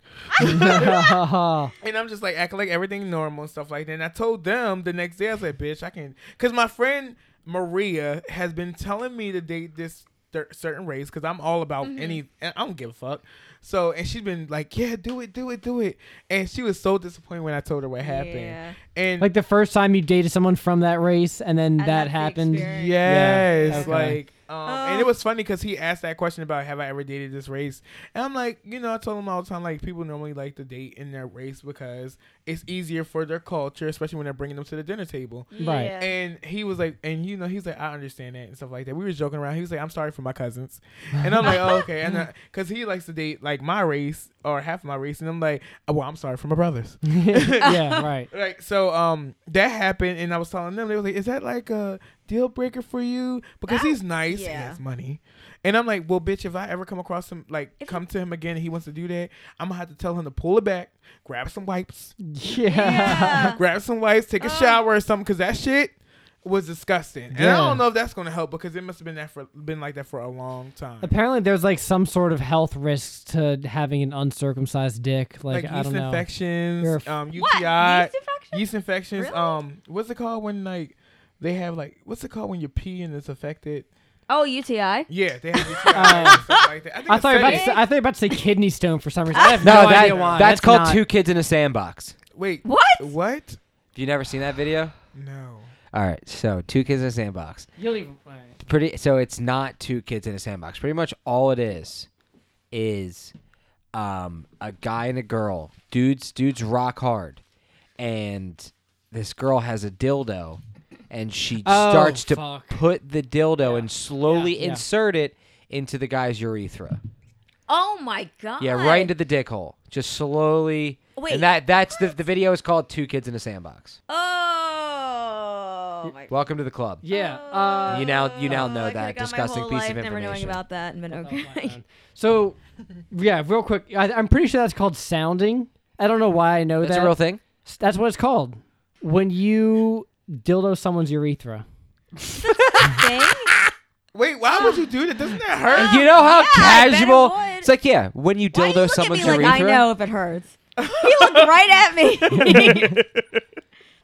Speaker 2: And I'm just like acting like everything normal and stuff like that. And I told them the next day, I was like, bitch, I can. Because my friend Maria has been telling me to date this cer- certain race because I'm all about
Speaker 3: Mm-hmm.
Speaker 2: any, and I don't give a fuck. So, and she's been like, yeah, do it, do it, do it. And she was so disappointed when I told her what happened.
Speaker 3: Yeah.
Speaker 2: And
Speaker 1: like the first time you dated someone from that race, and then
Speaker 3: And
Speaker 1: that
Speaker 3: that's the
Speaker 1: happened.
Speaker 3: experience.
Speaker 2: Yes,
Speaker 1: Yeah. Okay.
Speaker 2: like, um, and
Speaker 3: Oh.
Speaker 2: it was funny because he asked that question about have I ever dated this race, and I'm like, you know, I told him all the time like people normally like to date in their race because it's easier for their culture, especially when they're bringing them to the dinner table.
Speaker 1: Right.
Speaker 3: Yeah.
Speaker 2: And he was like, and you know, he's like, I understand that and stuff like that. We were joking around. He was like, I'm sorry for my cousins, and I'm like, oh, okay, and because he likes to date like my race or half my race, and I'm like, oh, well, I'm sorry for my brothers.
Speaker 1: yeah, right.
Speaker 2: Like so, um, that happened, and I was telling them they was like, "Is that like a deal breaker for you?" Because
Speaker 3: That-
Speaker 2: he's nice, he
Speaker 3: Oh, yeah.
Speaker 2: has money, and I'm like, "Well, bitch, if I ever come across him, like,
Speaker 3: If-
Speaker 2: come to him again, and he wants to do that, I'm gonna have to tell him to pull it back, grab some wipes,
Speaker 1: Yeah.
Speaker 3: Uh,
Speaker 2: grab some wipes, take a
Speaker 3: Oh.
Speaker 2: shower or something, because that shit was disgusting, and I
Speaker 1: Yeah.
Speaker 2: don't know if that's gonna help because it must have been that for been like that for a long time,
Speaker 1: Apparently, there's like some sort of health risks to having an uncircumcised dick. Like,
Speaker 2: like,
Speaker 1: I
Speaker 2: yeast
Speaker 1: don't know.
Speaker 2: infections,
Speaker 1: You're a f-
Speaker 2: um, UTI,
Speaker 3: What? Yeast infection?
Speaker 2: yeast infections.
Speaker 3: Really?
Speaker 2: Um, what's it called when like they have like what's it called when your pee and it's affected?
Speaker 3: Oh, UTI.
Speaker 2: Yeah, they have UTI and stuff like that. I, think
Speaker 1: I thought you were about to
Speaker 2: it's
Speaker 1: say, I thought you were about to say kidney stone for some reason. I have
Speaker 4: No,
Speaker 1: no,
Speaker 4: that-
Speaker 1: idea why.
Speaker 4: that's, called
Speaker 1: not-
Speaker 4: Two Kids in a Sandbox.
Speaker 2: seven. Wait,
Speaker 3: What?
Speaker 2: What?
Speaker 4: Have you never seen that video?
Speaker 2: No.
Speaker 4: All right, so Two Kids in a Sandbox.
Speaker 1: You'll even- all right.
Speaker 4: Pretty. So it's not Two Kids in a Sandbox. Pretty much all it is is um, a guy and a girl. Dudes, dudes rock hard, and this girl has a dildo, and she
Speaker 1: Oh,
Speaker 4: starts to
Speaker 1: fuck.
Speaker 4: put the dildo and slowly
Speaker 1: Yeah, yeah.
Speaker 4: insert it into the guy's urethra.
Speaker 3: Oh my god.
Speaker 4: Yeah, right into the dick hole. Just slowly.
Speaker 3: Wait,
Speaker 4: and that that's the the video is called Two Kids in a Sandbox.
Speaker 3: Oh my.
Speaker 4: Welcome to the club.
Speaker 1: Yeah. Uh,
Speaker 4: You now you now
Speaker 3: Oh,
Speaker 4: know
Speaker 3: I
Speaker 4: that
Speaker 3: could've got my
Speaker 4: disgusting
Speaker 3: whole
Speaker 4: piece
Speaker 3: life
Speaker 4: of
Speaker 3: Never
Speaker 4: information. Oh
Speaker 3: knowing about that and been okay.
Speaker 1: so, yeah, real quick, I, I'm pretty sure that's called sounding. I don't know why I know
Speaker 4: That's
Speaker 1: that.
Speaker 4: a real thing.
Speaker 1: That's what it's called. When you dildo someone's urethra.
Speaker 3: Thing?
Speaker 2: Wait, why would you do that? Doesn't that hurt?
Speaker 4: You know how
Speaker 3: yeah, I bet it
Speaker 4: casual.
Speaker 3: would.
Speaker 4: It's like yeah, when you
Speaker 3: Why do you
Speaker 4: dildo
Speaker 3: look
Speaker 4: someone's
Speaker 3: at me
Speaker 4: urethra.
Speaker 3: like I know if it hurts? He looked right at me.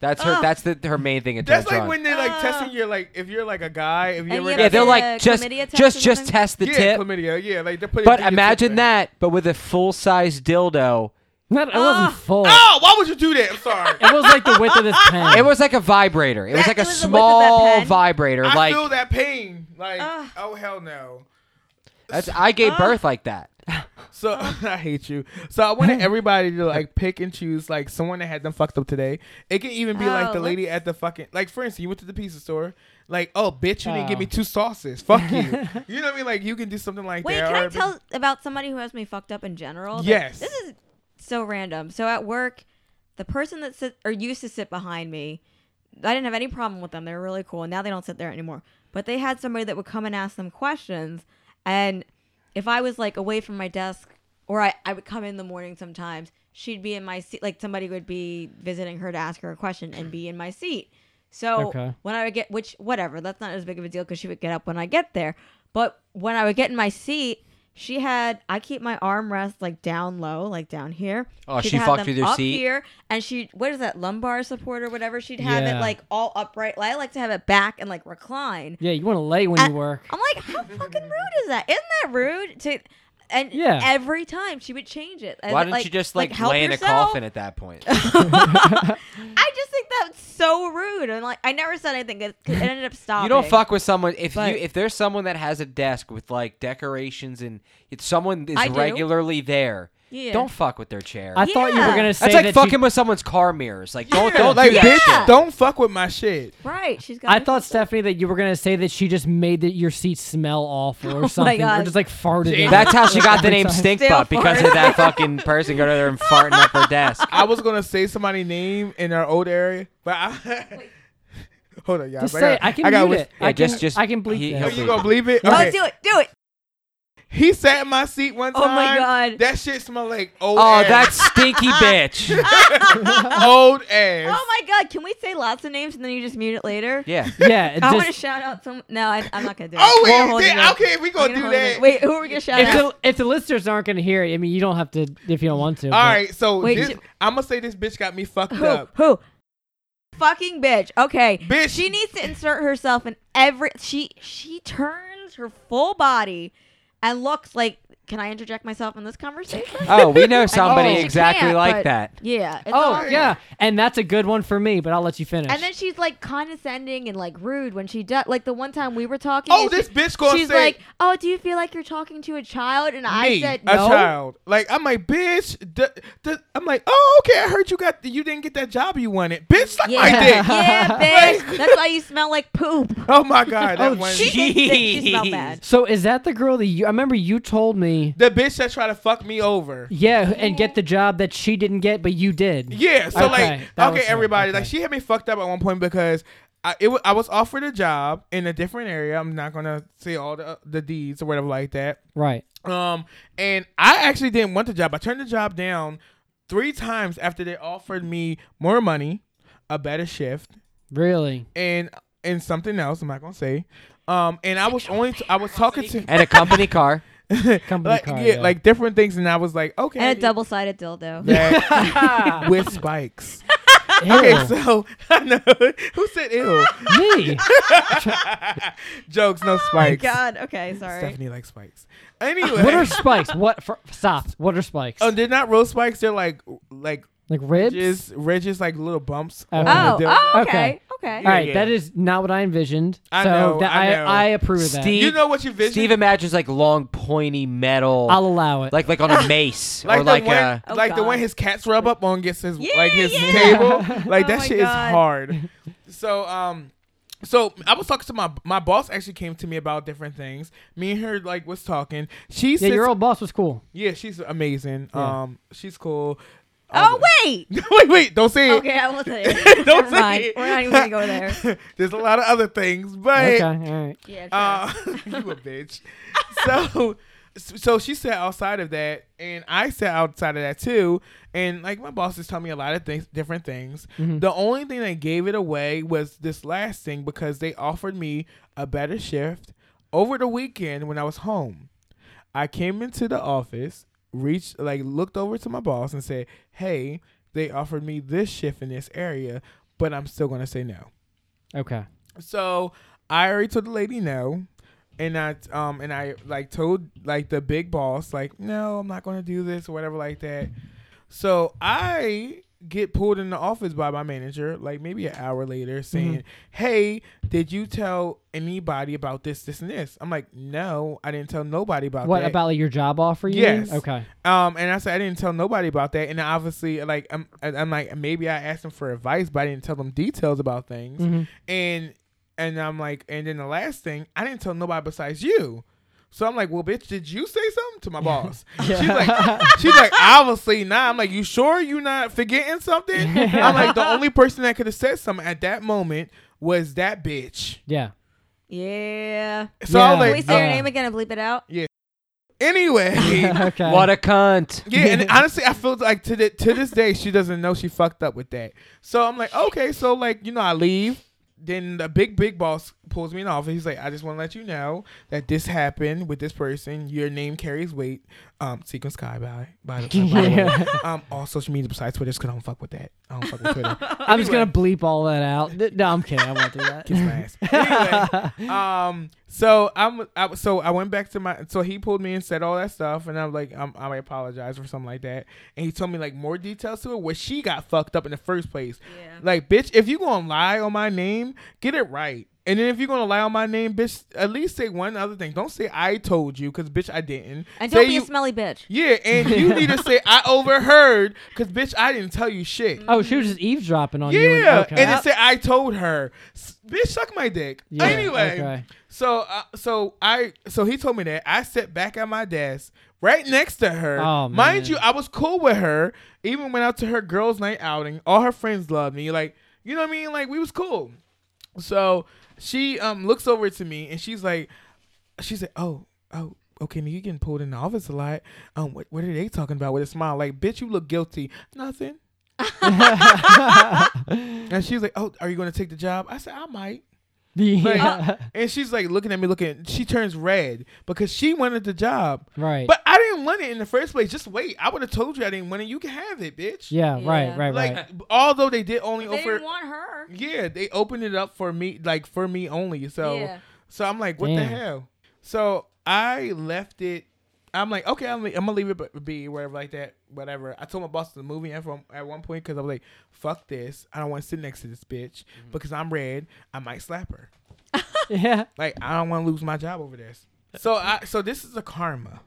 Speaker 4: That's her.
Speaker 3: Ugh.
Speaker 4: That's the her main thing. It
Speaker 2: That's
Speaker 4: turns
Speaker 2: like
Speaker 4: on.
Speaker 2: when they're like
Speaker 3: Ah.
Speaker 2: testing your like if you're like a guy if you
Speaker 3: And
Speaker 2: ever
Speaker 3: you
Speaker 4: Uh. yeah,
Speaker 2: got-
Speaker 4: they're
Speaker 3: Like
Speaker 4: like
Speaker 3: a
Speaker 4: just
Speaker 3: chlamydia test
Speaker 4: just
Speaker 3: or
Speaker 4: just
Speaker 3: something?
Speaker 4: test the
Speaker 2: yeah,
Speaker 4: tip.
Speaker 2: chlamydia yeah like they're putting
Speaker 4: But
Speaker 2: it through your
Speaker 4: imagine
Speaker 2: tip thing.
Speaker 4: that, but with a full size dildo.
Speaker 1: Not, it
Speaker 3: Ah!
Speaker 1: wasn't full.
Speaker 2: Oh, why would you do that? I'm sorry.
Speaker 1: It was like the width of this pen.
Speaker 4: It was like a vibrator. It was
Speaker 3: That-
Speaker 4: like a
Speaker 3: it was the width of that
Speaker 4: small
Speaker 3: pen.
Speaker 4: vibrator.
Speaker 2: I
Speaker 4: like
Speaker 2: feel that pain. Like
Speaker 3: Ah.
Speaker 2: oh hell no.
Speaker 4: that's, I gave birth like that.
Speaker 2: So I hate you. So I wanted everybody to like pick and choose like someone that had them fucked up today. It can even be like
Speaker 3: Oh,
Speaker 2: the lady at the fucking like for instance, you went to the pizza store, like, oh bitch, you didn't give me two sauces. Fuck you. you know what I mean? Like you can do something like
Speaker 3: Wait,
Speaker 2: that.
Speaker 3: can
Speaker 2: or
Speaker 3: I
Speaker 2: if
Speaker 3: tell about somebody who has me fucked up in general? Like,
Speaker 2: Yes.
Speaker 3: This is so random. So at work, the person that sit or used to sit behind me, I didn't have any problem with them. They were really cool. And now they don't sit there anymore. But they had somebody that would come and ask them questions. And if I was like away from my desk or I, I would come in the morning sometimes, she'd be in my seat. Like somebody would be visiting her to ask her a question and be in my seat. So
Speaker 1: Okay.
Speaker 3: when I would get, which whatever, that's not as big of a deal because she would get up when I get there. But when I would get in my seat, she had I keep my armrest like down low, like down here.
Speaker 4: Oh,
Speaker 3: She'd
Speaker 4: she
Speaker 3: have
Speaker 4: fucked
Speaker 3: them
Speaker 4: with your
Speaker 3: up
Speaker 4: seat?
Speaker 3: here, and she what is that lumbar support or whatever? She'd have
Speaker 1: Yeah.
Speaker 3: it like all upright. I like to have it back and like recline.
Speaker 1: yeah, you want to lay when
Speaker 3: And
Speaker 1: you work.
Speaker 3: I'm like, how fucking rude is that? Isn't that rude? To and
Speaker 1: Yeah.
Speaker 3: every time she would change it. And,
Speaker 4: Why didn't you just like,
Speaker 3: help
Speaker 4: lay in
Speaker 3: yourself?
Speaker 4: a coffin at that point?
Speaker 3: I just think that's so rude. And like, I never said anything. 'cause It ended up stopping.
Speaker 4: You don't fuck with someone if
Speaker 3: But-
Speaker 4: you if there's someone that has a desk with like decorations and it's someone is
Speaker 3: I do.
Speaker 4: regularly there.
Speaker 3: Yeah.
Speaker 4: Don't fuck with their chair.
Speaker 1: I thought you were
Speaker 3: Yeah.
Speaker 1: gonna
Speaker 3: That's
Speaker 1: say
Speaker 4: That's like
Speaker 1: that
Speaker 4: fucking
Speaker 1: you,
Speaker 4: with someone's car mirrors. Like don't
Speaker 2: Yeah,
Speaker 4: don't
Speaker 2: like
Speaker 4: do that.
Speaker 2: bitch,
Speaker 3: shit.
Speaker 2: don't fuck with my shit.
Speaker 3: Right. She's got.
Speaker 1: I
Speaker 3: her-
Speaker 1: thought Stephanie that you were gonna say that she just made that your seat smell awful or something, or
Speaker 3: Oh God.
Speaker 1: just like farted. in
Speaker 4: shit.
Speaker 1: it.
Speaker 4: That's how she got the name
Speaker 1: Still
Speaker 4: Stink Butt because of
Speaker 3: farting.
Speaker 4: that fucking person going over there and farting up her desk.
Speaker 2: I was gonna say somebody's name in our old area, but I hold on, y'all.
Speaker 1: Just
Speaker 2: I
Speaker 1: say it.
Speaker 2: got-
Speaker 1: I can
Speaker 2: I got
Speaker 1: mute
Speaker 2: whis-
Speaker 1: it.
Speaker 4: Yeah,
Speaker 1: I can,
Speaker 4: just- just-
Speaker 1: I can bleep
Speaker 4: he-
Speaker 1: this.
Speaker 4: he'll
Speaker 2: Oh,
Speaker 4: bleep
Speaker 2: you gonna believe it?
Speaker 3: Oh,
Speaker 2: Okay.
Speaker 3: do it. Do it.
Speaker 2: He sat in my seat one time.
Speaker 3: Oh my God.
Speaker 2: That shit smelled like old
Speaker 4: Oh,
Speaker 2: ass.
Speaker 4: that stinky bitch.
Speaker 2: old ass.
Speaker 3: Oh my god, can we say lots of names and then you just mute it later?
Speaker 4: Yeah.
Speaker 1: Yeah, it
Speaker 3: I
Speaker 1: just-
Speaker 3: want to shout out some. No, I, I'm not gonna do it.
Speaker 2: Oh, wait,
Speaker 3: We'll hold
Speaker 2: then-
Speaker 3: it in.
Speaker 2: okay, we
Speaker 3: I'm
Speaker 2: gonna do
Speaker 3: hold it in.
Speaker 2: that.
Speaker 3: Wait, who are we gonna shout
Speaker 1: if
Speaker 3: out?
Speaker 1: the if the listeners aren't going to hear it, I mean, you don't have to if you don't want to.
Speaker 2: All right, so
Speaker 3: Wait, Oh,
Speaker 2: this,
Speaker 3: j-
Speaker 2: I'm gonna say this bitch got me fucked
Speaker 3: Who?
Speaker 2: up.
Speaker 3: Who? Fucking bitch. Okay.
Speaker 2: Bitch.
Speaker 3: She needs to insert herself in every. She she turns her full body, and looks like. Can I interject myself in this conversation?
Speaker 4: Oh, we know
Speaker 3: I mean,
Speaker 4: somebody
Speaker 3: she
Speaker 4: exactly
Speaker 3: can't,
Speaker 4: like
Speaker 3: but-
Speaker 4: that.
Speaker 3: Yeah. it's
Speaker 1: Oh
Speaker 3: awful.
Speaker 1: yeah, and that's a good one for me, but I'll let you finish.
Speaker 3: And then she's like condescending and like rude when she does. Like the one time we were talking.
Speaker 2: Oh,
Speaker 3: and she-
Speaker 2: this bitch gonna
Speaker 3: She's
Speaker 2: say
Speaker 3: like, "Oh, do you feel like you're talking to a child?" And I
Speaker 2: me,
Speaker 3: said,
Speaker 2: a
Speaker 3: "No."
Speaker 2: child. Like I'm like, bitch. D- d- I'm like, oh, okay. I heard you got you didn't get that job you wanted, bitch. Suck
Speaker 3: Yeah,
Speaker 2: my dick.
Speaker 3: yeah, bitch. That's why you smell like poop.
Speaker 2: Oh my god, that one.
Speaker 4: she-
Speaker 3: She, thinks that she smelled
Speaker 4: Jeez.
Speaker 3: bad.
Speaker 1: so is that the girl that you? I remember you told me.
Speaker 2: the bitch that tried to fuck me over.
Speaker 1: Yeah, and get the job that she didn't get, but you did.
Speaker 2: Yeah. So
Speaker 1: Okay, that
Speaker 2: like,
Speaker 1: was
Speaker 2: okay,
Speaker 1: her,
Speaker 2: everybody. Like
Speaker 1: okay.
Speaker 2: she had me fucked up at one point because. I, it wa I was offered a job in a different area. I'm not gonna say all the the deeds or whatever like that.
Speaker 1: Right.
Speaker 2: Um, and I actually didn't want the job. I turned the job down three times after they offered me more money, a better shift,
Speaker 1: Really.
Speaker 2: and and something else. I'm not gonna say. Um, and I was only I was talking to
Speaker 4: And a company car.
Speaker 1: Company
Speaker 2: like
Speaker 1: car.
Speaker 2: yeah, like different things, and I was like, okay,
Speaker 3: And a double-sided dildo.
Speaker 2: that with spikes.
Speaker 1: Ew,
Speaker 2: Okay, so I know who said ew.
Speaker 1: me.
Speaker 2: Jokes, no
Speaker 3: Oh my
Speaker 2: spikes.
Speaker 3: God. Okay, sorry.
Speaker 2: Stephanie likes spikes. Anyway,
Speaker 1: What are spikes? What? For, stop. What are spikes?
Speaker 2: oh, they're not real spikes. They're like like
Speaker 1: like ribs.
Speaker 2: ridges, ridges like little bumps.
Speaker 1: Oh.
Speaker 2: on the
Speaker 3: Oh,
Speaker 2: dildo.
Speaker 3: oh,
Speaker 1: Okay.
Speaker 3: okay, okay.
Speaker 1: All right,
Speaker 2: yeah.
Speaker 1: that is not what I envisioned.
Speaker 2: I
Speaker 1: so
Speaker 2: know,
Speaker 1: that
Speaker 2: I
Speaker 1: I,
Speaker 2: know.
Speaker 1: I approve of that.
Speaker 4: Steve-
Speaker 2: You know what you vision?
Speaker 4: Steve imagines like long, pointy metal,
Speaker 1: I'll allow it.
Speaker 4: like like on a mace or like
Speaker 2: the one,
Speaker 1: uh,
Speaker 4: a.
Speaker 3: Oh,
Speaker 2: like the
Speaker 3: God.
Speaker 2: one his cats rub up on gets his
Speaker 3: Yeah,
Speaker 2: like his
Speaker 3: yeah.
Speaker 2: table. Like
Speaker 3: Oh
Speaker 2: that
Speaker 3: my
Speaker 2: shit
Speaker 3: God.
Speaker 2: is hard. So um, so I was talking to my my boss. Actually, came to me about different things. Me and her like was talking. She
Speaker 1: yeah,
Speaker 2: sits-
Speaker 1: your old boss was cool.
Speaker 2: yeah, she's amazing.
Speaker 1: Yeah.
Speaker 2: Um, she's cool.
Speaker 3: Oh wait.
Speaker 2: wait, wait, wait! Don't say it.
Speaker 3: Okay, I won't say it.
Speaker 2: Don't
Speaker 3: Never
Speaker 2: say
Speaker 3: mind.
Speaker 2: it.
Speaker 3: We're not even gonna go there.
Speaker 2: There's a lot of other things, but
Speaker 1: Okay, all right.
Speaker 3: Yeah.
Speaker 2: Uh, you a bitch. so, so she sat outside of that, and I sat outside of that too. And like my boss is telling me a lot of things, different things. The only thing that gave it away was this last thing because they offered me a better shift over the weekend when I was home. I came into the office, reached like looked over to my boss and said, "Hey, they offered me this shift in this area, but I'm still gonna say no."
Speaker 1: Okay.
Speaker 2: So I already told the lady no, and I um and I like told like the big boss like no, I'm not gonna do this or whatever like that. So I get pulled in the office by my manager like maybe an hour
Speaker 1: Mm-hmm.
Speaker 2: later saying, "Hey, did you tell anybody about this, this, and this?" I'm like, "No, I didn't tell nobody about
Speaker 1: What
Speaker 2: that."
Speaker 1: about like, your job offer? You mean?
Speaker 2: Yes.
Speaker 1: Okay.
Speaker 2: Um, and I said I didn't tell nobody about that, and obviously, like I'm, I'm like maybe I asked them for advice, but I didn't tell them details about things, and and I'm like, and then the last thing I didn't tell nobody besides you, so I'm like, well, bitch, did you say something to my boss? She's like, she's like, obviously not. I'm like, you sure you not forgetting something? I'm like, the only person that could have said something at that moment was that bitch.
Speaker 1: Yeah.
Speaker 3: yeah.
Speaker 2: So
Speaker 1: Yeah.
Speaker 2: I'm
Speaker 3: Can we
Speaker 2: like,
Speaker 3: say her
Speaker 1: uh,
Speaker 3: name again and bleep it out?
Speaker 2: anyway.
Speaker 1: okay.
Speaker 4: What a cunt!
Speaker 2: Yeah, and honestly, I feel like to the, to this day she doesn't know she fucked up with that. So I'm like, okay, so like you know, I leave. Then the big big boss pulls me in the office. He's like, I just want to let you know that this happened with this person. Your name carries weight. Um, Sequence Sky by by the, by the way. Um, all social media besides Twitter, because I don't fuck with that. I don't fuck with Twitter.
Speaker 1: I'm just gonna bleep all that out. Th- No, I'm kidding. I won't do that.
Speaker 2: Kiss my ass. Anyway, um, so I'm, I, so I went back to my, so he pulled me and said all that stuff, and I'm like, I'm, I apologize for something like that, and he told me like more details to it where she got fucked up in the first place.
Speaker 3: Yeah.
Speaker 2: Like, bitch, if you gonna lie on my name, get it right. And then if you're gonna lie on my name, bitch, at least say one other thing. Don't say I told you, cause bitch, I didn't.
Speaker 3: And
Speaker 2: say
Speaker 3: don't be
Speaker 2: you,
Speaker 3: a smelly bitch.
Speaker 2: yeah, and you need to say I overheard, cause bitch, I didn't tell you shit.
Speaker 3: Mm.
Speaker 1: Oh, she was just eavesdropping on you.
Speaker 2: Yeah,
Speaker 1: okay.
Speaker 2: and it said I told her, S- bitch, suck my dick.
Speaker 1: Yeah,
Speaker 2: anyway,
Speaker 1: okay.
Speaker 2: so uh, so I so he told me that I sat back at my desk right next to her.
Speaker 1: Oh,
Speaker 2: Mind
Speaker 1: man.
Speaker 2: you, I was cool with her. Even went out to her girls' night outing. All her friends loved me. Like you know what I mean? Like we was cool. So she um looks over to me and she's like, she said, "Oh, oh, okay, now you're getting pulled in the office a lot. Um, what, what are they talking about with a smile? Like, bitch, you look guilty. Nothing. and she's like, oh, are you going to take the job? I said, I might.
Speaker 1: Yeah.
Speaker 2: And she's like looking at me, looking. She turns red because she wanted the job,
Speaker 1: right.
Speaker 2: but I didn't want it in the first place. Just wait. I would have told you I didn't want it. You can have it, bitch.
Speaker 1: yeah,
Speaker 3: Yeah.
Speaker 1: right, right,
Speaker 2: Like,
Speaker 1: right.
Speaker 2: although they did only
Speaker 3: They
Speaker 2: offer,
Speaker 3: didn't want her.
Speaker 2: yeah, they opened it up for me, like for me only. So,
Speaker 3: Yeah.
Speaker 2: so I'm like, what the
Speaker 1: Damn.
Speaker 2: hell? So I left it. I'm like, okay, I'm, I'm gonna leave it but be whatever like that, whatever. I told my boss the movie at from at one point because I was like, fuck this, I don't want to sit next to this bitch
Speaker 1: Mm-hmm.
Speaker 2: because I'm red. I might slap her.
Speaker 1: yeah.
Speaker 2: Like I don't want to lose my job over this. So I so this is a karma.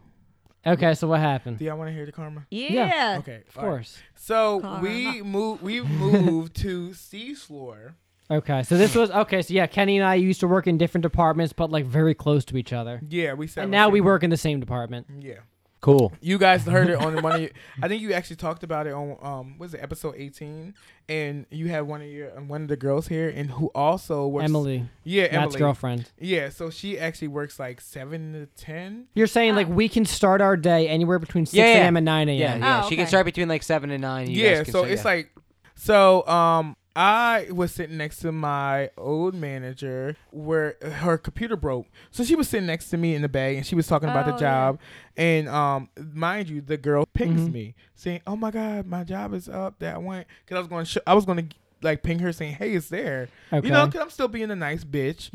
Speaker 1: Okay, so what happened?
Speaker 2: Do y'all want to hear the karma?
Speaker 3: Yeah.
Speaker 2: Okay,
Speaker 1: Of
Speaker 2: all right.
Speaker 1: course.
Speaker 2: So
Speaker 3: Karma.
Speaker 2: we moved. We moved to seafloor.
Speaker 1: Okay, so this was okay. So yeah, Kenny and I used to work in different departments, but like very close to each other.
Speaker 2: Yeah, we said.
Speaker 1: And now we work in the same department.
Speaker 2: Yeah,
Speaker 4: Cool.
Speaker 2: you guys heard it on one of. Your, I think you actually talked about it on um was it episode eighteen, and you had one of your one of the girls here and who also works.
Speaker 1: Emily,
Speaker 2: Yeah, Emily.
Speaker 1: Matt's girlfriend.
Speaker 2: Yeah, so she actually works like seven to ten.
Speaker 1: You're saying like we can start our day anywhere between six
Speaker 4: Yeah, yeah.
Speaker 1: a.m. and nine a.m.
Speaker 4: Yeah, yeah.
Speaker 3: Oh,
Speaker 4: She can
Speaker 3: okay.
Speaker 4: start between like seven and nine. and you
Speaker 2: yeah
Speaker 4: guys can
Speaker 2: so
Speaker 4: say,
Speaker 2: it's
Speaker 4: yeah.
Speaker 2: like so um i was sitting next to my old manager where her computer broke so she was sitting next to me in the bag and she was talking about
Speaker 3: Oh,
Speaker 2: the
Speaker 3: yeah.
Speaker 2: job and um mind you the girl pings
Speaker 1: Mhm.
Speaker 2: me saying oh my god my job is up that went because i was going to sh- i was going to like ping her saying hey it's there
Speaker 1: Okay.
Speaker 2: you know because i'm still being a nice bitch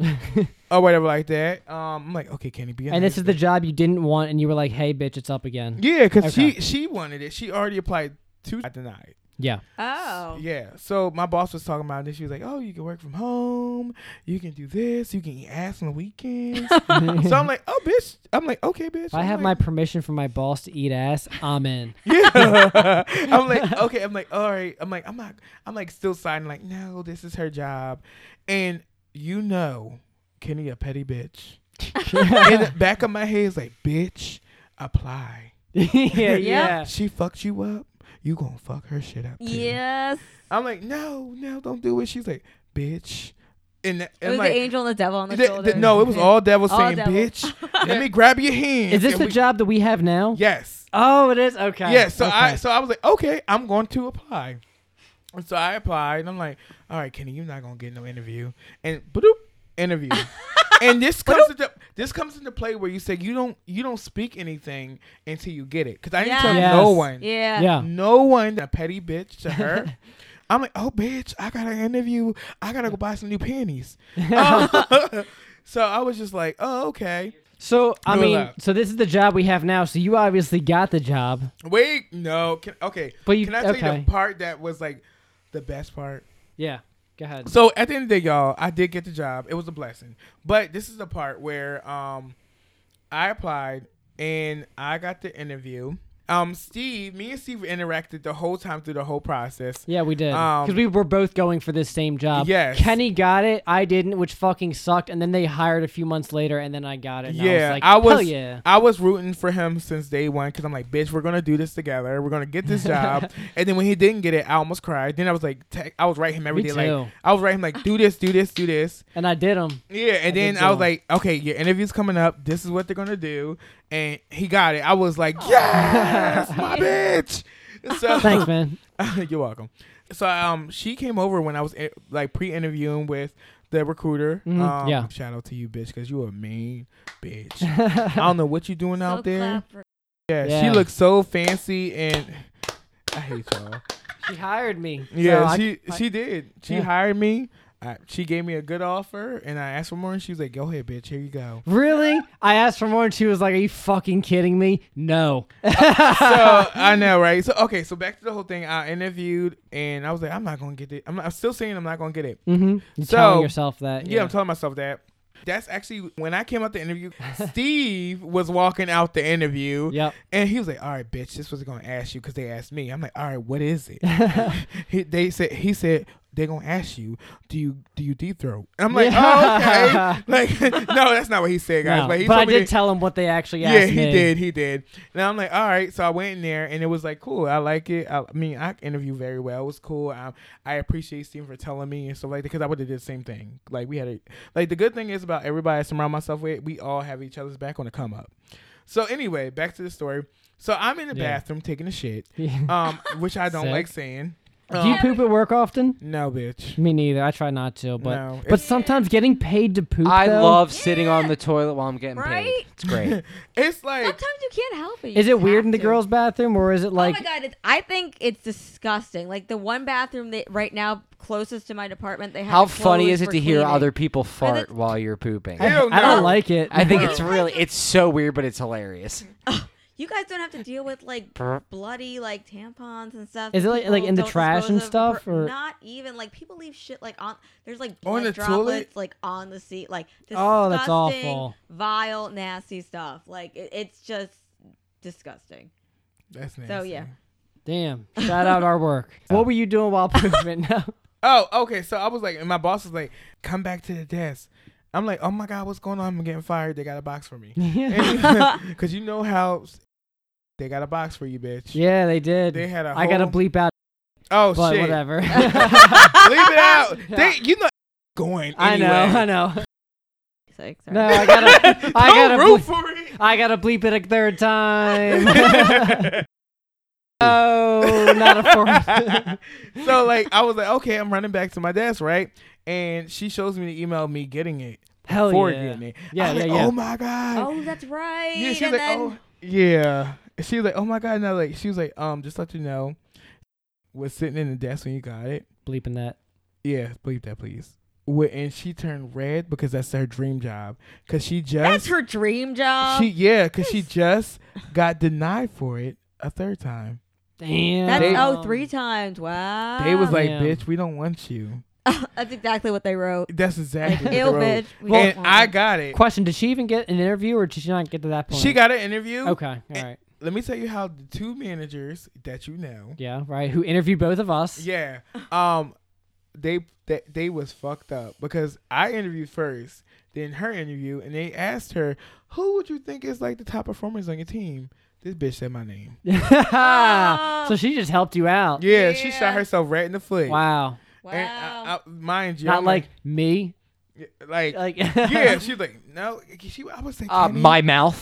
Speaker 2: or whatever like that um i'm like okay can he be a
Speaker 1: and
Speaker 2: nice
Speaker 1: this is the job you didn't want, and you were like, "Hey, bitch, it's up again."
Speaker 2: yeah because
Speaker 1: Okay.
Speaker 2: she she wanted it she already applied to i denied
Speaker 1: Yeah.
Speaker 3: Oh.
Speaker 2: Yeah. So my boss was talking about this. She was like, "Oh, you can work from home. You can do this. You can eat ass on the weekends." so I'm like, "Oh, bitch." I'm like, "Okay, bitch."
Speaker 1: If I
Speaker 2: I'm
Speaker 1: have my
Speaker 2: like,
Speaker 1: permission from my boss to eat ass, I'm in.
Speaker 2: Yeah. I'm like, okay. I'm like, all right. I'm like, I'm not. I'm like, still signing. Like, no, this is her job, and you know, Kenny a petty bitch. In the back of my head is like, bitch, apply.
Speaker 1: yeah, yeah.
Speaker 3: Yeah.
Speaker 2: She fucked you up. You gonna fuck her shit up. too.
Speaker 3: Yes.
Speaker 2: I'm like, no, no, don't do it. She's like, bitch. And, that-
Speaker 3: It
Speaker 2: and
Speaker 3: was
Speaker 2: like,
Speaker 3: the angel and the devil on the,
Speaker 2: The- the-
Speaker 3: shoulder.
Speaker 2: no, it was all devil
Speaker 3: All
Speaker 2: saying,
Speaker 3: devil.
Speaker 2: "Bitch, let me grab your hand."
Speaker 1: Is this
Speaker 2: And
Speaker 1: the
Speaker 2: we-
Speaker 1: job that we have now?
Speaker 2: Yes,
Speaker 1: Oh, it is. Okay.
Speaker 2: yes. So
Speaker 1: okay.
Speaker 2: I, so I was like, "Okay, I'm going to apply." And so I applied, and I'm like, "All right, Kenny, you're not gonna get no interview." And boop, interview. and this comes into this comes into play where you say you don't you don't speak anything until you get it because I didn't tell
Speaker 3: Yes.
Speaker 2: no one.
Speaker 3: Yeah.
Speaker 1: yeah.
Speaker 2: No one, a petty bitch to her. I'm like, oh, bitch, I got an interview. I got to go buy some new panties. so I was just like, oh, okay.
Speaker 1: So I
Speaker 2: No
Speaker 1: mean,
Speaker 2: allowed.
Speaker 1: so this is the job we have now. So you obviously got the job.
Speaker 2: Wait, no. Can, okay.
Speaker 1: But you-
Speaker 2: can I tell you
Speaker 1: okay.
Speaker 2: the part that was like the best part?
Speaker 1: Yeah. Go ahead.
Speaker 2: So at the end of the day, y'all, I did get the job. It was a blessing. But this is the part where um I applied and I got the interview. Um, Steve, me and Steve interacted the whole time through the whole process.
Speaker 1: Yeah, we did
Speaker 2: Um,
Speaker 1: because we were both going for this same job.
Speaker 2: Yes.
Speaker 1: Kenny got it. I didn't, which fucking sucked. And then they hired a few months later, and then I got it. and
Speaker 2: yeah,
Speaker 1: I
Speaker 2: I
Speaker 1: was. Like,
Speaker 2: was,
Speaker 1: Hell yeah.
Speaker 2: I was rooting for him since day one because I'm like, bitch, we're gonna do this together. We're gonna get this job. and then when he didn't get it, I almost cried. Then I was like, te- I was writing him every
Speaker 1: Me
Speaker 2: day,
Speaker 1: too.
Speaker 2: like, I was writing him like, do this, do this, do this.
Speaker 1: And I did them.
Speaker 2: Yeah, and then
Speaker 1: did
Speaker 2: I was
Speaker 1: too.
Speaker 2: like, okay, your interview's coming up. This is what they're gonna do, and he got it. I was like, yes, my bitch. So
Speaker 1: Thanks, man.
Speaker 2: You're welcome. So um, she came over when I was eh, like pre-interviewing with the recruiter.
Speaker 1: Mhm,
Speaker 2: Um,
Speaker 1: yeah.
Speaker 2: Shout out to you, bitch, because you a mean bitch. I don't know what you doing
Speaker 3: So
Speaker 2: out there.
Speaker 3: clap for-
Speaker 2: Yeah,
Speaker 1: Yeah.
Speaker 2: She looks so fancy, and I hate y'all.
Speaker 1: She hired me. so
Speaker 2: Yeah.
Speaker 1: I-
Speaker 2: she
Speaker 1: I-
Speaker 2: she did. She
Speaker 1: Yeah.
Speaker 2: hired me. I, she gave me a good offer, and I asked for more, and she was like, "Go ahead, bitch. Here you go."
Speaker 1: Really? I asked for more, and she was like, "Are you fucking kidding me? No."
Speaker 2: so I know, right? So okay, so back to the whole thing. I interviewed, and I was like, "I'm not gonna get it. I'm, not, I'm still saying I'm not gonna get it."
Speaker 1: Mm-hmm. You're
Speaker 2: So-
Speaker 1: telling yourself that.
Speaker 2: Yeah, I'm telling myself that. That's actually when I came out the interview. Steve was walking out the interview,
Speaker 1: Yep.
Speaker 2: and he was like, "All right, bitch, this was gonna ask you because they asked me." I'm like, "All right, what is it?" he, they said he said they gonna ask you, "Do you do you deep throat?" And I'm like,
Speaker 1: Yeah.
Speaker 2: "Oh, okay." Like, no, that's not what he said, guys.
Speaker 1: No,
Speaker 2: Like, he
Speaker 1: but I
Speaker 2: told me
Speaker 1: did
Speaker 2: that-
Speaker 1: tell him what they actually asked
Speaker 2: yeah, he
Speaker 1: me.
Speaker 2: did. He did. And I'm like, all right. So I went in there, and it was like, cool. I like it. I, I mean, I interviewed very well. It was cool. I, I appreciate Steve for telling me and stuff like that because I would have did the same thing. Like we had a like the good thing is about everybody I surround myself with, we all have each other's back on the come up. So anyway, back to the story. So I'm in the
Speaker 1: Yeah.
Speaker 2: bathroom taking a shit,
Speaker 1: Yeah.
Speaker 2: um, which I don't
Speaker 1: Sick.
Speaker 2: like saying.
Speaker 1: Do you
Speaker 2: Um,
Speaker 1: poop at work often?
Speaker 2: no, bitch.
Speaker 1: Me neither. I try not to, but
Speaker 2: No,
Speaker 1: but
Speaker 2: it's-
Speaker 1: sometimes getting paid to poop.
Speaker 4: I
Speaker 1: though-
Speaker 4: love sitting on the toilet while I'm getting
Speaker 3: Right?
Speaker 4: paid. It's great.
Speaker 2: It's like
Speaker 3: Sometimes you can't help it. You
Speaker 1: Is it
Speaker 3: just
Speaker 1: weird
Speaker 3: have
Speaker 1: in the
Speaker 3: to.
Speaker 1: girls' bathroom or is it like?
Speaker 3: oh my god! It's, I think it's disgusting. Like the one bathroom that right now closest to my department, they have.
Speaker 4: How
Speaker 3: it
Speaker 4: funny
Speaker 3: closed
Speaker 4: is it
Speaker 3: for
Speaker 4: to hear
Speaker 3: cleaning.
Speaker 4: other people fart
Speaker 3: it's-
Speaker 4: while you're pooping?
Speaker 1: I,
Speaker 4: I,
Speaker 2: Ew,
Speaker 1: I don't
Speaker 2: no.
Speaker 1: like it.
Speaker 4: think it's really it's so weird, but it's hilarious.
Speaker 3: You guys don't have to deal with like bloody like tampons and stuff.
Speaker 1: Is
Speaker 3: that
Speaker 1: it, like- like,
Speaker 3: people
Speaker 1: in the
Speaker 3: don't
Speaker 1: trash and
Speaker 3: dispose of,
Speaker 1: stuff, or-
Speaker 3: not even like people leave shit like on? There's like
Speaker 2: On
Speaker 3: blood
Speaker 2: Oh, the
Speaker 3: droplets
Speaker 2: toilet?
Speaker 3: like on the seat, like disgusting,
Speaker 1: Oh, that's awful.
Speaker 3: vile, nasty stuff. Like it, it's just disgusting.
Speaker 2: that's nasty.
Speaker 3: So yeah,
Speaker 1: Damn! Shout out our work. What were you doing while pooping? No.
Speaker 2: Oh, okay. So I was like, and my boss was like, "Come back to the desk." I'm like, "Oh my god, what's going on? I'm getting fired. They got a box for me." Because you know how s- they got a box for you, bitch.
Speaker 1: yeah, they did.
Speaker 2: They had a.
Speaker 1: I gotta
Speaker 2: whole-
Speaker 1: bleep out,
Speaker 2: Oh
Speaker 1: but
Speaker 2: shit!
Speaker 1: whatever.
Speaker 2: Leave it out.
Speaker 1: Yeah.
Speaker 2: They, you know, going. Anyway.
Speaker 1: I know, I know.
Speaker 3: It's like, sorry.
Speaker 1: No, I gotta, I gotta,
Speaker 2: Don't root
Speaker 1: bleep,
Speaker 2: for it.
Speaker 1: I gotta bleep it a third time. no, Oh, not a fourth.
Speaker 2: so like, I was like, okay, I'm running back to my desk, right? And she shows me the email of me getting it
Speaker 1: Hell
Speaker 2: for
Speaker 1: yeah.
Speaker 2: getting it.
Speaker 1: Yeah,
Speaker 2: I was
Speaker 1: yeah,
Speaker 2: like,
Speaker 1: yeah.
Speaker 2: Oh my god.
Speaker 3: Oh, that's right.
Speaker 2: Yeah, she was
Speaker 3: and
Speaker 2: like,
Speaker 3: then
Speaker 2: oh, yeah. And She was like, oh my god, now like she was like, um, just let you know, was sitting in the desk when you got it.
Speaker 1: Bleeping that.
Speaker 2: Yeah, believe that, please. Wh- And she turned red because that's her dream job. Cause she just
Speaker 3: that's her dream job.
Speaker 2: she yeah, cause she just got denied for it a third time.
Speaker 1: Damn.
Speaker 3: that's
Speaker 2: They-
Speaker 3: oh three times. Wow.
Speaker 2: They was like,
Speaker 1: Damn.
Speaker 2: bitch, we don't want you.
Speaker 3: that's exactly what they wrote.
Speaker 2: That's exactly what they
Speaker 3: Ill
Speaker 2: wrote.
Speaker 3: bitch. we don't
Speaker 2: And
Speaker 3: want
Speaker 2: I
Speaker 3: it.
Speaker 2: got it.
Speaker 1: Question: Did she even get an interview, or did she not get to that point?
Speaker 2: She got an interview.
Speaker 1: Okay. All right.
Speaker 2: Let me tell you how the two managers that you know
Speaker 1: Yeah. Right. Who interviewed both of us?
Speaker 2: Yeah. Um they they, they was fucked up because I interviewed first, then her interview, and they asked her, Who would you think is like the top performers on your team? This bitch said my name. Ah.
Speaker 3: Oh.
Speaker 1: so she just helped you out.
Speaker 2: Yeah, she
Speaker 3: Yeah.
Speaker 2: shot herself right in the foot.
Speaker 1: Wow.
Speaker 3: Wow.
Speaker 2: And uh, I, I, mind you,
Speaker 1: not
Speaker 2: I'm
Speaker 1: like me.
Speaker 2: like,
Speaker 1: Like. Ah,
Speaker 2: yeah, she's like, no, she. I was like,
Speaker 4: Uh,
Speaker 2: Kenny,
Speaker 4: my mouth.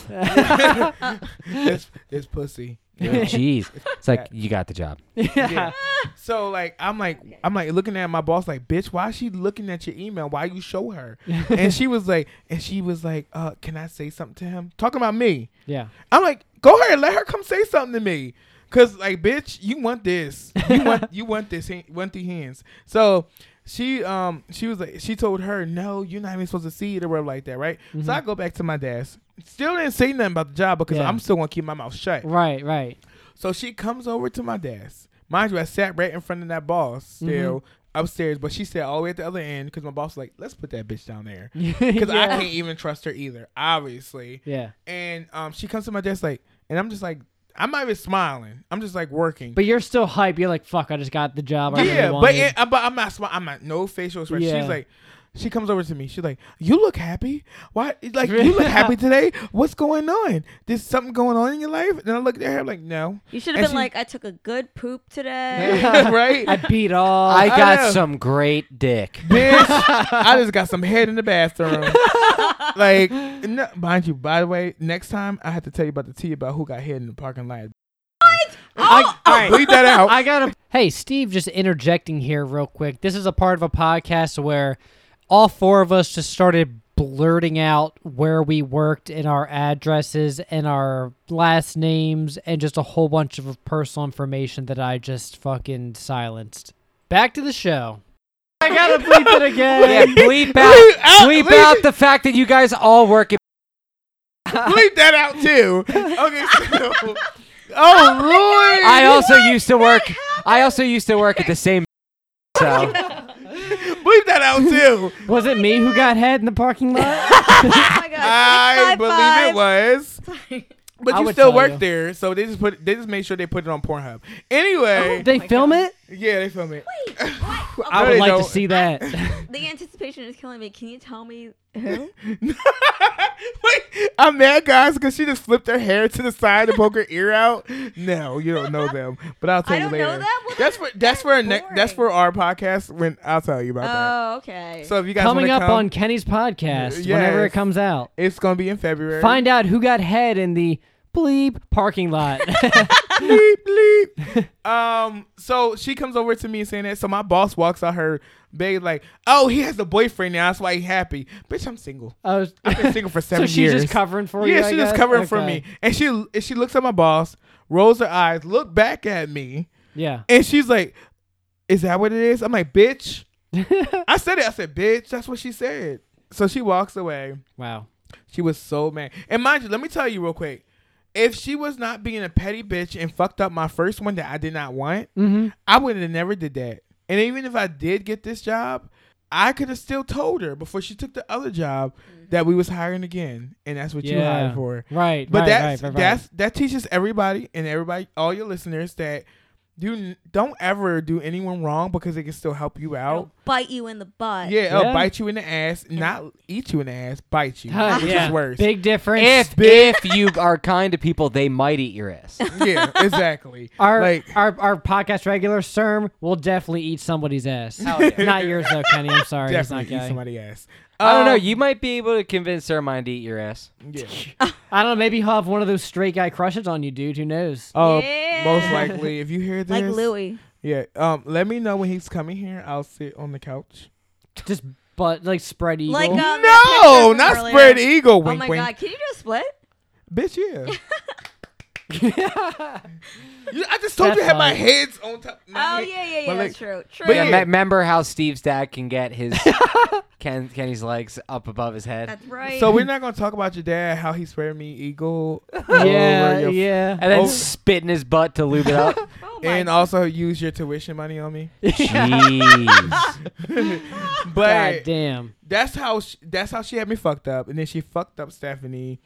Speaker 2: this, this pussy. Yeah.
Speaker 4: Jeez, it's like you got the job.
Speaker 1: yeah.
Speaker 2: So like I'm like I'm like looking at my boss like bitch why is she looking at your email why you show her and she was like and she was like uh can I say something to him talking about me
Speaker 1: Yeah.
Speaker 2: I'm like go ahead let her come say something to me cause like bitch you want this you want you want this hand- want the hands so she um she was like she told her no you're not even supposed to see it or whatever like that right so I go back to my desk still didn't say nothing about the job because
Speaker 1: Yeah.
Speaker 2: I'm still gonna keep my mouth shut
Speaker 1: Right. Right.
Speaker 2: so she comes over to my desk. Mind you, I sat right in front of that boss
Speaker 1: Mm-hmm.
Speaker 2: still upstairs, but she sat all the way at the other end because my boss was like, let's put that bitch down there. Because I can't even trust her either, obviously.
Speaker 1: Yeah.
Speaker 2: And um, she comes to my desk like, and I'm just like, I'm not even smiling. I'm just like working.
Speaker 1: But you're still hype. You're like, fuck. I just got the job. I
Speaker 2: yeah,
Speaker 1: really
Speaker 2: but,
Speaker 1: wanted.
Speaker 2: it, uh, but I'm not smiling. I'm not no facial expression.
Speaker 1: Yeah.
Speaker 2: She's like, she comes over to me. She's like, you look happy. Why? Like you look happy today. What's going on? There's something going on in your life. And I look at her. I'm like, no.
Speaker 3: You should have
Speaker 2: And
Speaker 3: been
Speaker 2: she-
Speaker 3: like, I took a good poop today.
Speaker 2: right?
Speaker 1: I beat all.
Speaker 4: I got
Speaker 2: know.
Speaker 4: some great dick.
Speaker 2: bitch. I just got some head in the bathroom. like, no, mind you, by the way, next time I have to tell you about the tea about who got hit in the parking lot.
Speaker 3: Oh.
Speaker 1: I, all right.
Speaker 2: Leave that out.
Speaker 1: I gotta. Hey, Steve, just interjecting here real quick. This is a part of a podcast where all four of us just started blurting out where we worked and our addresses and our last names and just a whole bunch of personal information that I just fucking silenced. Back to the show. I gotta bleep it
Speaker 4: Yeah,
Speaker 1: again.
Speaker 4: bleep out,
Speaker 2: Bleep out,
Speaker 4: bleep
Speaker 2: bleep
Speaker 4: out
Speaker 2: it.
Speaker 4: the fact that you guys all work. At-
Speaker 2: Leave that out too. Okay. So, oh, Lord.
Speaker 4: I also used to work. I also used to work at the same. So
Speaker 2: Leave that out too.
Speaker 1: Was it me who got head in the parking lot?
Speaker 3: oh my god.
Speaker 2: I
Speaker 3: High
Speaker 2: believe
Speaker 3: five.
Speaker 2: it was. But
Speaker 1: I
Speaker 2: you
Speaker 1: would
Speaker 2: still
Speaker 1: tell
Speaker 2: work
Speaker 1: you.
Speaker 2: there, so they just put they just made sure they put it on Pornhub. Anyway,
Speaker 1: they film it?
Speaker 2: yeah, they film it.
Speaker 3: Wait, what?
Speaker 2: I
Speaker 1: Oh, I would
Speaker 2: really
Speaker 1: like to
Speaker 2: don't-
Speaker 1: see that.
Speaker 3: The anticipation is killing me. Can you tell me who?
Speaker 2: Wait, I'm mad, guys, because she just flipped her hair to the side and poke her ear out. No, you don't know them, but I'll tell
Speaker 3: I
Speaker 2: you
Speaker 3: don't
Speaker 2: later.
Speaker 3: know them? Well,
Speaker 2: that's
Speaker 3: then
Speaker 2: for that's for a ne-
Speaker 3: boring.
Speaker 2: that's for our podcast. When I'll tell you about
Speaker 3: Oh, okay.
Speaker 2: that. So if you guys
Speaker 1: Coming
Speaker 2: wanna
Speaker 1: up
Speaker 2: come,
Speaker 1: on Kenny's podcast
Speaker 2: Y-
Speaker 1: whenever it
Speaker 2: yes.
Speaker 1: comes out.
Speaker 2: it's gonna be in February.
Speaker 1: Find out who got head in the bleep parking lot.
Speaker 2: bleep bleep. um, so she comes over to me and saying that. So my boss walks out her bed like, oh, he has a boyfriend now. That's why he happy. Bitch, I'm single.
Speaker 1: I was-
Speaker 2: I've been single for
Speaker 1: so
Speaker 2: seven
Speaker 1: she's
Speaker 2: years.
Speaker 1: just covering for you.
Speaker 2: yeah,
Speaker 1: I
Speaker 2: she just
Speaker 1: guess?
Speaker 2: covering for
Speaker 1: Okay.
Speaker 2: me. And she and she looks at my boss, rolls her eyes, look back at me,
Speaker 1: Yeah.
Speaker 2: and she's like, Is that what it is? I'm like, bitch. I said it. I said, bitch, that's what she said. So she walks away.
Speaker 1: Wow.
Speaker 2: She was so mad. And mind you, let me tell you real quick. If she was not being a petty bitch and fucked up my first one that I did not want,
Speaker 1: Mm-hmm.
Speaker 2: I would have never did that. And even if I did get this job, I could have still told her before she took the other job that we was hiring again, and that's what you
Speaker 1: Mm-hmm. Yeah.
Speaker 2: hired for.
Speaker 1: Right.
Speaker 2: But
Speaker 1: right,
Speaker 2: that's
Speaker 1: right, right, right.
Speaker 2: that's that teaches everybody and everybody, all your listeners, that you don't ever do anyone wrong because it can still help you out.
Speaker 3: It'll bite you in the butt.
Speaker 2: Yeah, it'll
Speaker 1: Yeah.
Speaker 2: bite you in the ass, not eat you in the ass, bite you,
Speaker 1: Huh,
Speaker 2: which
Speaker 1: yeah.
Speaker 2: is worse.
Speaker 1: Big difference.
Speaker 4: If if you are kind to people, they might eat your ass.
Speaker 2: yeah, exactly.
Speaker 1: our,
Speaker 2: like
Speaker 1: our our podcast regular Serm will definitely eat somebody's ass.
Speaker 3: Oh,
Speaker 1: Not yours though, Kenny. I'm sorry. He's not
Speaker 2: definitely eat
Speaker 1: gay.
Speaker 2: somebody's ass.
Speaker 4: I don't know.
Speaker 2: Um,
Speaker 4: You might be able to convince Sermine to eat your ass.
Speaker 2: Yeah.
Speaker 1: I don't know. Maybe he'll have one of those straight guy crushes on you, dude. Who knows?
Speaker 2: Uh,
Speaker 3: Yeah.
Speaker 2: most likely, if you hear this,
Speaker 3: Like Louis.
Speaker 2: Yeah. Um. Let me know when he's coming here. I'll sit on the couch.
Speaker 1: Just but like spread eagle.
Speaker 3: Like um, that picture
Speaker 2: No,
Speaker 3: from
Speaker 2: not
Speaker 3: earlier.
Speaker 2: spread eagle.
Speaker 3: Oh
Speaker 2: Wink,
Speaker 3: my
Speaker 2: wink.
Speaker 3: god, can you do a split?
Speaker 2: Bitch, yeah. You- I just told
Speaker 1: That's
Speaker 2: you I had my
Speaker 1: fine.
Speaker 2: heads on top.
Speaker 3: Oh
Speaker 2: My head-
Speaker 3: yeah, yeah,
Speaker 2: my
Speaker 3: yeah.
Speaker 2: leg-
Speaker 3: That's true. True.
Speaker 2: But
Speaker 4: Yeah,
Speaker 2: yeah.
Speaker 4: me- remember how Steve's dad can get his Ken, Kenny's legs up above his head,
Speaker 3: That's right.
Speaker 2: So we're not gonna talk about your dad, how he spread me eagle.
Speaker 3: Oh
Speaker 1: yeah,
Speaker 2: over your-
Speaker 1: yeah.
Speaker 4: and then
Speaker 2: Oh.
Speaker 4: spit in his butt to lube it up.
Speaker 3: oh my
Speaker 2: And also use your tuition money on me.
Speaker 4: Jeez.
Speaker 1: God
Speaker 2: But
Speaker 1: damn.
Speaker 2: that's how she, that's how she had me fucked up, and then she fucked up Stephanie.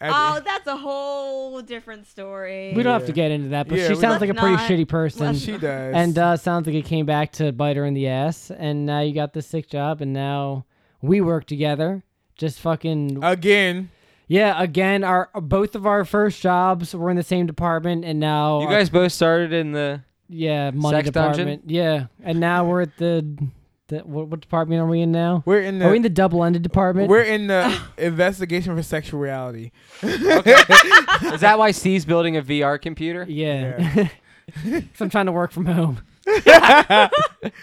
Speaker 2: And-
Speaker 3: Oh, that's a whole different story.
Speaker 1: We don't have
Speaker 2: Yeah.
Speaker 1: to get into that, but
Speaker 2: Yeah,
Speaker 1: she
Speaker 2: we
Speaker 1: sounds like
Speaker 3: don't-
Speaker 1: a pretty
Speaker 3: Let's not.
Speaker 1: shitty person.
Speaker 2: she does.
Speaker 1: And uh, sounds like it came back to bite her in the ass, and now you got this sick job, and now we work together. Just fucking
Speaker 2: Uh, again,
Speaker 1: yeah. Again, our both of our first jobs were in the same department, and now
Speaker 4: You
Speaker 1: our-
Speaker 4: guys both started in the
Speaker 1: yeah, money
Speaker 4: Sex dungeon?
Speaker 1: department, yeah, and now we're at the, the what, what department are we in now?
Speaker 2: we're in the
Speaker 1: Are we in the double-ended department?
Speaker 2: we're in the investigation for sexuality.
Speaker 4: Is that why Steve's building a VR computer?
Speaker 1: yeah. 'Cause I'm trying to work from home.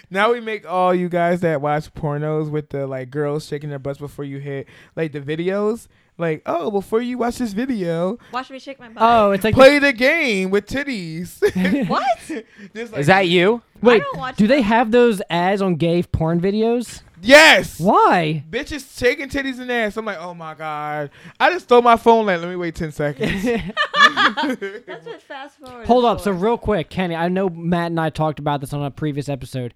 Speaker 2: Now we make all you guys that watch pornos with the like girls shaking their butts before you hit like the videos. Like, oh, before you watch this video,
Speaker 3: Watch me shake my butt.
Speaker 1: Oh, it's like
Speaker 2: play the game with titties.
Speaker 3: What?
Speaker 2: Just like-
Speaker 4: Is that you?
Speaker 1: wait.
Speaker 3: don't watch
Speaker 1: Do they have those ads on gay porn videos?
Speaker 2: yes?
Speaker 1: Why?
Speaker 2: Bitches shaking titties and ass. I'm like, oh my god. I just throw my phone. Like, let me wait ten seconds.
Speaker 3: That's what fast forward.
Speaker 1: Hold
Speaker 3: is
Speaker 1: up. So
Speaker 3: for.
Speaker 1: real quick, Kenny, I know Matt and I talked about this on a previous episode.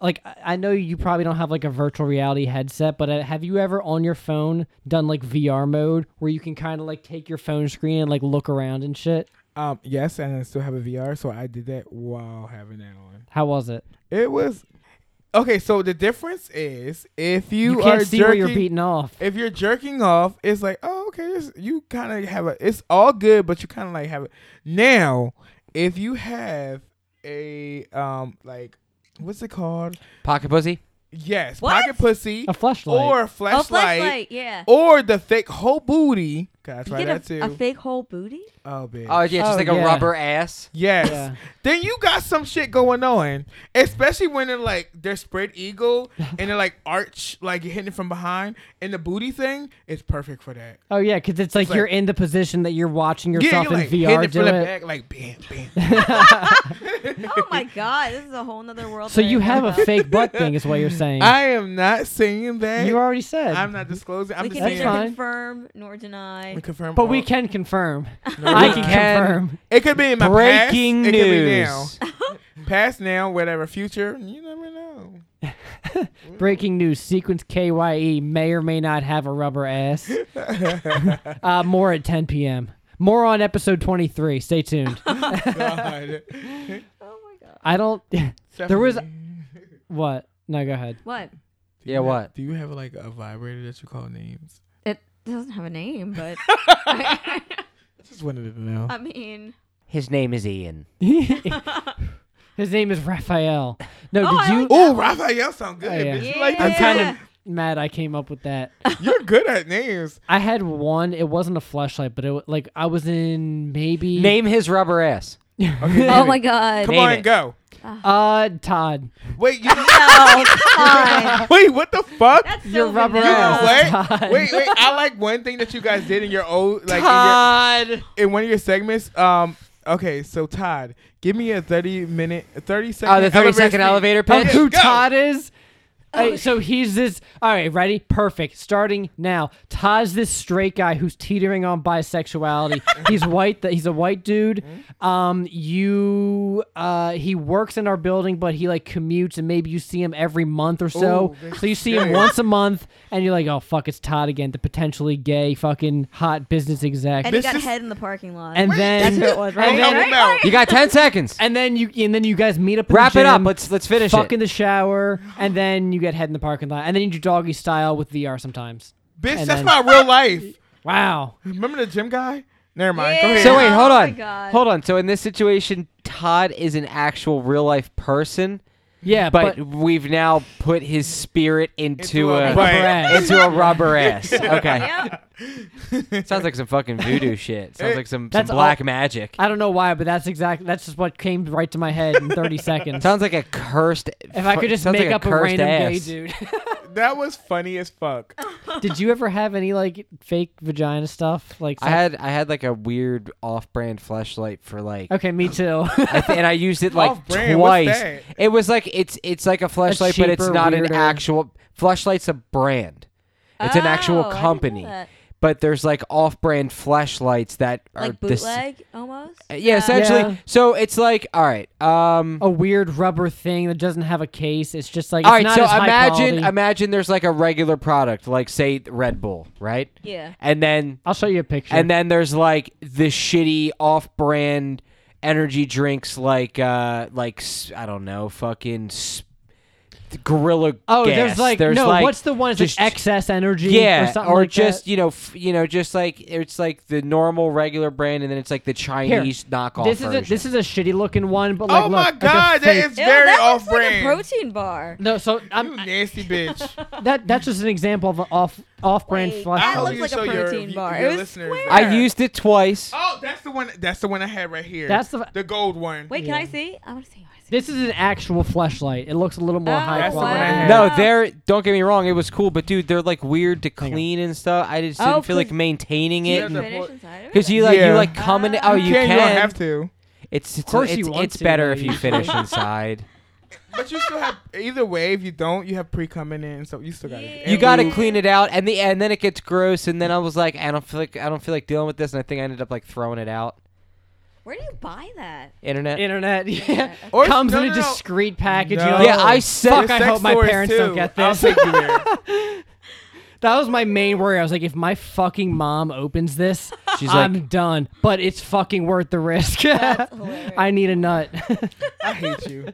Speaker 1: Like, I- I know you probably don't have like a virtual reality headset, but uh, have you ever on your phone done like VR mode where you can kind of like take your phone screen and like look around and shit?
Speaker 2: um, yes, and I still have a VR, so I did that while having that on.
Speaker 1: How was it?
Speaker 2: It was okay. So the difference is if you,
Speaker 1: You, can't
Speaker 2: are
Speaker 1: see where
Speaker 2: jerking,
Speaker 1: you're beating off.
Speaker 2: if you're jerking off, it's like, oh, okay, this, you kind of have a, it's all good, but you kind of like have it. Now, if you have a, um, like, what's it called?
Speaker 4: Pocket pussy?
Speaker 2: Yes,
Speaker 3: What?
Speaker 2: pocket pussy
Speaker 1: A flashlight.
Speaker 2: or a
Speaker 3: Oh,
Speaker 2: flashlight,
Speaker 3: flashlight. Yeah.
Speaker 2: or the fake whole booty. Can I try
Speaker 3: Get
Speaker 2: that too?
Speaker 3: a, a fake whole booty.
Speaker 2: oh, bitch.
Speaker 4: Oh, yeah, just
Speaker 1: Oh,
Speaker 4: like
Speaker 1: yeah.
Speaker 4: a rubber ass.
Speaker 2: yes.
Speaker 1: Yeah.
Speaker 2: Then you got some shit going on, especially when they're like they're spread eagle and they're like arch, like you're hitting it from behind, and the booty thing is perfect for that.
Speaker 1: oh yeah, because it's like
Speaker 2: like-
Speaker 1: you're in the position that you're watching yourself
Speaker 2: you're like
Speaker 1: in
Speaker 2: hitting
Speaker 1: VR
Speaker 2: it from
Speaker 1: do
Speaker 2: the
Speaker 1: it.
Speaker 2: back, like bam, bam.
Speaker 3: Oh my god, this is a whole nother world.
Speaker 1: So
Speaker 3: that I
Speaker 1: you
Speaker 3: didn't know
Speaker 1: have a
Speaker 3: about.
Speaker 1: fake butt thing, is what you're saying.
Speaker 2: I am not saying that.
Speaker 1: you already said.
Speaker 2: I'm not disclosing. I'm
Speaker 3: We
Speaker 2: just
Speaker 3: can
Speaker 2: saying.
Speaker 3: neither
Speaker 1: fine.
Speaker 3: confirm nor deny.
Speaker 2: We confirm
Speaker 1: but
Speaker 2: all-
Speaker 1: we can confirm. I can,
Speaker 4: we can.
Speaker 1: confirm.
Speaker 2: It could be in my
Speaker 4: Breaking
Speaker 2: past.
Speaker 4: news.
Speaker 2: It could be now. past now, whatever. Future. You never know.
Speaker 1: Breaking news: Sequence KYE may or may not have a rubber ass. uh, more at 10 p.m. More on episode 23. Stay tuned.
Speaker 2: God.
Speaker 3: Oh my god.
Speaker 1: I don't. There was-
Speaker 2: Stephanie,
Speaker 1: what? No, go ahead.
Speaker 3: What?
Speaker 4: Yeah, what?
Speaker 2: Do you have like a vibrator that you call names?
Speaker 3: It it doesn't have a name, but
Speaker 2: Just wanted to know.
Speaker 3: I mean,
Speaker 4: His name is Ian.
Speaker 1: His name is Raphael. No,
Speaker 3: Oh,
Speaker 1: did
Speaker 3: I
Speaker 1: you?
Speaker 3: like
Speaker 2: oh, Raphael sound good.
Speaker 1: Oh, yeah.
Speaker 2: bitch. You like
Speaker 1: I'm
Speaker 2: that?
Speaker 1: kind
Speaker 3: Yeah.
Speaker 1: of mad I came up with that.
Speaker 2: You're good at names.
Speaker 1: I had one. It wasn't a flashlight, but it wa- like I was in maybe
Speaker 4: Name his rubber ass.
Speaker 2: Okay,
Speaker 3: oh
Speaker 2: name
Speaker 3: my
Speaker 2: it.
Speaker 3: god.
Speaker 2: Come
Speaker 4: Name
Speaker 2: on,
Speaker 4: it.
Speaker 2: go.
Speaker 1: uh Todd.
Speaker 2: Wait, you
Speaker 3: No, come on.
Speaker 2: wait. What the fuck?
Speaker 3: That's so
Speaker 1: Your rubber
Speaker 2: You know
Speaker 3: vanilla.
Speaker 1: ass.
Speaker 2: what?
Speaker 1: Todd.
Speaker 2: Wait, wait. I like one thing that you guys did in your old like in, your,
Speaker 4: Todd.
Speaker 2: in one of your segments. Um. Okay, so Todd, give me a thirty minute, a thirty second.
Speaker 4: Oh, the 30 second elevator
Speaker 1: Of
Speaker 4: pitch.
Speaker 1: who
Speaker 2: go.
Speaker 1: Todd is?
Speaker 3: Oh,
Speaker 1: Uh, so he's this. All right, ready? Perfect. Starting now. Todd's this straight guy who's teetering on bisexuality. he's white. That he's a white dude.
Speaker 3: Mm-hmm.
Speaker 1: Um, you. Uh, he works in our building, but he like commutes, and maybe you see him every month or so.
Speaker 2: Ooh,
Speaker 1: so you see him
Speaker 2: scary.
Speaker 1: once a month, and you're like, oh fuck, it's Todd again, the potentially gay fucking hot business exec.
Speaker 3: And he
Speaker 2: This
Speaker 3: got
Speaker 2: is-
Speaker 3: head in the parking lot.
Speaker 1: And then
Speaker 3: that's who it was, right?
Speaker 1: And then,
Speaker 3: Right?
Speaker 4: You got 10 seconds.
Speaker 1: and then you and then you guys meet up. in the
Speaker 4: Wrap it up.
Speaker 1: gym
Speaker 4: Let's let's finish
Speaker 1: fuck in
Speaker 4: it.
Speaker 1: the shower, and then you get head in the parking lot, and then you do doggy style with VR sometimes.
Speaker 2: Bitch,
Speaker 1: And
Speaker 2: that's
Speaker 1: then-
Speaker 2: my real life.
Speaker 1: Wow.
Speaker 2: Remember the gym guy? Never mind. Go
Speaker 3: Yeah.
Speaker 2: ahead.
Speaker 4: So wait, hold
Speaker 3: Oh my
Speaker 4: on.
Speaker 3: God.
Speaker 4: Hold on. So in this situation, Todd is an actual real life person,
Speaker 1: Yeah,
Speaker 4: but,
Speaker 1: but,
Speaker 4: we've now put his spirit
Speaker 2: Into
Speaker 4: into,
Speaker 2: a
Speaker 4: a,
Speaker 1: rubber
Speaker 2: Right.
Speaker 1: ass.
Speaker 4: into a rubber ass. Okay.
Speaker 3: Yep.
Speaker 4: Sounds like some fucking voodoo shit. Sounds like some, some
Speaker 1: That's all-
Speaker 4: black magic.
Speaker 1: I don't know why, but that's exactly that's just what came right to my head in 30 seconds.
Speaker 4: Sounds like a cursed.
Speaker 1: if I could just make up a random
Speaker 4: ass.
Speaker 1: gay
Speaker 2: That was funny as fuck.
Speaker 1: dude. Did you ever have any like fake vagina stuff? Like
Speaker 4: I had I had like a weird off-brand flashlight for like,
Speaker 1: Okay, me too.
Speaker 4: I th- and I used it like
Speaker 2: Off-brand? What's
Speaker 4: twice.
Speaker 2: that?
Speaker 4: It was like it's it's like a flashlight, but it's
Speaker 1: cheaper,
Speaker 4: not
Speaker 1: weirder-
Speaker 4: an actual flashlight's a brand. It's an
Speaker 3: Oh,
Speaker 4: actual
Speaker 3: I didn't know
Speaker 4: company,
Speaker 3: that.
Speaker 4: but there's like off-brand flashlights that are
Speaker 3: Like
Speaker 4: this- Uh,
Speaker 3: bootleg almost.
Speaker 4: yeah, essentially.
Speaker 1: Yeah.
Speaker 4: So it's like all right. Um,
Speaker 1: a weird rubber thing that doesn't have a case. It's just like it's
Speaker 4: all right.
Speaker 1: not
Speaker 4: So
Speaker 1: as high
Speaker 4: imagine
Speaker 1: quality.
Speaker 4: imagine there's like a regular product, like say Red Bull, right?
Speaker 3: Yeah.
Speaker 4: And then
Speaker 1: I'll show you a picture.
Speaker 4: And then there's like the shitty off-brand energy drinks, like uh, like s- I don't know, fucking s- gorilla.
Speaker 1: oh,
Speaker 4: Gas.
Speaker 1: there's like no. what's the one? It's
Speaker 4: just-
Speaker 1: like excess energy.
Speaker 4: yeah,
Speaker 1: or, something like
Speaker 4: just
Speaker 1: that.
Speaker 4: you know, f- you know, just like it's like the normal regular brand, and then it's like the Chinese knockoff.
Speaker 1: this is a,
Speaker 4: version.
Speaker 1: this is a shitty looking one, but like
Speaker 2: oh
Speaker 1: look,
Speaker 2: my
Speaker 1: like a fake-
Speaker 2: god, that is
Speaker 3: Ew,
Speaker 2: very
Speaker 3: that looks
Speaker 2: off
Speaker 3: like a
Speaker 2: brand.
Speaker 3: protein bar.
Speaker 1: No, so
Speaker 2: you
Speaker 1: I'm,
Speaker 2: nasty bitch.
Speaker 1: that that's just an example of an off off brand
Speaker 3: Like,
Speaker 1: flush.
Speaker 2: I
Speaker 3: That
Speaker 2: hope
Speaker 3: looks
Speaker 2: you
Speaker 3: like a
Speaker 2: show your-
Speaker 3: protein
Speaker 2: you-
Speaker 3: bar.
Speaker 2: your
Speaker 3: It was
Speaker 2: listeners
Speaker 3: square.
Speaker 2: that.
Speaker 4: I used it twice.
Speaker 2: oh, that's the one. That's the one I had right here.
Speaker 1: That's the-
Speaker 2: the gold one.
Speaker 3: Wait, can I see? I want to see. I wanna see.
Speaker 1: This is an actual flashlight. It looks a little more
Speaker 3: Oh,
Speaker 1: high
Speaker 2: That's the one I
Speaker 1: quality.
Speaker 2: had.
Speaker 4: No,
Speaker 3: Wow.
Speaker 4: they're don't get me wrong, it was cool, but dude, they're like weird to clean and stuff. I just
Speaker 3: Oh,
Speaker 4: didn't feel like
Speaker 3: 'cause-
Speaker 4: maintaining
Speaker 3: Do you
Speaker 4: it.
Speaker 2: Yeah, the-
Speaker 3: finish inside of it?
Speaker 4: Because you like
Speaker 2: Yeah.
Speaker 4: you like come in.
Speaker 1: Ah.
Speaker 4: Oh, you,
Speaker 2: you can, You don't have to.
Speaker 4: It's it's,
Speaker 1: course
Speaker 4: it's,
Speaker 1: you want
Speaker 4: it's
Speaker 1: to,
Speaker 4: better
Speaker 1: though.
Speaker 4: if you finish inside.
Speaker 2: But you still have. Either way, if you don't, you have pre coming in, so you still got
Speaker 3: Yeah.
Speaker 2: it.
Speaker 4: You
Speaker 3: And
Speaker 4: got to
Speaker 3: we-
Speaker 4: clean it out, and the and then it gets gross. And then I was like, I don't feel like I don't feel like dealing with this, and I think I ended up like throwing it out.
Speaker 3: Where do you buy that?
Speaker 4: Internet.
Speaker 1: Internet, yeah,
Speaker 2: Or-
Speaker 1: comes
Speaker 2: no,
Speaker 1: in
Speaker 2: no,
Speaker 1: a
Speaker 2: no.
Speaker 1: discreet package.
Speaker 2: No.
Speaker 1: You know?
Speaker 4: yeah, I said.
Speaker 1: Fuck,
Speaker 2: There's
Speaker 1: I hope
Speaker 2: sex
Speaker 1: my
Speaker 2: stories,
Speaker 1: parents don't
Speaker 2: too.
Speaker 1: get
Speaker 2: I'll
Speaker 1: this.
Speaker 2: take you there.
Speaker 1: that was my main worry. I was like, if my fucking mom opens this,
Speaker 4: She's
Speaker 1: I'm
Speaker 4: like-
Speaker 1: done. But it's fucking worth the risk.
Speaker 3: hilarious.
Speaker 1: I need a nut.
Speaker 2: I hate you.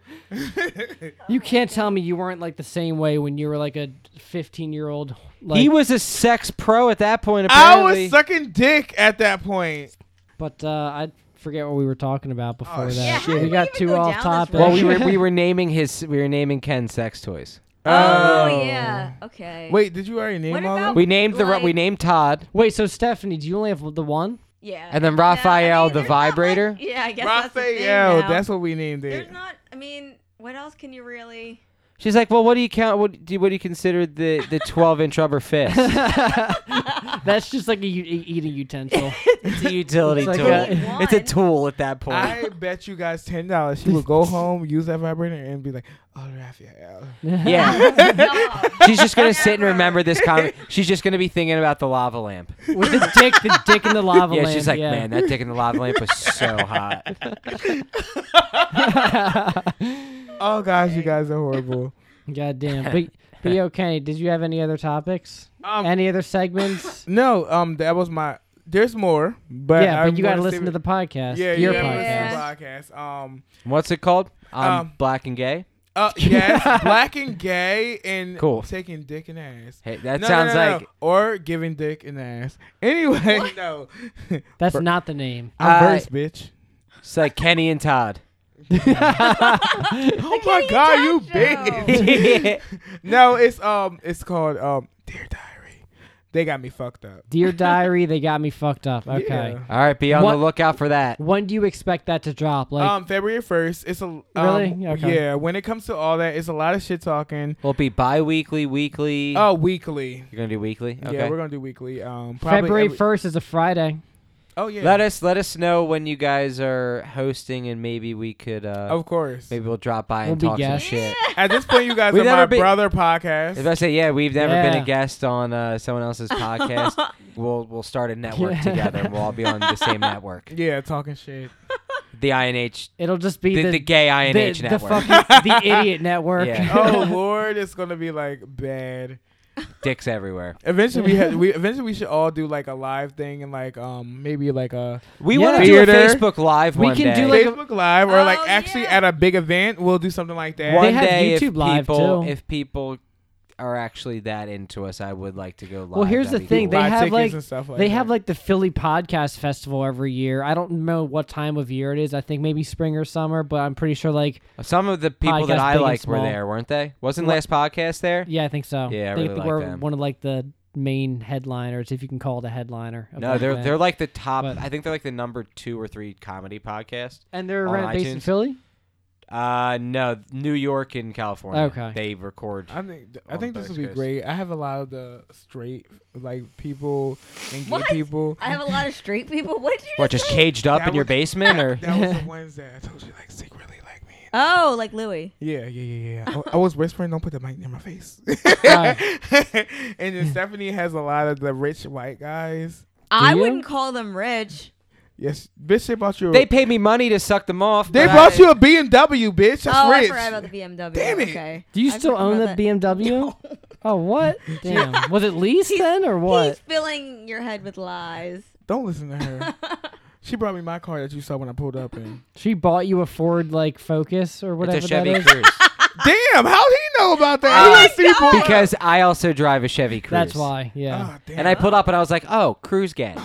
Speaker 1: you can't tell me you weren't like the same way when you were like a 15 year old. Like,
Speaker 4: he was a sex pro at that point.
Speaker 2: I
Speaker 4: Apparently,
Speaker 2: was sucking dick at that point.
Speaker 1: But uh, I forget what we were talking about before
Speaker 2: Oh,
Speaker 1: that.
Speaker 3: shit. Yeah, how
Speaker 1: we
Speaker 3: did
Speaker 1: got
Speaker 3: we even
Speaker 1: too
Speaker 3: go
Speaker 1: off
Speaker 3: down
Speaker 1: topic.
Speaker 3: this
Speaker 4: well, we were we were naming his we were naming Ken sex toys.
Speaker 3: Oh, yeah. Okay.
Speaker 2: Wait, did you already name
Speaker 3: What
Speaker 2: all
Speaker 3: about-
Speaker 2: them?
Speaker 4: We named the
Speaker 3: Like-
Speaker 4: we named Todd.
Speaker 1: Wait, so Stephanie, do you only have the one?
Speaker 3: Yeah.
Speaker 4: And then
Speaker 3: Yeah, I
Speaker 4: Raphael,
Speaker 3: mean,
Speaker 4: the
Speaker 3: there's not much-
Speaker 4: vibrator?
Speaker 3: yeah, I guess that's the thing
Speaker 2: Raphael,
Speaker 3: now.
Speaker 2: that's what we named it.
Speaker 3: There's not. I mean, what else can you really?
Speaker 4: She's like, well, what do you count? What do you, what do you consider the the twelve inch rubber fist?
Speaker 1: That's just like a, u- e- eating utensil.
Speaker 4: it's a utility
Speaker 1: It's like
Speaker 4: tool.
Speaker 1: a-
Speaker 4: it's a
Speaker 3: One.
Speaker 4: tool at that point.
Speaker 2: I bet you guys ten dollars she would go home, use that vibrator, and be like, "Oh, Raphael."
Speaker 4: yeah.
Speaker 3: No.
Speaker 4: She's just gonna sit and
Speaker 3: Never.
Speaker 4: remember this comment. She's just gonna be thinking about the lava lamp.
Speaker 1: With the dick, the dick in the lava
Speaker 4: yeah,
Speaker 1: lamp.
Speaker 4: she's like,
Speaker 1: yeah.
Speaker 4: man, that dick in the lava lamp was so hot.
Speaker 2: Oh gosh, you guys are horrible.
Speaker 1: God damn. But, but yeah, okay, did you have any other topics?
Speaker 2: Um,
Speaker 1: any other segments?
Speaker 2: No, um, that was my. There's more, but
Speaker 1: yeah,
Speaker 2: I
Speaker 1: but you got to
Speaker 2: wanna
Speaker 1: listen to
Speaker 2: save
Speaker 1: the podcast.
Speaker 2: it- yeah,
Speaker 1: your
Speaker 2: you gotta
Speaker 1: podcast.
Speaker 2: listen to the podcast. Um,
Speaker 4: What's it called? I'm
Speaker 2: Um,
Speaker 4: black and gay.
Speaker 2: Uh, yes, black and gay and
Speaker 4: Cool.
Speaker 2: taking dick and ass.
Speaker 4: Hey, that
Speaker 2: No, no,
Speaker 4: sounds
Speaker 2: no, no,
Speaker 4: like
Speaker 2: no. or giving dick and ass. Anyway, no,
Speaker 1: That's not the name.
Speaker 2: I'm
Speaker 4: Uh,
Speaker 2: first, bitch.
Speaker 4: it's like Kenny and Todd.
Speaker 2: Oh my god, you
Speaker 3: Joe.
Speaker 2: bitch! no, it's um, it's called um, Dear Diary. They got me fucked up.
Speaker 1: Dear Diary, they got me fucked up. Okay.
Speaker 2: Yeah.
Speaker 4: All right, be on
Speaker 1: What-
Speaker 4: the lookout for that.
Speaker 1: When do you expect that to drop? Like,
Speaker 2: um, February first. It's a um,
Speaker 1: Really? Okay.
Speaker 2: yeah. When it comes to all that, it's a lot of shit talking.
Speaker 4: We'll be bi-weekly, weekly.
Speaker 2: Oh, weekly.
Speaker 4: You're gonna do weekly. Okay.
Speaker 2: Yeah, we're gonna do weekly. Um, probably
Speaker 1: February
Speaker 2: every-
Speaker 1: 1st is a Friday.
Speaker 2: Oh yeah,
Speaker 4: Let us let us know when you guys are hosting, and maybe we could uh,
Speaker 2: of course.
Speaker 4: maybe we'll drop by and
Speaker 1: We'll be
Speaker 4: talk
Speaker 1: guests.
Speaker 4: some shit.
Speaker 2: At this point, you guys
Speaker 4: We've
Speaker 2: are my
Speaker 4: never been-
Speaker 2: brother podcast.
Speaker 4: If I say yeah, we've never been
Speaker 1: Yeah.
Speaker 4: a guest on uh, someone else's podcast. we'll we'll start a network
Speaker 1: Yeah.
Speaker 4: together, and we'll all be on the same network.
Speaker 2: yeah, talking shit.
Speaker 4: The INH,
Speaker 1: It'll just be
Speaker 4: the,
Speaker 1: the,
Speaker 4: the, gay
Speaker 1: the,
Speaker 4: INH
Speaker 1: the
Speaker 4: network.
Speaker 1: fucking the idiot network.
Speaker 4: Yeah.
Speaker 2: Oh Lord, it's gonna be like bad.
Speaker 4: Dicks everywhere.
Speaker 2: Eventually, we had, we eventually we should all do like a live thing and like um maybe like a
Speaker 4: We
Speaker 1: Yeah.
Speaker 4: want to do a
Speaker 2: Theater.
Speaker 4: Facebook Live
Speaker 1: We
Speaker 4: one
Speaker 1: can
Speaker 4: day.
Speaker 1: do, like, a-
Speaker 2: Facebook Live or like
Speaker 3: Oh,
Speaker 2: actually
Speaker 3: yeah.
Speaker 2: at a big event. We'll do something like that.
Speaker 4: one
Speaker 1: They have
Speaker 4: day if
Speaker 1: YouTube Live,
Speaker 4: people
Speaker 1: too.
Speaker 4: if people are actually that into us, I would like to go live.
Speaker 1: Well, here's the
Speaker 4: That'd be
Speaker 1: thing.
Speaker 4: cool.
Speaker 1: They
Speaker 2: Buy
Speaker 1: have
Speaker 2: tickets
Speaker 1: like
Speaker 2: and stuff like
Speaker 1: they have
Speaker 2: that.
Speaker 1: like the Philly Podcast Festival every year. I don't know what time of year it is. I think maybe spring or summer, but I'm pretty sure like
Speaker 4: Some of the people
Speaker 1: Podcast
Speaker 4: that I
Speaker 1: big and
Speaker 4: liked were
Speaker 1: small.
Speaker 4: there, weren't they? Wasn't
Speaker 1: Wha-
Speaker 4: last podcast there?
Speaker 1: yeah, I think so.
Speaker 4: Yeah, I
Speaker 1: they
Speaker 4: really like
Speaker 1: were
Speaker 4: them.
Speaker 1: one of like the main headliners, if you can call it a headliner. of
Speaker 4: No,
Speaker 1: that
Speaker 4: they're
Speaker 1: event.
Speaker 4: they're like the top.
Speaker 1: But-
Speaker 4: I think they're like the number two or three comedy podcast.
Speaker 1: and they're
Speaker 4: on
Speaker 1: right based in
Speaker 4: iTunes.
Speaker 1: Philly.
Speaker 4: Uh no, New York and California.
Speaker 1: Okay.
Speaker 4: they record.
Speaker 2: I think I
Speaker 4: on
Speaker 2: think this
Speaker 4: those
Speaker 2: would be
Speaker 4: guys.
Speaker 2: great. I have a lot of the straight like people and gay
Speaker 3: What?
Speaker 2: people.
Speaker 3: I have a lot of straight people. What did you?
Speaker 4: What, just
Speaker 3: say?
Speaker 4: caged up
Speaker 2: That
Speaker 4: in your
Speaker 2: was-
Speaker 4: basement, or
Speaker 2: That was the ones that I told you like secretly like me.
Speaker 3: Oh, like Louis.
Speaker 2: Yeah, yeah, yeah, yeah. I, I was whispering, don't put the mic near my face.
Speaker 1: Right.
Speaker 2: and then Stephanie has a lot of the rich white guys.
Speaker 3: I
Speaker 1: you?
Speaker 3: wouldn't call them rich.
Speaker 2: Yes, bitch, they bought you. A,
Speaker 4: they paid me money to suck them off?
Speaker 2: they
Speaker 4: but-
Speaker 2: brought you a BMW, bitch. That's
Speaker 3: oh,
Speaker 2: rich.
Speaker 3: I forgot about the BMW.
Speaker 2: Damn it.
Speaker 3: Okay.
Speaker 1: Do you
Speaker 3: I
Speaker 1: still
Speaker 3: forgot
Speaker 1: own
Speaker 3: about
Speaker 1: that BMW? Oh, what? Damn. Was it leased
Speaker 3: He's-
Speaker 1: then or
Speaker 3: He's
Speaker 1: what?
Speaker 3: filling your head with lies.
Speaker 2: Don't listen to her. she brought me my car that you saw when I pulled up in.
Speaker 1: She bought you a Ford like Focus or whatever
Speaker 4: It's a
Speaker 1: that
Speaker 4: Chevy
Speaker 1: is.
Speaker 4: Cruise
Speaker 2: Damn, how'd he know about that?
Speaker 3: Oh
Speaker 2: He
Speaker 3: my
Speaker 2: must be
Speaker 3: God.
Speaker 2: poor.
Speaker 4: Uh, because I also drive a Chevy Cruise.
Speaker 1: That's why. Oh, Yeah.
Speaker 2: Ah, damn.
Speaker 4: And I pulled up and I was like, "Oh, Cruise gang."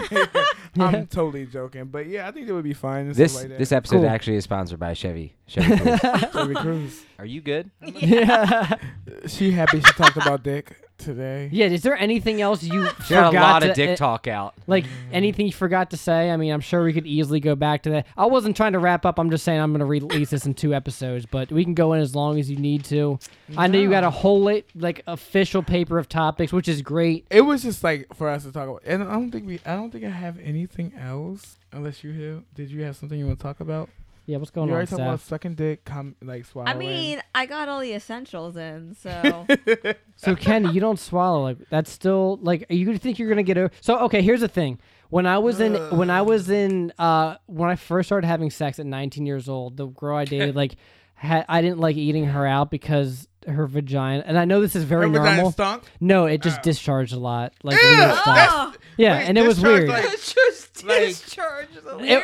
Speaker 2: I'm totally joking, but yeah, I think it would be fun. and stuff
Speaker 4: This
Speaker 2: like that.
Speaker 4: this episode
Speaker 1: Cool.
Speaker 4: actually is sponsored by Chevy. Chevy Cruise.
Speaker 2: Chevy Cruze.
Speaker 4: Are you good?
Speaker 1: yeah.
Speaker 2: She happy she talked about dick today.
Speaker 1: Yeah, is there anything else you
Speaker 4: She had
Speaker 1: forgot
Speaker 4: a lot of
Speaker 1: to-
Speaker 4: dick
Speaker 1: eh,
Speaker 4: talk out.
Speaker 1: Like anything you forgot to say? I mean, I'm sure we could easily go back to that. I wasn't trying to wrap up. I'm just saying I'm going to release this in two episodes, but we can go in as long as you need to. I know you got a whole late, like official paper of topics, which is great.
Speaker 2: It was just like for us to talk about, and I don't think we, I don't think I have anything else. Unless you have, did you have something you want to talk about?
Speaker 1: Yeah, what's going
Speaker 2: you
Speaker 1: on,
Speaker 2: already talked about
Speaker 1: Seth?
Speaker 2: sucking dick, com- like swallowing.
Speaker 3: I mean, I got all the essentials in, so I
Speaker 1: So Kenny, you don't swallow. Like that's still like are you gonna think you're gonna get over. So okay, here's the thing. When I was in when I was in uh when I first started having sex at 19 years old, the girl I dated like ha- I didn't like eating her out because her vagina. And I know this is very
Speaker 2: Remember that
Speaker 1: normal.
Speaker 2: stunk?
Speaker 1: No, it just discharged a lot. Like weird stuff.
Speaker 3: that's-
Speaker 1: Yeah,
Speaker 2: wait,
Speaker 1: and it was
Speaker 2: discharge,
Speaker 1: weird.
Speaker 2: like-
Speaker 1: Like,
Speaker 3: just
Speaker 2: Like-
Speaker 3: discharged the weird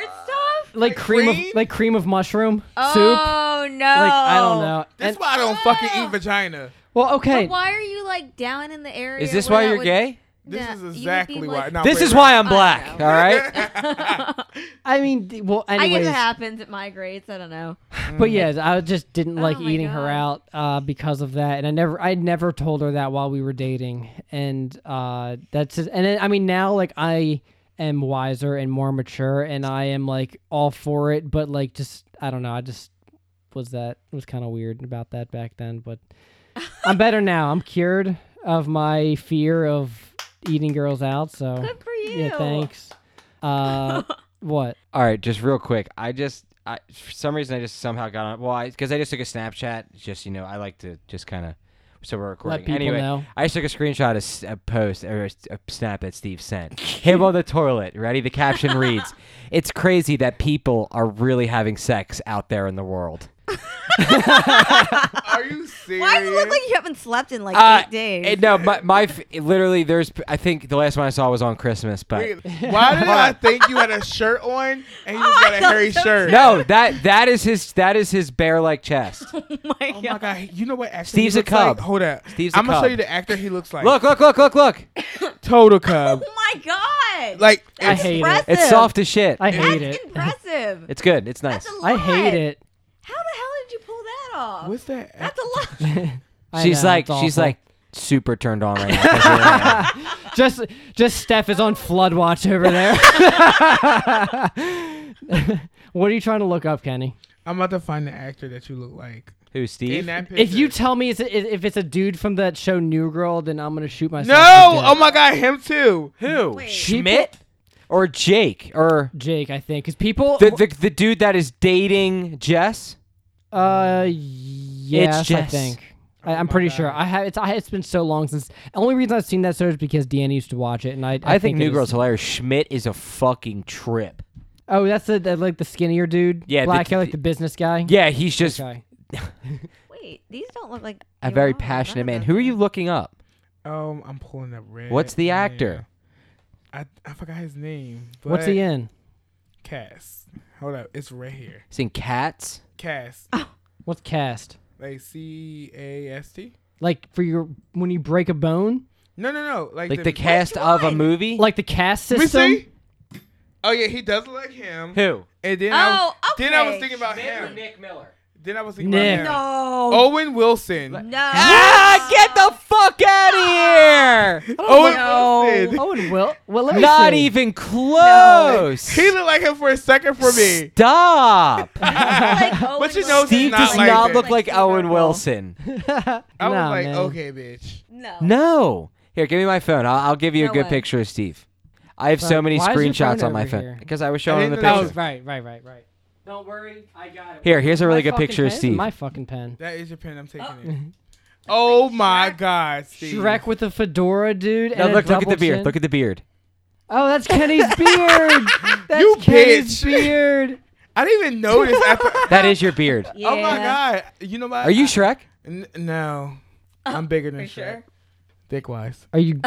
Speaker 1: cream
Speaker 3: stuff.
Speaker 2: cream?
Speaker 1: of like cream of mushroom soup.
Speaker 3: Oh no!
Speaker 1: Like I don't know.
Speaker 2: That's
Speaker 1: And-
Speaker 2: why I don't
Speaker 3: Ah.
Speaker 2: fucking eat vagina.
Speaker 1: well, okay.
Speaker 3: But why are you like down in the area?
Speaker 4: Is this
Speaker 3: where
Speaker 4: why
Speaker 3: that
Speaker 4: you're
Speaker 3: would-
Speaker 4: gay?
Speaker 2: This
Speaker 3: Nah,
Speaker 2: is
Speaker 3: you would be,
Speaker 2: exactly why.
Speaker 3: like-
Speaker 2: no,
Speaker 4: This
Speaker 2: wait,
Speaker 4: is
Speaker 2: wait.
Speaker 4: why I'm black.
Speaker 3: know.
Speaker 4: All right.
Speaker 1: I mean, d- well,
Speaker 3: I
Speaker 1: anyways.
Speaker 3: guess it happens. It migrates. I don't know.
Speaker 1: But yes, I just didn't like
Speaker 3: Mm-hmm. Oh my
Speaker 1: eating her
Speaker 3: God.
Speaker 1: out uh, because of that, and I never, I never told her that while we were dating, and uh, that's just, and then, I mean now like I am wiser and more mature, and I am like all for it, but like just I don't know, I just was that was kind of weird about that back then, but I'm better now. I'm cured of my fear of eating girls out, so
Speaker 3: Good for you.
Speaker 1: yeah, thanks. Uh, what?
Speaker 4: All right. Just real quick. I just I for some reason I just somehow got on. Well, because I, just took a Snapchat. It's Just you know, I like to just kind of. So we're recording.
Speaker 1: people
Speaker 4: anyway,
Speaker 1: know.
Speaker 4: I just took a screenshot of s- a post or a, s- a snap that Steve sent. Him on the toilet. Ready? The caption reads, "It's crazy that people are really having sex out there in the world."
Speaker 2: Are you serious?
Speaker 3: Why does it look like you haven't slept in like
Speaker 4: Uh,
Speaker 3: eight days?
Speaker 4: eh, No, my, my f- literally, there's. I think the last one I saw was on Christmas, but
Speaker 2: Wait, why did I think you had a shirt on and you
Speaker 3: Oh,
Speaker 2: just got a hairy shirt?
Speaker 4: no, that that is his that is his bear like chest.
Speaker 3: oh my
Speaker 2: Oh my
Speaker 3: god.
Speaker 2: god! You know what? Actor
Speaker 4: Steve's
Speaker 2: he
Speaker 4: a
Speaker 2: looks like?
Speaker 4: cub.
Speaker 2: Hold up.
Speaker 4: Steve's a
Speaker 2: I'm gonna show
Speaker 4: cub.
Speaker 2: you the actor he looks like.
Speaker 4: Look, look, look, look, look.
Speaker 2: total cub.
Speaker 3: Oh my god.
Speaker 2: like
Speaker 1: I
Speaker 2: it's-
Speaker 1: hate it.
Speaker 3: Impressive.
Speaker 4: It's soft as shit.
Speaker 1: I hate
Speaker 3: That's
Speaker 1: it.
Speaker 3: impressive.
Speaker 4: It's good. It's nice.
Speaker 3: That's a lot.
Speaker 1: I hate it.
Speaker 3: How the hell did you pull that off?
Speaker 2: What's that?
Speaker 3: That's a lot.
Speaker 1: I
Speaker 4: She's
Speaker 1: know,
Speaker 4: like
Speaker 1: it's
Speaker 4: she's
Speaker 1: awful.
Speaker 4: like super turned on right now.
Speaker 1: just just Steph is on flood watch over there. what are you trying to look up, Kenny?
Speaker 2: I'm about to find the actor that you look like.
Speaker 4: Who
Speaker 2: In
Speaker 4: Steve?
Speaker 2: that picture.
Speaker 1: If you tell me it's a, if it's a dude from that show New Girl, then I'm gonna shoot myself.
Speaker 2: no,
Speaker 1: with
Speaker 2: oh
Speaker 1: Jake.
Speaker 2: my god, him too.
Speaker 4: Who
Speaker 3: Wait.
Speaker 4: Schmidt or Jake or
Speaker 1: Jake, I think, because people.
Speaker 4: the, the the dude that is dating Jess?
Speaker 1: uh, yes, I
Speaker 4: Jess.
Speaker 1: think. I, I'm pretty sure. I have. It's. I, it's been so long since. Only reason I've seen that show is because Deanna used to watch it, and I.
Speaker 4: I, think,
Speaker 1: it
Speaker 4: New
Speaker 1: is-
Speaker 4: Girl's hilarious. Schmidt is a fucking trip.
Speaker 1: Oh, that's the, the like the skinnier dude.
Speaker 4: Yeah, the-
Speaker 1: black hair, like the business guy.
Speaker 4: Yeah, he's just
Speaker 1: Okay.
Speaker 3: Wait, these don't look like
Speaker 4: a
Speaker 3: your
Speaker 4: very
Speaker 3: mom.
Speaker 4: passionate
Speaker 3: None
Speaker 4: man.
Speaker 3: of
Speaker 4: Who are
Speaker 3: them.
Speaker 4: you looking up?
Speaker 2: Um, I'm pulling up red.
Speaker 4: What's the
Speaker 2: now.
Speaker 4: actor?
Speaker 2: I I forgot his name. But
Speaker 1: What's he in?
Speaker 2: Cass. Hold up, it's right here.
Speaker 4: He's in Cats.
Speaker 2: Cass.
Speaker 1: What's cast?
Speaker 2: Like C A S T.
Speaker 1: Like for your when you break a bone,
Speaker 2: No, no, no. Like,
Speaker 4: Like the cast of a
Speaker 3: one?
Speaker 4: movie.
Speaker 1: like the cast
Speaker 2: Let me
Speaker 1: system.
Speaker 2: see. Oh yeah, he does look like him.
Speaker 4: who?
Speaker 2: And then I was,
Speaker 3: Oh,
Speaker 2: then I was
Speaker 3: okay.
Speaker 2: thinking about him.
Speaker 4: Nick Miller.
Speaker 2: Then I was thinking
Speaker 1: Nick.
Speaker 2: about him.
Speaker 3: No.
Speaker 2: Owen Wilson.
Speaker 3: No.
Speaker 4: Ah, get the fuck out
Speaker 1: Ah!
Speaker 4: of here! Oh,
Speaker 2: Owen
Speaker 3: Oh, No.
Speaker 2: Wilson.
Speaker 1: Owen Will. Well, let me
Speaker 4: Not
Speaker 1: see.
Speaker 4: even close.
Speaker 2: He looked like him for a second for me.
Speaker 4: Stop.
Speaker 3: Like oh, Owen
Speaker 2: But you know
Speaker 3: Wilson.
Speaker 4: Steve
Speaker 2: not
Speaker 4: does
Speaker 2: like
Speaker 4: not
Speaker 2: that.
Speaker 4: look like
Speaker 3: Steve
Speaker 4: Owen
Speaker 3: Urkel.
Speaker 4: Wilson.
Speaker 2: I was
Speaker 1: Nah,
Speaker 2: like,
Speaker 1: man.
Speaker 2: okay, bitch.
Speaker 3: No.
Speaker 4: No. Here, give me my phone. I'll, I'll give you
Speaker 3: No
Speaker 4: a good
Speaker 3: way.
Speaker 4: picture of Steve. I have so
Speaker 1: Fuck,
Speaker 4: many
Speaker 1: why is your
Speaker 4: screenshots
Speaker 1: phone
Speaker 4: on my
Speaker 1: over
Speaker 4: phone
Speaker 1: here?
Speaker 4: because I was showing him the
Speaker 2: didn't know that
Speaker 1: Oh,
Speaker 4: picture.
Speaker 1: right, right, right, right. Don't worry, I got it.
Speaker 4: Here, here's a really
Speaker 1: My
Speaker 4: good
Speaker 1: fucking
Speaker 4: picture of
Speaker 1: pen.
Speaker 4: Steve.
Speaker 1: My fucking pen.
Speaker 2: That is your pen. I'm taking it. Oh my God, Steve.
Speaker 1: Shrek with a fedora, dude.
Speaker 4: No,
Speaker 1: and a
Speaker 4: look, look at
Speaker 1: double
Speaker 4: the beard.
Speaker 1: chin.
Speaker 4: Look at the beard.
Speaker 1: Oh, that's Kenny's beard. That's
Speaker 2: You
Speaker 1: Kenny's
Speaker 2: bitch.
Speaker 1: beard.
Speaker 2: I didn't even notice. After-
Speaker 4: That is your beard.
Speaker 3: Yeah. Oh,
Speaker 2: Oh my God. You know what?
Speaker 4: Are you
Speaker 2: I-
Speaker 4: Shrek?
Speaker 2: N- no, I'm bigger than
Speaker 3: For
Speaker 2: Shrek.
Speaker 3: sure.
Speaker 2: Dick wise.
Speaker 1: Are you?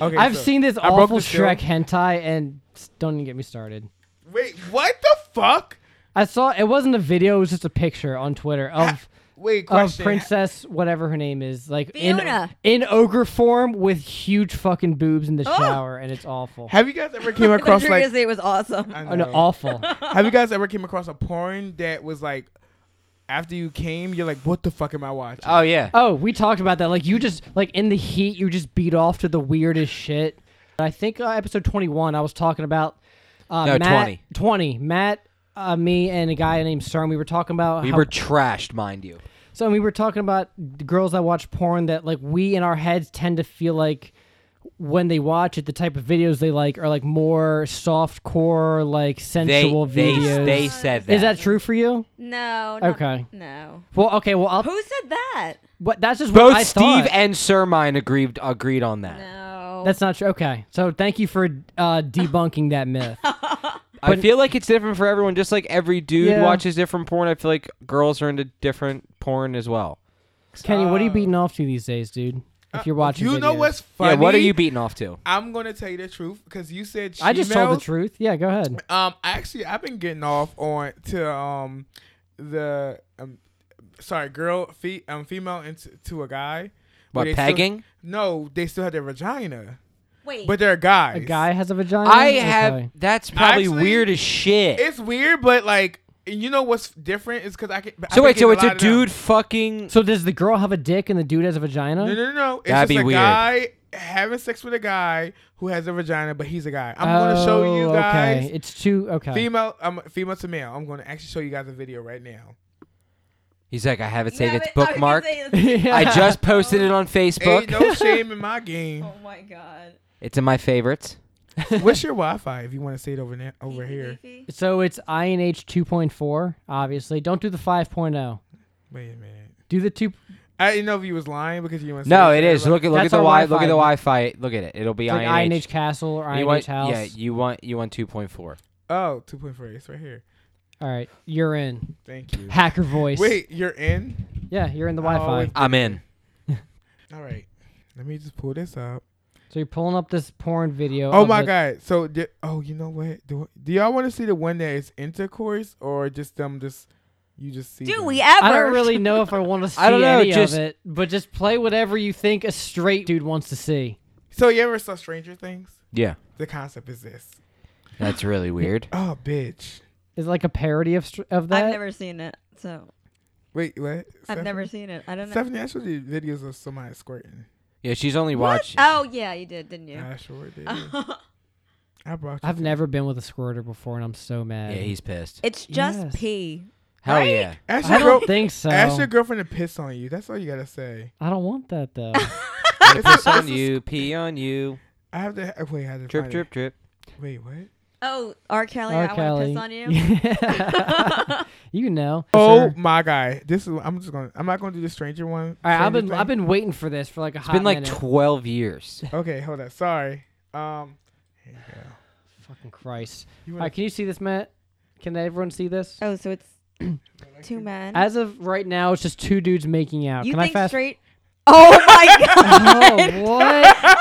Speaker 2: Okay.
Speaker 1: Uh, I've
Speaker 2: so-
Speaker 1: seen this
Speaker 2: I broke
Speaker 1: awful
Speaker 2: the seal.
Speaker 1: Shrek hentai, and s- don't even get me started.
Speaker 2: Wait, what the fuck?
Speaker 1: I saw it wasn't a video; it was just a picture on Twitter of
Speaker 2: Wait,
Speaker 1: of
Speaker 2: question.
Speaker 1: Um, princess whatever her name is, like
Speaker 3: Fiona.
Speaker 1: in in ogre form with huge fucking boobs in the
Speaker 3: Oh.
Speaker 1: shower, and it's awful.
Speaker 2: Have you guys ever came
Speaker 3: I thought
Speaker 2: across
Speaker 3: you were
Speaker 2: like?
Speaker 3: gonna say it was awesome.
Speaker 2: I
Speaker 1: Oh, no,
Speaker 2: know.
Speaker 1: awful.
Speaker 2: Have you guys ever came across a porn that was like, after you came, you're like, what the fuck am I watching?
Speaker 4: Oh, yeah.
Speaker 1: Oh, we talked about that. Like you just like in the heat, you just beat off to the weirdest shit. And I think uh, episode twenty one, I was talking about uh,
Speaker 4: No,
Speaker 1: Matt,
Speaker 4: 20.
Speaker 1: twenty Matt, uh, me, and a guy named Stern. We were talking about
Speaker 4: We
Speaker 1: how,
Speaker 4: were trashed, mind you.
Speaker 1: so we were talking about the girls that watch porn that like we in our heads tend to feel like when they watch it, the type of videos they like are like more soft core, like
Speaker 4: They,
Speaker 1: sensual
Speaker 4: they,
Speaker 1: videos.
Speaker 4: they said that.
Speaker 1: Is that true for you?
Speaker 3: No. Not,
Speaker 1: Okay.
Speaker 3: No.
Speaker 1: Well, okay. Well, I'll,
Speaker 3: Who said that?
Speaker 1: but that's just what
Speaker 4: Both
Speaker 1: I
Speaker 4: Steve
Speaker 1: thought.
Speaker 4: and Sir Mine agreed, agreed on that.
Speaker 3: No.
Speaker 1: That's not true. Okay. So thank you for uh, debunking that myth.
Speaker 4: I feel like it's different for everyone. Just like every dude
Speaker 1: Yeah.
Speaker 4: watches different porn, I feel like girls are into different porn as well.
Speaker 1: Kenny, what are you beating off to these days, dude? If you're watching,
Speaker 2: Uh, You know
Speaker 1: videos.
Speaker 2: what's funny?
Speaker 4: Yeah, what are you beating off to?
Speaker 2: I'm gonna tell you the truth because you said
Speaker 1: I just told the
Speaker 2: Gmails.
Speaker 1: truth. Yeah, go ahead.
Speaker 2: Um, actually, I've been getting off on to um the um, sorry, girl, fe- um, female into to a guy. where
Speaker 4: What,
Speaker 2: they still-
Speaker 4: pegging?
Speaker 2: no, they still have their vagina,
Speaker 3: Wait.
Speaker 2: but they're guys.
Speaker 1: A guy has a vagina.
Speaker 4: I have.
Speaker 1: Oh, Okay.
Speaker 4: That's probably
Speaker 2: Actually,
Speaker 4: weird as shit.
Speaker 2: It's weird, but like, you know what's different is because I can. I've
Speaker 4: so
Speaker 2: been
Speaker 4: wait, so
Speaker 2: getting
Speaker 4: it's a
Speaker 2: lot of them.
Speaker 4: dude fucking.
Speaker 1: So does the girl have a dick and the dude has a vagina?
Speaker 2: No, no, no, no. It's just
Speaker 4: That'd be
Speaker 2: a
Speaker 4: weird.
Speaker 2: guy having sex with a guy who has a vagina, but he's a guy. I'm gonna show you
Speaker 1: Oh,
Speaker 2: guys
Speaker 1: Okay, it's too okay.
Speaker 2: female, um, female to male. I'm gonna actually show you guys a video right now.
Speaker 4: He's like, I have it
Speaker 3: You
Speaker 4: saved.
Speaker 3: have
Speaker 4: It's
Speaker 3: it- I was gonna
Speaker 4: bookmarked.
Speaker 3: say it's-
Speaker 1: Yeah.
Speaker 4: I just posted it on Facebook.
Speaker 2: Ain't no shame in my game.
Speaker 3: Oh my god.
Speaker 4: It's in my favorites.
Speaker 2: What's your Wi-Fi if you want to say it over na- over
Speaker 3: Beefy,
Speaker 2: here?
Speaker 3: beefy.
Speaker 1: so it's INH 2.4. Obviously, don't do the 5.0.
Speaker 2: Wait a minute.
Speaker 1: Do the two.
Speaker 2: I didn't know if you was lying because you want. to
Speaker 4: No,
Speaker 2: say
Speaker 4: it is.
Speaker 2: but-
Speaker 4: Look at look at
Speaker 1: That's
Speaker 4: the
Speaker 1: our
Speaker 4: wi. Look at the
Speaker 1: Wi-Fi.
Speaker 4: Wi-Fi. Look at it. It'll be
Speaker 1: Like
Speaker 4: INH.
Speaker 1: INH Castle or
Speaker 4: You
Speaker 1: INH
Speaker 4: want-
Speaker 1: House.
Speaker 4: Yeah, you want you want two point four.
Speaker 2: Oh, 2.4. It's right here.
Speaker 1: All right, you're in.
Speaker 2: Thank you.
Speaker 1: Hacker voice.
Speaker 2: Wait, you're in?
Speaker 1: Yeah, you're in the
Speaker 2: Oh,
Speaker 1: Wi-Fi.
Speaker 2: it's-
Speaker 4: I'm in.
Speaker 2: All right. Let me just pull this up.
Speaker 1: So you're pulling up this porn video.
Speaker 2: Oh
Speaker 1: of
Speaker 2: my
Speaker 1: it.
Speaker 2: god! So, di- oh, you know what? Do, do y'all want to see the one that is intercourse or just them? Just you just see.
Speaker 3: Do
Speaker 2: them?
Speaker 3: we ever?
Speaker 1: I don't really know if I want to see
Speaker 4: I don't know,
Speaker 1: any
Speaker 4: just-
Speaker 1: of it, but just play whatever you think a straight dude wants to see.
Speaker 2: So you ever saw Stranger Things?
Speaker 4: Yeah.
Speaker 2: The concept is this.
Speaker 4: That's really weird.
Speaker 2: Oh, bitch!
Speaker 1: Is it like a parody of str- of that?
Speaker 3: I've never seen it, so
Speaker 2: Wait, what?
Speaker 3: I've never seen it. I don't know.
Speaker 2: Stephanie, I showed you videos of somebody squirting.
Speaker 4: Yeah, she's only
Speaker 3: What?
Speaker 4: watched.
Speaker 3: Oh yeah, Uh-huh. you did, didn't you?
Speaker 2: I sure did. I brought. You
Speaker 1: I've never been with a squirter before, and I'm so
Speaker 4: Yeah,
Speaker 1: mad.
Speaker 4: he's pissed.
Speaker 3: it's just
Speaker 1: Yes.
Speaker 3: pee.
Speaker 4: Hell
Speaker 3: Right?
Speaker 4: yeah.
Speaker 2: ask
Speaker 1: I
Speaker 2: your girl.
Speaker 1: don't think so.
Speaker 2: Ask your girlfriend to piss on you. That's all you gotta say.
Speaker 1: I don't want that though.
Speaker 2: It's a-
Speaker 4: Piss on
Speaker 2: it's a-
Speaker 4: you, pee on you,
Speaker 2: I have to. uh, Wait, I have to.
Speaker 4: drip,
Speaker 2: find
Speaker 4: drip, drip.
Speaker 2: It. Wait, what?
Speaker 3: Oh, R. Kelly,
Speaker 1: R.
Speaker 3: I want to
Speaker 1: Kelly.
Speaker 3: piss on you.
Speaker 1: Yeah. you know.
Speaker 2: Oh
Speaker 1: Sure.
Speaker 2: my god! This is. I'm just gonna. I'm not gonna do the stranger one.
Speaker 1: All right, I've
Speaker 2: stranger
Speaker 1: been
Speaker 2: thing.
Speaker 1: I've been waiting for this for like a
Speaker 4: It's
Speaker 1: hot
Speaker 4: been like
Speaker 1: minute.
Speaker 4: 12 years.
Speaker 2: Okay, hold on. Sorry. Um, here you go.
Speaker 1: Fucking Christ!
Speaker 2: You
Speaker 1: All
Speaker 2: wanna-
Speaker 1: right, can you see this, Matt? Can everyone see this?
Speaker 3: Oh, so it's two men.
Speaker 1: As of right now, it's just two dudes making out.
Speaker 3: you
Speaker 1: can
Speaker 3: think
Speaker 1: I fast?
Speaker 3: straight? Oh my god!
Speaker 1: Oh, what?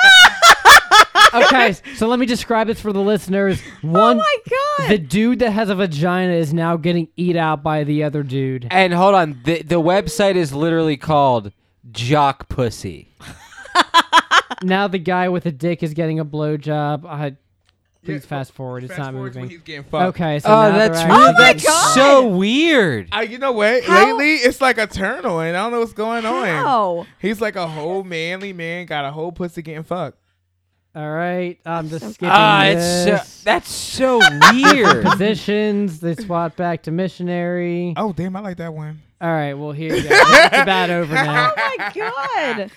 Speaker 1: okay, so let me describe this for the listeners.
Speaker 3: oh
Speaker 1: One,
Speaker 3: my god!
Speaker 1: the dude that has a vagina is now getting eat out by the other
Speaker 3: Uh.
Speaker 1: dude.
Speaker 4: And hold on, the, the website is literally called Jock Pussy.
Speaker 1: Now the guy with a dick is getting a blowjob. Uh,
Speaker 2: Yeah,
Speaker 1: please fast forward. It's
Speaker 2: fast
Speaker 1: not
Speaker 2: forward to When
Speaker 1: moving.
Speaker 2: he's getting fucked.
Speaker 1: Okay, so
Speaker 4: Oh, Ah,
Speaker 1: now
Speaker 4: that's
Speaker 1: they're
Speaker 4: really,
Speaker 1: actually-
Speaker 4: that's
Speaker 3: God.
Speaker 4: so weird.
Speaker 2: I, you know what?
Speaker 3: How-
Speaker 2: Lately, it's like a turn on. I don't know what's going on.
Speaker 3: How?
Speaker 2: He's like a whole manly man, got a whole pussy getting fucked.
Speaker 1: All right, I'm just skipping
Speaker 4: Ah, it's so,
Speaker 1: this.
Speaker 4: that's so weird.
Speaker 1: Positions. They swat back to missionary.
Speaker 2: Oh damn, I like that one.
Speaker 1: All right, well here you go. It's about over now.
Speaker 3: Oh my god!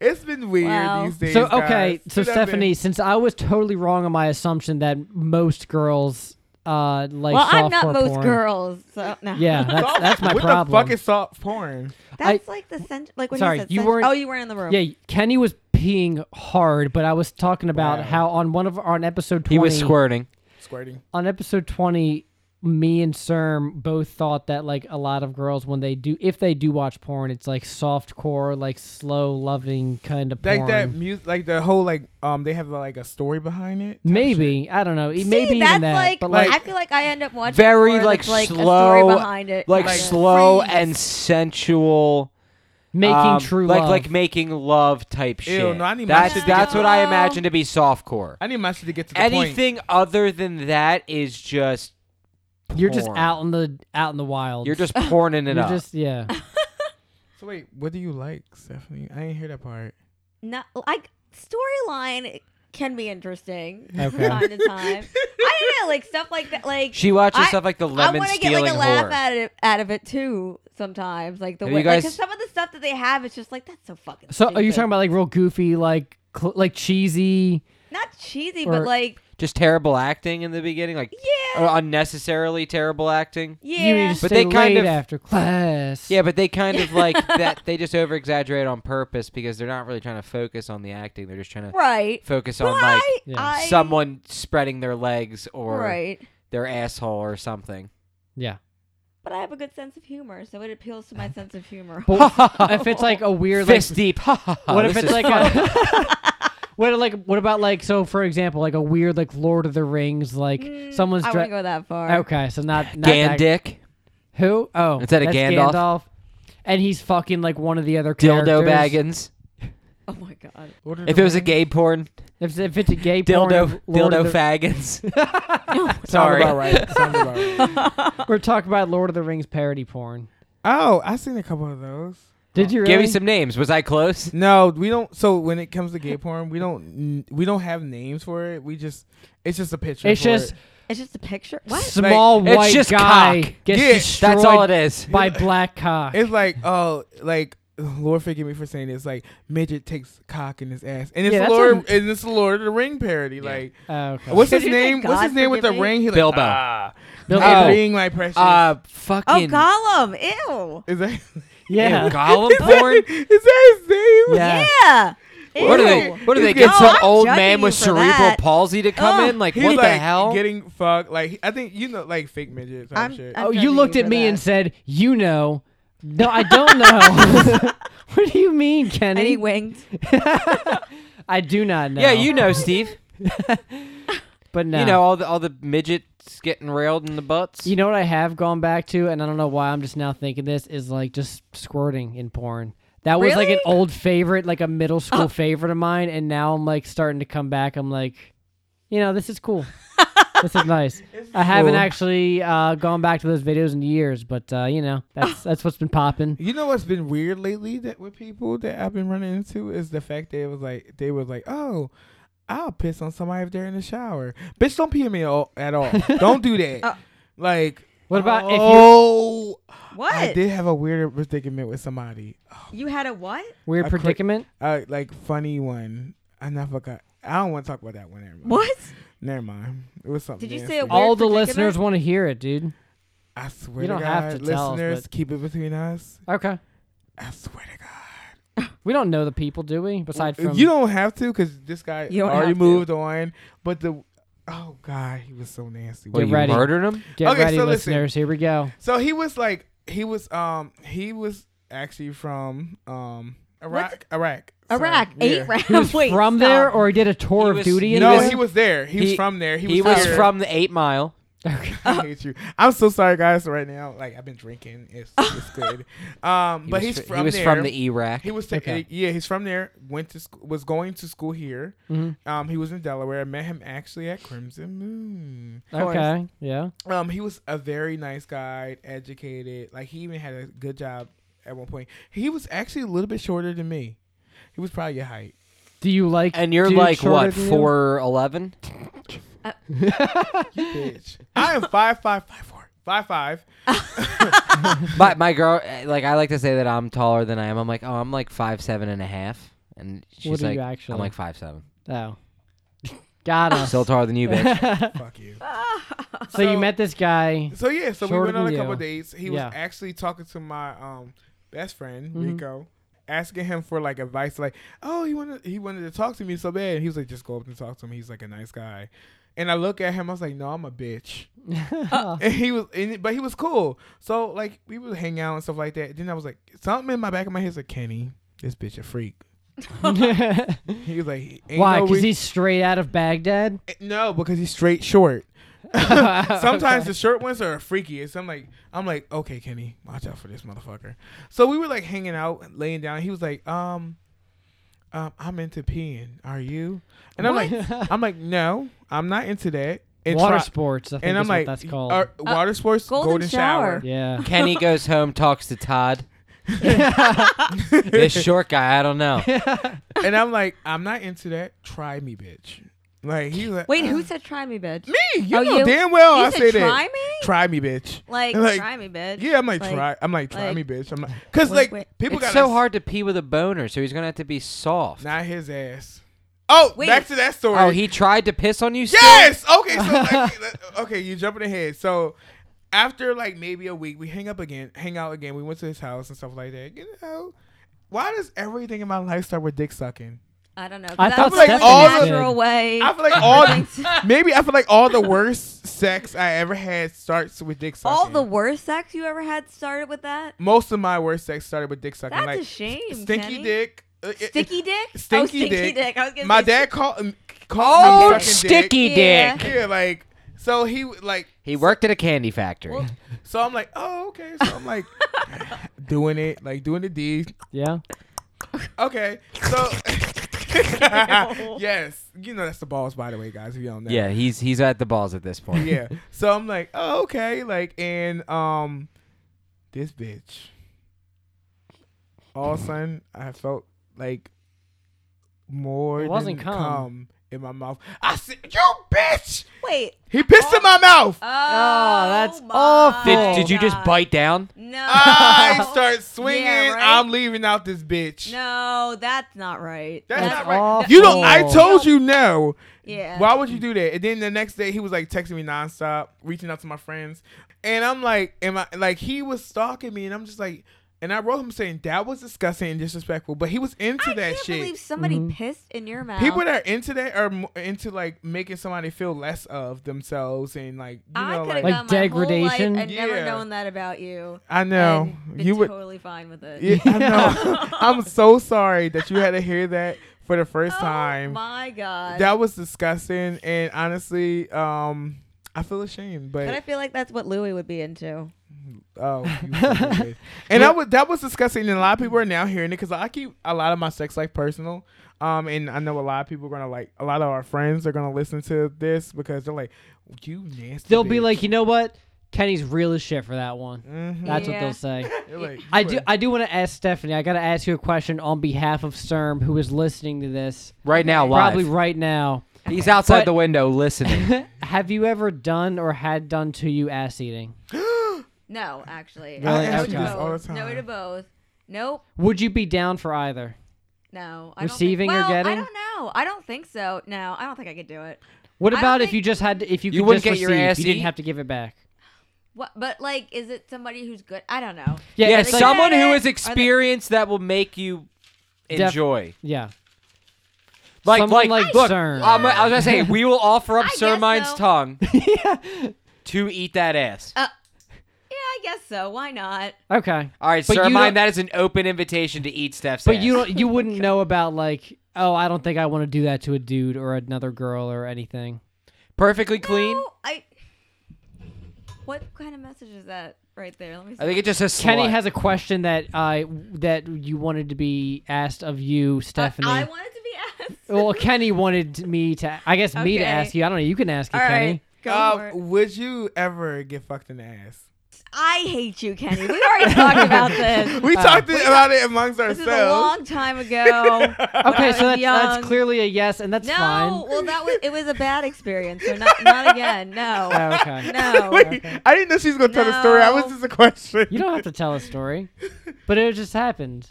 Speaker 2: It's been weird
Speaker 3: Wow.
Speaker 2: these days.
Speaker 1: So okay,
Speaker 2: guys.
Speaker 1: so
Speaker 2: It has been-
Speaker 1: Stephanie, since I was totally wrong on my assumption that most girls uh like
Speaker 3: well, I'm not
Speaker 1: softcore
Speaker 3: most
Speaker 1: porn.
Speaker 3: girls, so no.
Speaker 1: Yeah, that's, that's my
Speaker 2: what
Speaker 1: problem.
Speaker 2: the fuck is soft porn?
Speaker 3: that's like the cent. Like when
Speaker 1: Sorry,
Speaker 3: he said
Speaker 1: you
Speaker 3: cent-
Speaker 1: weren't-
Speaker 3: Oh, you weren't in the room.
Speaker 1: yeah, Kenny was peeing hard, but I was talking about
Speaker 2: Wow.
Speaker 1: how on one of on episode 20
Speaker 4: he was squirting.
Speaker 2: Squirting.
Speaker 1: on episode 20 me and Serm both thought that like a lot of girls when they do if they do watch porn it's like soft core like slow loving kind of porn.
Speaker 2: Like that music, like the whole like um, they have like a story behind it. type shit.
Speaker 1: maybe I don't know. E,
Speaker 3: See,
Speaker 1: maybe
Speaker 3: that's
Speaker 1: even that.
Speaker 3: like,
Speaker 1: but like
Speaker 3: I feel like I end up watching
Speaker 4: Very,
Speaker 3: more
Speaker 4: like,
Speaker 3: that's, like a
Speaker 4: slow,
Speaker 3: story behind it.
Speaker 4: Like,
Speaker 3: kinda.
Speaker 4: slow and sensual.
Speaker 1: making
Speaker 4: um,
Speaker 1: true
Speaker 4: like,
Speaker 1: love.
Speaker 4: Like making love type
Speaker 2: Ew,
Speaker 4: shit.
Speaker 2: no, I need my
Speaker 4: that's
Speaker 3: shit to
Speaker 4: that's
Speaker 3: get-
Speaker 4: what I
Speaker 3: No.
Speaker 4: imagine to be softcore.
Speaker 2: I need my shit to get to the point.
Speaker 4: Anything other than that is just
Speaker 1: you're just
Speaker 4: porn.
Speaker 1: out in the out in the wild.
Speaker 4: You're just porning it
Speaker 1: You're
Speaker 4: up.
Speaker 1: just yeah.
Speaker 2: So wait, what do you like, Stephanie? I didn't hear that part.
Speaker 3: No, like storyline can be interesting
Speaker 1: Okay.
Speaker 3: from time to time. I don't know, like stuff like that. Like
Speaker 4: she watches
Speaker 3: I-
Speaker 4: stuff like the
Speaker 3: I
Speaker 4: lemon
Speaker 3: want to get
Speaker 4: stealing
Speaker 3: like a laugh
Speaker 4: whore.
Speaker 3: out of out of it too. Sometimes, like the
Speaker 4: Have
Speaker 3: way,
Speaker 4: you
Speaker 3: like, 'cause
Speaker 4: guys-
Speaker 3: some of the stuff that they have, it's just like that's so fucking.
Speaker 1: So are you
Speaker 3: stupid.
Speaker 1: talking about like real goofy like cl- like cheesy?
Speaker 3: not cheesy,
Speaker 1: or-
Speaker 3: but like
Speaker 4: just terrible acting in the beginning, like
Speaker 3: yeah,
Speaker 4: uh, unnecessarily terrible acting.
Speaker 3: yeah.
Speaker 1: You need to
Speaker 4: But
Speaker 1: stay
Speaker 4: they kind
Speaker 1: late
Speaker 4: of-
Speaker 1: after class.
Speaker 4: Yeah, but they kind of like that. They just over exaggerate on purpose because they're not really trying to focus on the acting. They're just trying to
Speaker 3: right.
Speaker 4: focus
Speaker 3: But
Speaker 4: on like
Speaker 3: I,
Speaker 1: Yeah.
Speaker 3: I-
Speaker 4: someone spreading their legs or
Speaker 3: right.
Speaker 4: their asshole or something.
Speaker 1: yeah.
Speaker 3: But I have a good sense of humor, so it appeals to my sense of humor.
Speaker 1: But if it's like a weird like,
Speaker 4: Fist deep. Ha, ha, ha,
Speaker 1: what if
Speaker 4: this
Speaker 1: it's
Speaker 4: is
Speaker 1: like
Speaker 4: fun.
Speaker 1: a what like what about like so for example like a weird like Lord of the Rings like
Speaker 3: Mm,
Speaker 1: someone's Oh.
Speaker 3: I
Speaker 1: dre-
Speaker 3: wouldn't go that far.
Speaker 1: okay so not, not that-
Speaker 4: Gandick?
Speaker 1: who oh
Speaker 4: Is that a
Speaker 1: that's
Speaker 4: Gandalf?
Speaker 1: and he's fucking like one of the other
Speaker 4: Dildo
Speaker 1: characters.
Speaker 4: Baggins.
Speaker 3: Oh my god.
Speaker 2: What are
Speaker 4: If
Speaker 2: the
Speaker 4: it was a
Speaker 2: women-
Speaker 4: gay porn,
Speaker 1: if, if it's a gay porn,
Speaker 4: dildo
Speaker 1: of Lord
Speaker 4: dildo
Speaker 1: of the-
Speaker 4: faggins.
Speaker 2: Sounds
Speaker 4: Sorry.
Speaker 2: about right. Sounds about right.
Speaker 1: we're talking about Lord of the Rings parody porn
Speaker 2: Oh, I seen a couple of those.
Speaker 1: did you really?
Speaker 4: Give me some names. Was I close?
Speaker 2: No, we don't. So when it comes to gay porn, we don't we don't have names for it. We just it's just a picture.
Speaker 1: it's
Speaker 2: for
Speaker 1: just
Speaker 2: it.
Speaker 3: It's just a picture. What?
Speaker 1: small
Speaker 4: Like, it's
Speaker 1: white
Speaker 4: just
Speaker 1: guy
Speaker 4: cock.
Speaker 1: gets
Speaker 2: Yeah, that's
Speaker 1: destroyed
Speaker 4: That's all it is.
Speaker 1: by black cock
Speaker 2: it's like oh like Lord forgive me for saying this like midget takes cock in his ass and it's
Speaker 1: Yeah, that's
Speaker 2: Lord
Speaker 1: what-
Speaker 2: and it's Lord of the Ring parody like
Speaker 1: oh, okay.
Speaker 2: what's his
Speaker 3: Did you say
Speaker 2: name what's
Speaker 3: God
Speaker 2: his name with the
Speaker 3: forgive me?
Speaker 2: ring he like
Speaker 4: Bilbo.
Speaker 2: ah,
Speaker 1: Bilbo.
Speaker 2: I'm being my precious
Speaker 4: Uh,
Speaker 3: Oh,
Speaker 4: fucking.
Speaker 3: Gollum. Ew.
Speaker 2: is that
Speaker 1: Yeah.
Speaker 4: Ew, Gollum porn.
Speaker 2: Is that his name?
Speaker 1: Yeah.
Speaker 3: Yeah.
Speaker 4: What do they?
Speaker 3: Ew.
Speaker 4: What do they
Speaker 2: He's
Speaker 4: get some
Speaker 3: getting-
Speaker 4: old
Speaker 3: I'm
Speaker 4: man
Speaker 3: judging
Speaker 4: with
Speaker 3: you for
Speaker 4: cerebral
Speaker 3: that.
Speaker 4: palsy to come
Speaker 3: Ugh.
Speaker 4: in? Like
Speaker 2: He's
Speaker 4: what
Speaker 2: like
Speaker 4: the hell?
Speaker 2: getting fucked. Like I think you know, like fake midget type
Speaker 3: I'm-
Speaker 2: shit.
Speaker 3: I'm-
Speaker 1: Oh, you
Speaker 3: judging
Speaker 1: looked
Speaker 3: you
Speaker 1: at
Speaker 3: for
Speaker 1: me
Speaker 3: that.
Speaker 1: and said, "You know." No, I don't know. what do you mean,
Speaker 3: And he
Speaker 1: Kenny?
Speaker 3: winked.
Speaker 1: I do not know.
Speaker 4: Yeah, you know, Steve.
Speaker 1: But no.
Speaker 4: You know all the all the midgets getting railed in the butts.
Speaker 1: You know what I have gone back to, and I don't know why I'm just now thinking this is like just squirting in porn. That was like an
Speaker 3: Really? Oh.
Speaker 1: old favorite, like a middle school favorite of mine, and now I'm like starting to come back. I'm like, you know, this is cool. this is nice. I haven't
Speaker 4: cool.
Speaker 1: actually uh, gone back to those videos in years, but uh, you know,
Speaker 3: Oh.
Speaker 1: that's that's what's been popping.
Speaker 2: You know what's been weird lately that with people that I've been running into is the fact that it was like they was like, oh, I'll piss on somebody if they're in the shower. Bitch, don't pee on me all, at all. don't do that.
Speaker 3: Uh,
Speaker 2: like,
Speaker 1: What about if you
Speaker 2: oh,
Speaker 3: What?
Speaker 2: I did have a weird predicament with somebody.
Speaker 3: You had a what?
Speaker 1: weird
Speaker 2: I cra-
Speaker 1: predicament?
Speaker 2: Uh, like funny one. I not forgot. I don't want to talk about that one. Never mind.
Speaker 3: What?
Speaker 2: Never mind. It was something.
Speaker 3: Did you
Speaker 2: nasty.
Speaker 3: say a weird
Speaker 1: All the
Speaker 3: predicament?
Speaker 1: listeners want to hear it, dude.
Speaker 2: I swear
Speaker 1: You don't
Speaker 2: to God,
Speaker 1: have to
Speaker 2: listeners,
Speaker 1: tell us, but-
Speaker 2: keep it between us.
Speaker 1: Okay,
Speaker 2: I swear to God.
Speaker 1: we don't know the people, do we? Beside from
Speaker 2: you don't have to because this guy
Speaker 3: You don't
Speaker 2: already
Speaker 3: have to.
Speaker 2: moved on. But the oh god, he was so nasty.
Speaker 4: Well,
Speaker 1: Get
Speaker 4: you
Speaker 1: ready.
Speaker 4: murdered him.
Speaker 1: get
Speaker 2: Okay,
Speaker 1: ready,
Speaker 2: so listen.
Speaker 1: listeners. Here we go.
Speaker 2: So he was like he was um he was actually from um Iraq Iraq sorry.
Speaker 3: Iraq.
Speaker 2: Yeah.
Speaker 3: Eight rounds.
Speaker 1: He was
Speaker 3: Wait,
Speaker 1: from
Speaker 3: stop.
Speaker 1: there, or he did a tour
Speaker 4: He
Speaker 1: of
Speaker 4: was-
Speaker 1: duty. in
Speaker 2: No,
Speaker 1: there?
Speaker 2: he was there. He, was
Speaker 4: He-
Speaker 2: from there. He was,
Speaker 4: He was
Speaker 2: here.
Speaker 4: from the Eight Mile.
Speaker 2: I hate you. I'm so sorry, guys. Right now, like I've been drinking. It's, it's good. Um,
Speaker 4: He
Speaker 2: but
Speaker 4: was
Speaker 2: he's
Speaker 4: fr-
Speaker 2: from
Speaker 4: he was
Speaker 2: there.
Speaker 4: from the E- Iraq.
Speaker 2: He was ta-
Speaker 1: Okay.
Speaker 2: yeah, he's from there. Went to school, was going to school here. Um, he was in Delaware. I met him actually at Crimson Moon.
Speaker 1: Okay. Yeah.
Speaker 2: Um, he was a very nice guy, educated. Like he even had a good job at one point. He was actually a little bit shorter than me. He was probably your height.
Speaker 1: Do you like?
Speaker 4: and you're
Speaker 1: dudes
Speaker 4: like
Speaker 1: shorter
Speaker 4: what
Speaker 1: than you?
Speaker 4: four eleven?
Speaker 2: You bitch. I am five five five four five five.
Speaker 4: my my girl, uh, like I like to say that I'm taller than I am. I'm like, oh, I'm like five seven and a half, and she's
Speaker 1: are
Speaker 4: like,
Speaker 1: you actually?
Speaker 4: I'm like five seven.
Speaker 1: Oh. Got us.
Speaker 4: Still taller than you, bitch.
Speaker 2: Fuck you.
Speaker 1: so you met this guy.
Speaker 2: So yeah, so
Speaker 1: Shorter
Speaker 2: we went on
Speaker 1: than
Speaker 2: a couple
Speaker 1: you.
Speaker 2: dates. He
Speaker 1: Yeah. Mm-hmm.
Speaker 2: was actually talking to my um best friend Rico, asking him for like advice, like, oh, he wanted he wanted to talk to me so bad. And he was like, just go up and talk to him. He's like a nice guy. And I look at him, I was like, no, I'm a bitch. and he was, and, but he was cool. So like we would hang out and stuff like that. Then I was like, something in my back of my head is like, Kenny, this bitch a freak.
Speaker 1: Why?
Speaker 2: He was like, "Ain't no
Speaker 1: Because
Speaker 2: re-
Speaker 1: he's straight out of Baghdad.
Speaker 2: no, because he's straight short. Sometimes
Speaker 1: Okay.
Speaker 2: the short ones are freaky. So I'm like, I'm like, okay, Kenny, watch out for this motherfucker. So we were like hanging out, laying down. He was like, um, um, I'm into peeing. Are you? And I'm like, I'm like, no, I'm not into that. And
Speaker 1: Water
Speaker 2: try-
Speaker 1: sports. I think
Speaker 2: And I'm
Speaker 1: is
Speaker 2: like,
Speaker 1: what that's called.
Speaker 2: "Are- water sports, golden,
Speaker 3: Uh, golden
Speaker 2: shower.
Speaker 3: shower.
Speaker 1: yeah.
Speaker 4: Kenny goes home, talks to Todd. this short guy, I don't know.
Speaker 2: and I'm like, I'm not into that. Try me, bitch. Like he was like,
Speaker 3: Wait,
Speaker 2: "Uh,
Speaker 3: who said try me, bitch?
Speaker 2: me? You
Speaker 3: Oh,
Speaker 2: know
Speaker 3: you?
Speaker 2: damn well
Speaker 3: You
Speaker 2: I
Speaker 3: said
Speaker 2: say that.
Speaker 3: try me?
Speaker 2: Try me, bitch.
Speaker 3: Like,
Speaker 2: Like,
Speaker 3: try me, bitch.
Speaker 2: Yeah, I'm like,
Speaker 3: Like-
Speaker 2: try. I'm like try
Speaker 3: like-
Speaker 2: me, bitch. I'm like, cause
Speaker 3: Wait,
Speaker 2: like
Speaker 3: wait.
Speaker 2: people
Speaker 4: It's
Speaker 2: got
Speaker 4: so hard to pee with a boner, so he's gonna have to be soft.
Speaker 2: Not his ass. Oh,
Speaker 3: Wait.
Speaker 2: back to that story.
Speaker 4: Oh, he tried to piss on you. still?
Speaker 2: yes. Okay, so like, let- okay, you jumping ahead. So after like maybe a week, we hang up again, hang out again. We went to his house and stuff like that. You know, why does everything in my life start with dick sucking?
Speaker 3: I don't know. 'cause
Speaker 1: I
Speaker 3: that
Speaker 1: thought
Speaker 3: was like
Speaker 2: Stephanie
Speaker 3: all
Speaker 2: did.
Speaker 3: natural way.
Speaker 2: I feel like all the, maybe I feel like all the worst sex I ever had starts with dick sucking.
Speaker 3: all the worst sex you ever had started with that
Speaker 2: most of my worst sex started with dick sucking.
Speaker 3: That's
Speaker 2: like
Speaker 3: a shame,
Speaker 2: Stinky
Speaker 3: Kenny.
Speaker 2: dick. uh, it- it-
Speaker 3: stinky dick.
Speaker 2: Stinky,
Speaker 3: oh, stinky
Speaker 2: dick.
Speaker 3: dick. I was gonna
Speaker 2: My
Speaker 3: say
Speaker 2: dad called
Speaker 4: Oh,
Speaker 2: called him sucking dick.
Speaker 4: sticky
Speaker 3: Yeah.
Speaker 4: dick.
Speaker 2: Yeah, like so he like
Speaker 4: He worked at a candy factory.
Speaker 2: Well, so I'm like, oh, okay. So I'm like doing it, like doing the D.
Speaker 1: Yeah.
Speaker 2: Okay. So Yes. You know that's the balls by the way, guys, if you don't know.
Speaker 4: yeah, he's he's at the balls at this point.
Speaker 2: Yeah. So I'm like, oh, okay, like and um this bitch. All of a sudden I felt like more
Speaker 1: It wasn't
Speaker 2: than
Speaker 1: cum.
Speaker 2: cum in my mouth. I said, You bitch!
Speaker 3: stinky- Wait.
Speaker 2: He pissed in my mouth.
Speaker 3: Oh,
Speaker 1: that's
Speaker 3: my
Speaker 1: awful.
Speaker 4: Did, did you just
Speaker 3: Oh, God.
Speaker 4: bite down?
Speaker 3: No.
Speaker 2: I start swinging.
Speaker 3: Yeah, right?
Speaker 2: I'm leaving out this bitch.
Speaker 3: No, that's not right.
Speaker 2: That's
Speaker 1: That's
Speaker 2: not right.
Speaker 1: awful.
Speaker 2: You don't. I
Speaker 1: No.
Speaker 2: told you no.
Speaker 3: Yeah.
Speaker 2: Why would you do that? And then the next day, he was like texting me nonstop, reaching out to my friends, and I'm like, am I like he was stalking me, and I'm just like, And I wrote him saying that was disgusting and disrespectful, but he was into
Speaker 3: I
Speaker 2: that
Speaker 3: can't
Speaker 2: shit.
Speaker 3: believe somebody
Speaker 1: Mm-hmm.
Speaker 3: pissed in your mouth.
Speaker 2: People that are into that are mo- into like making somebody feel less of themselves and like you
Speaker 3: I
Speaker 2: know
Speaker 3: could
Speaker 2: like
Speaker 3: have
Speaker 1: Like
Speaker 3: gone my whole
Speaker 1: degradation?
Speaker 3: life and never
Speaker 2: Yeah.
Speaker 3: known that about you.
Speaker 2: I know
Speaker 3: and been
Speaker 2: you would.
Speaker 3: totally fine with it.
Speaker 2: Yeah, I know. I'm so sorry that you had to hear that for the first
Speaker 3: Oh
Speaker 2: time.
Speaker 3: my god.
Speaker 2: That was disgusting, and honestly, um, I feel ashamed. But
Speaker 3: but I feel like that's what Louis would be into.
Speaker 2: Oh, you fucking bitch. and I was that was disgusting, and a lot of people are now hearing it because I keep a lot of my sex life personal. Um, and I know a lot of people are gonna like a lot of our friends are gonna listen to this because they're like, "You nasty."
Speaker 1: They'll be
Speaker 2: bitch."
Speaker 1: like, you know what? Kenny's real as shit for that one. That's what
Speaker 3: Yeah.
Speaker 1: they'll say.
Speaker 2: Mm-hmm. They're like,
Speaker 1: I
Speaker 2: "You
Speaker 1: do.
Speaker 2: are-
Speaker 1: I do want to ask Stephanie. I got to ask you a question on behalf of Serm, who is listening to this
Speaker 4: Right now, live.
Speaker 1: probably right now.
Speaker 4: He's outside
Speaker 1: But-
Speaker 4: the window listening.
Speaker 1: Have you ever done or had done to you ass eating?
Speaker 3: No, actually.
Speaker 1: Really?
Speaker 3: No,
Speaker 1: Okay.
Speaker 3: to
Speaker 1: This
Speaker 3: both.
Speaker 2: all the
Speaker 3: no to
Speaker 2: time.
Speaker 3: both. Nope.
Speaker 1: Would you be down for either?
Speaker 3: No. I
Speaker 1: Receiving or
Speaker 3: don't think, well,
Speaker 1: getting?
Speaker 3: I don't know. I don't think so. No, I don't think I could do it.
Speaker 1: What
Speaker 3: I don't
Speaker 1: about if
Speaker 3: think-
Speaker 1: you just had? If you,
Speaker 4: You
Speaker 1: could
Speaker 4: wouldn't
Speaker 1: just
Speaker 4: get your
Speaker 1: receive,
Speaker 4: ass
Speaker 1: You didn't
Speaker 4: eat?
Speaker 1: have to give it back.
Speaker 3: What? But like, is it somebody who's good? I don't know.
Speaker 1: Yeah,
Speaker 4: yeah,
Speaker 1: it's like-
Speaker 4: someone who is
Speaker 3: Are they-
Speaker 4: experienced that will make you
Speaker 1: Def-
Speaker 4: enjoy.
Speaker 1: Yeah.
Speaker 4: Like,
Speaker 1: Someone
Speaker 4: like,
Speaker 1: like
Speaker 4: look, uh,
Speaker 1: CERN.
Speaker 4: I'm- I was gonna say we will offer up
Speaker 3: I guess
Speaker 4: Sermine's
Speaker 3: so.
Speaker 4: tongue to eat that ass.
Speaker 3: Uh, Yeah, I guess so. Why not?
Speaker 1: Okay.
Speaker 4: All right,
Speaker 1: But you
Speaker 4: Sermine,
Speaker 1: don't-
Speaker 4: that is an open invitation to eat Steph's
Speaker 1: But
Speaker 4: ass.
Speaker 1: you don't. You wouldn't know about like. Oh, I don't think I want to do that to a dude or another girl or anything.
Speaker 4: perfectly clean.
Speaker 3: No, Oh, I. What kind of message is that right there? Let me see.
Speaker 4: I think it just says
Speaker 1: Kenny
Speaker 4: slut.
Speaker 1: has a question that I that you wanted to be asked of you, Stephanie.
Speaker 3: Uh, I wanted to be asked.
Speaker 1: well, Kenny wanted me to. I guess me to
Speaker 3: Okay.
Speaker 1: ask you. I don't know. You can ask it,
Speaker 3: All
Speaker 1: Kenny.
Speaker 3: right, go for
Speaker 2: Uh,
Speaker 3: it.
Speaker 2: would you ever get fucked in the ass?
Speaker 3: I hate you, Kenny. We already talked about this.
Speaker 2: We talked about it amongst
Speaker 3: This is
Speaker 2: ourselves.
Speaker 3: a long time ago. I
Speaker 1: Okay,
Speaker 3: was
Speaker 1: so that's,
Speaker 3: Uh, young.
Speaker 1: that's clearly a yes, and that's
Speaker 3: No,
Speaker 1: fine.
Speaker 3: well, that was it was a bad experience. So not not again. No,
Speaker 1: Oh, okay.
Speaker 3: no.
Speaker 2: Wait, I didn't know she was gonna tell the story. I was
Speaker 3: No.
Speaker 2: just a question.
Speaker 1: You don't have to tell a story, but it just happened.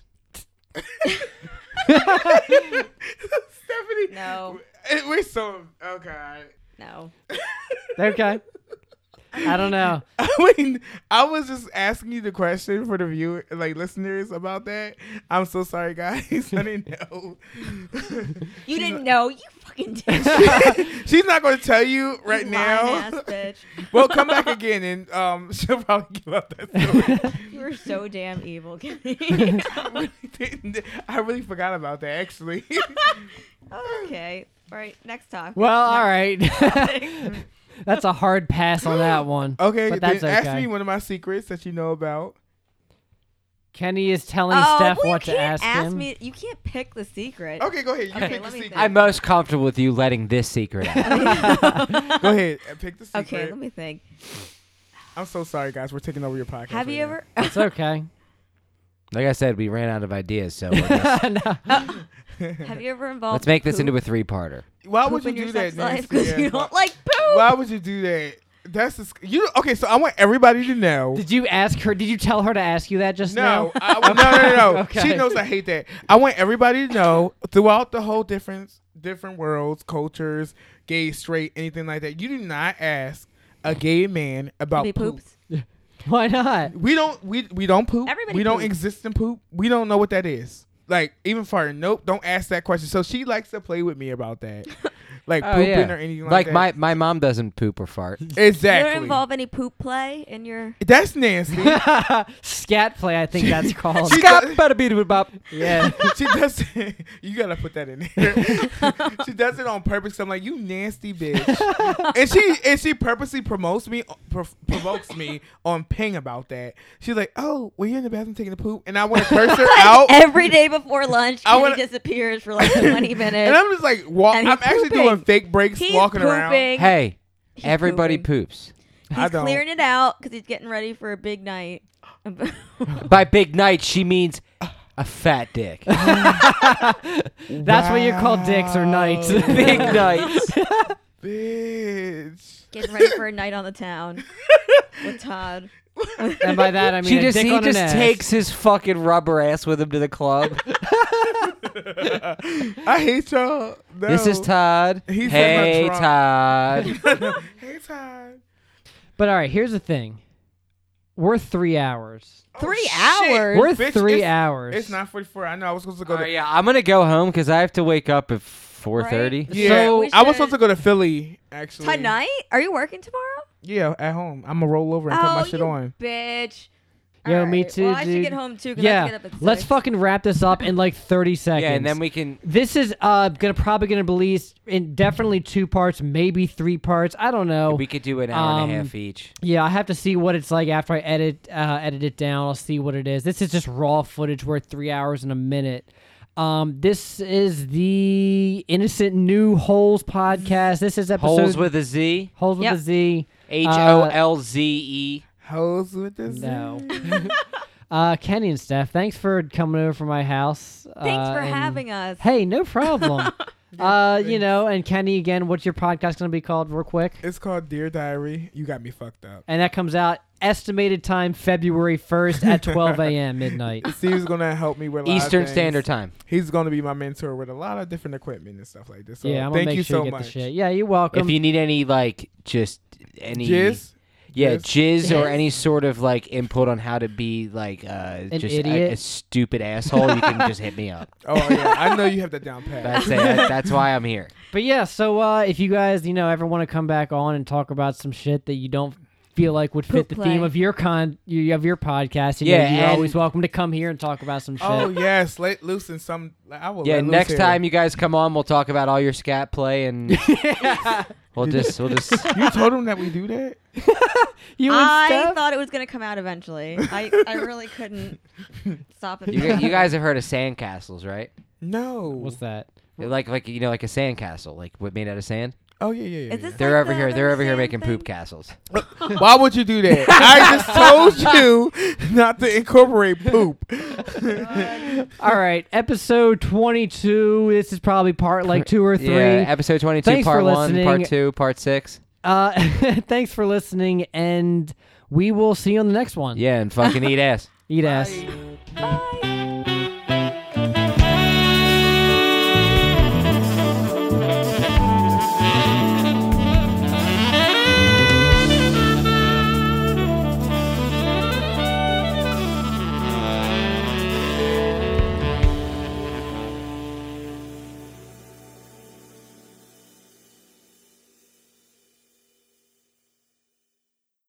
Speaker 2: Stephanie.
Speaker 3: No.
Speaker 2: It- We're so oh god.
Speaker 3: No.
Speaker 1: Okay. I don't know.
Speaker 2: I mean, I was just asking you the question for the viewer, like listeners, about that. I'm so sorry, guys. I didn't know.
Speaker 3: You didn't know. You fucking did.
Speaker 2: She's not going to tell you right
Speaker 3: You lying
Speaker 2: now.
Speaker 3: ass bitch.
Speaker 2: well, come back again, and um, she'll probably give up that story.
Speaker 3: You were so damn evil, Kenny.
Speaker 2: I, really didn't- I really forgot about that. Actually,
Speaker 3: okay. All right. Next topic.
Speaker 1: Well, all right. that's a hard pass on that one.
Speaker 2: okay.
Speaker 1: But that's
Speaker 2: then ask
Speaker 1: okay.
Speaker 2: me one of my secrets that you know about.
Speaker 1: Kenny is telling
Speaker 3: Oh,
Speaker 1: Steph
Speaker 3: well, you
Speaker 1: what to
Speaker 3: can't
Speaker 1: ask, him.
Speaker 3: me. You can't pick the secret.
Speaker 2: Okay, go ahead. You
Speaker 3: Okay,
Speaker 2: pick the
Speaker 3: let me
Speaker 2: secret.
Speaker 3: think.
Speaker 4: I'm most comfortable with you letting this secret out.
Speaker 2: Go ahead. uh, Pick the secret.
Speaker 3: Okay. Let me think.
Speaker 2: I'm so sorry, guys. We're taking over your podcast.
Speaker 3: Have
Speaker 2: right
Speaker 3: you
Speaker 2: now.
Speaker 3: ever?
Speaker 1: It's okay.
Speaker 4: like I said, we ran out of ideas, so we're just-
Speaker 3: Have you ever involved?
Speaker 4: let's make this into a three-parter.
Speaker 2: Why would
Speaker 3: poop
Speaker 2: you
Speaker 3: in
Speaker 2: do
Speaker 3: your
Speaker 2: that?
Speaker 3: sex life
Speaker 2: Nancy?
Speaker 3: because
Speaker 2: Yeah,
Speaker 3: you
Speaker 2: why-
Speaker 3: don't like poop.
Speaker 2: Why would you do that? That's just, you. Okay, so I want everybody to know.
Speaker 1: Did you ask her? Did you tell her to ask you that just
Speaker 2: No,
Speaker 1: now?
Speaker 2: I, no, no, no. no.
Speaker 1: Okay.
Speaker 2: She knows I hate that. I want everybody to know throughout the whole difference, different worlds, cultures, gay, straight, anything like that. You do not ask a gay man about
Speaker 3: Be
Speaker 2: poop.
Speaker 3: poops.
Speaker 1: Why not?
Speaker 2: We don't. We we don't poop.
Speaker 3: Everybody
Speaker 2: we don't
Speaker 3: poops.
Speaker 2: exist in poop. We don't know what that is. Like even farting. Nope. Don't ask that question. So she likes to play with me about that, like
Speaker 3: Oh,
Speaker 2: pooping or anything like,
Speaker 4: Oh, like
Speaker 2: that.
Speaker 4: my my mom doesn't poop or fart.
Speaker 3: You
Speaker 2: exactly.
Speaker 3: don't involve any poop play in your.
Speaker 2: That's nasty.
Speaker 1: Scat play, I think that's called.
Speaker 2: She
Speaker 1: yeah.
Speaker 2: does- she does. you gotta put that in there. she does it on purpose. I'm like, you nasty bitch. and she and she purposely promotes me, pro- provokes me on ping about that. She's like, oh, well, you're in the bathroom taking a poop, and I want to curse her out.
Speaker 3: Every day before lunch,
Speaker 2: Oh. I
Speaker 3: Kenny
Speaker 2: wanna-
Speaker 3: disappears for like 20 minutes.
Speaker 2: And I'm just like, walk.
Speaker 3: And
Speaker 2: I'm
Speaker 3: he's
Speaker 2: actually
Speaker 3: pooping.
Speaker 2: doing fake breaks,
Speaker 3: he's
Speaker 2: walking
Speaker 3: pooping.
Speaker 2: around.
Speaker 4: Hey, everybody
Speaker 3: pooping.
Speaker 4: poops.
Speaker 2: I
Speaker 3: He's
Speaker 2: don't.
Speaker 3: clearing it out because he's getting ready for a big night.
Speaker 4: By big night, she means a fat dick.
Speaker 1: That's what you call dicks or nights.
Speaker 4: big nights.
Speaker 2: Bitch.
Speaker 3: getting ready for a night on the town with Todd.
Speaker 1: and by that I mean
Speaker 4: She
Speaker 1: a
Speaker 4: just
Speaker 1: dick
Speaker 4: he
Speaker 1: on an
Speaker 4: just
Speaker 1: ass.
Speaker 4: takes his fucking rubber ass with him to the club.
Speaker 2: I hate y'all. No.
Speaker 4: This is Todd.
Speaker 2: He's
Speaker 4: hey
Speaker 2: in my
Speaker 4: Todd.
Speaker 2: hey Todd.
Speaker 1: But all right, here's the thing. We're three hours.
Speaker 3: Three
Speaker 2: Oh, shit.
Speaker 3: hours.
Speaker 1: Oh, We're
Speaker 2: Bitch,
Speaker 1: three
Speaker 2: it's-
Speaker 1: hours.
Speaker 2: It's nine forty four. I know. I was supposed to go
Speaker 4: All
Speaker 2: to
Speaker 4: right, yeah, I'm gonna go home because I have to wake up at 4:30.
Speaker 3: Right?
Speaker 2: Yeah,
Speaker 1: So-
Speaker 3: We
Speaker 2: I was
Speaker 3: should-
Speaker 2: supposed to go to Philly actually.
Speaker 3: Tonight? Are you working tomorrow?
Speaker 2: Yeah, at home. I'm gonna roll over and put
Speaker 3: oh,
Speaker 2: my shit
Speaker 3: you
Speaker 2: on.
Speaker 3: bitch.
Speaker 1: Yo, me
Speaker 3: Alright,
Speaker 1: too,
Speaker 3: Well, I should
Speaker 1: dude.
Speaker 3: get home too. 'cause I have to
Speaker 1: Yeah,
Speaker 3: get up at
Speaker 1: let's
Speaker 3: six.
Speaker 1: fucking wrap this up in like 30 seconds.
Speaker 4: Yeah, and then we can.
Speaker 1: This is uh gonna probably gonna be released in definitely two parts, maybe three parts. I don't know.
Speaker 4: We could do an hour and a
Speaker 1: Oh, Um,
Speaker 4: half each.
Speaker 1: yeah, I have to see what it's like after I edit uh, edit it down. I'll see what it is. This is just raw footage worth three hours and a minute. Um, this is the Innocent New Holes podcast. This is episode uh,
Speaker 4: Holes with a Z.
Speaker 1: Holes with
Speaker 3: Yep.
Speaker 1: a Z.
Speaker 4: H O L Z E.
Speaker 2: Hoes with this.
Speaker 1: No. uh, Kenny and Steph, thanks for coming over from my house.
Speaker 3: Thanks
Speaker 1: uh,
Speaker 3: for
Speaker 1: and-
Speaker 3: having us.
Speaker 1: Hey, no problem. uh, you know, and Kenny again, what's your podcast gonna be called, real quick?
Speaker 2: It's called Dear Diary. You got me fucked up.
Speaker 1: And that comes out estimated time February first at 12 a.m. midnight.
Speaker 2: Steve's gonna help me with a lot of
Speaker 4: Eastern
Speaker 2: things.
Speaker 4: Standard Time.
Speaker 2: He's gonna be my mentor with a lot of different equipment and stuff like this. So
Speaker 1: yeah, I'm gonna
Speaker 2: thank
Speaker 1: make
Speaker 2: you
Speaker 1: sure
Speaker 2: so
Speaker 1: you get
Speaker 2: much.
Speaker 1: the shit. Yeah, you're welcome.
Speaker 4: If you need any like just any
Speaker 2: Jizz.
Speaker 4: yeah jizz,
Speaker 2: Jizz?
Speaker 4: or
Speaker 3: Jizz?
Speaker 4: any sort of like input on how to be like uh, just a- A,
Speaker 1: idiot?
Speaker 4: stupid asshole, you can just hit me up.
Speaker 2: Oh yeah, I know you have that down pat.
Speaker 4: That's it. That- That's why I'm here.
Speaker 1: But yeah, so uh, if you guys, you know, ever want to come back on and talk about some shit that you don't feel like would fit
Speaker 3: Poop
Speaker 1: the
Speaker 3: play.
Speaker 1: theme of your con, you of your podcast, you know,
Speaker 4: Yeah,
Speaker 1: you're
Speaker 4: and-
Speaker 1: always welcome to come here and talk about some shit.
Speaker 2: Oh yes, let loosen some. I will.
Speaker 4: Yeah,
Speaker 2: let loose
Speaker 4: next
Speaker 2: here.
Speaker 4: time you guys come on, we'll talk about all your scat play and we'll just we'll just
Speaker 2: you told him that we do that.
Speaker 1: you and
Speaker 3: I
Speaker 1: Steph?
Speaker 3: thought it was gonna come out eventually. I, I really couldn't stop it.
Speaker 4: you, gu- you guys have heard of sandcastles, right?
Speaker 2: No.
Speaker 1: What's that?
Speaker 4: Like like you know like a sandcastle, like what made out of sand.
Speaker 2: oh yeah, yeah, yeah.
Speaker 3: Is this
Speaker 4: They're
Speaker 3: like
Speaker 4: over
Speaker 3: the-
Speaker 4: here. They're
Speaker 3: the
Speaker 4: over here
Speaker 3: sand
Speaker 4: making
Speaker 3: thing?
Speaker 4: poop castles.
Speaker 2: yeah. Why would you do that? I just told you not to incorporate poop.
Speaker 1: All right, episode 22. This is probably part like two or three.
Speaker 4: Yeah, episode twenty two,
Speaker 1: Thanks
Speaker 4: part
Speaker 1: for
Speaker 4: one, part
Speaker 1: listening.
Speaker 4: two, part six.
Speaker 1: Uh, thanks for listening, and we will see you on the next one.
Speaker 4: Yeah, and fucking eat ass.
Speaker 1: Eat ass.
Speaker 3: Bye.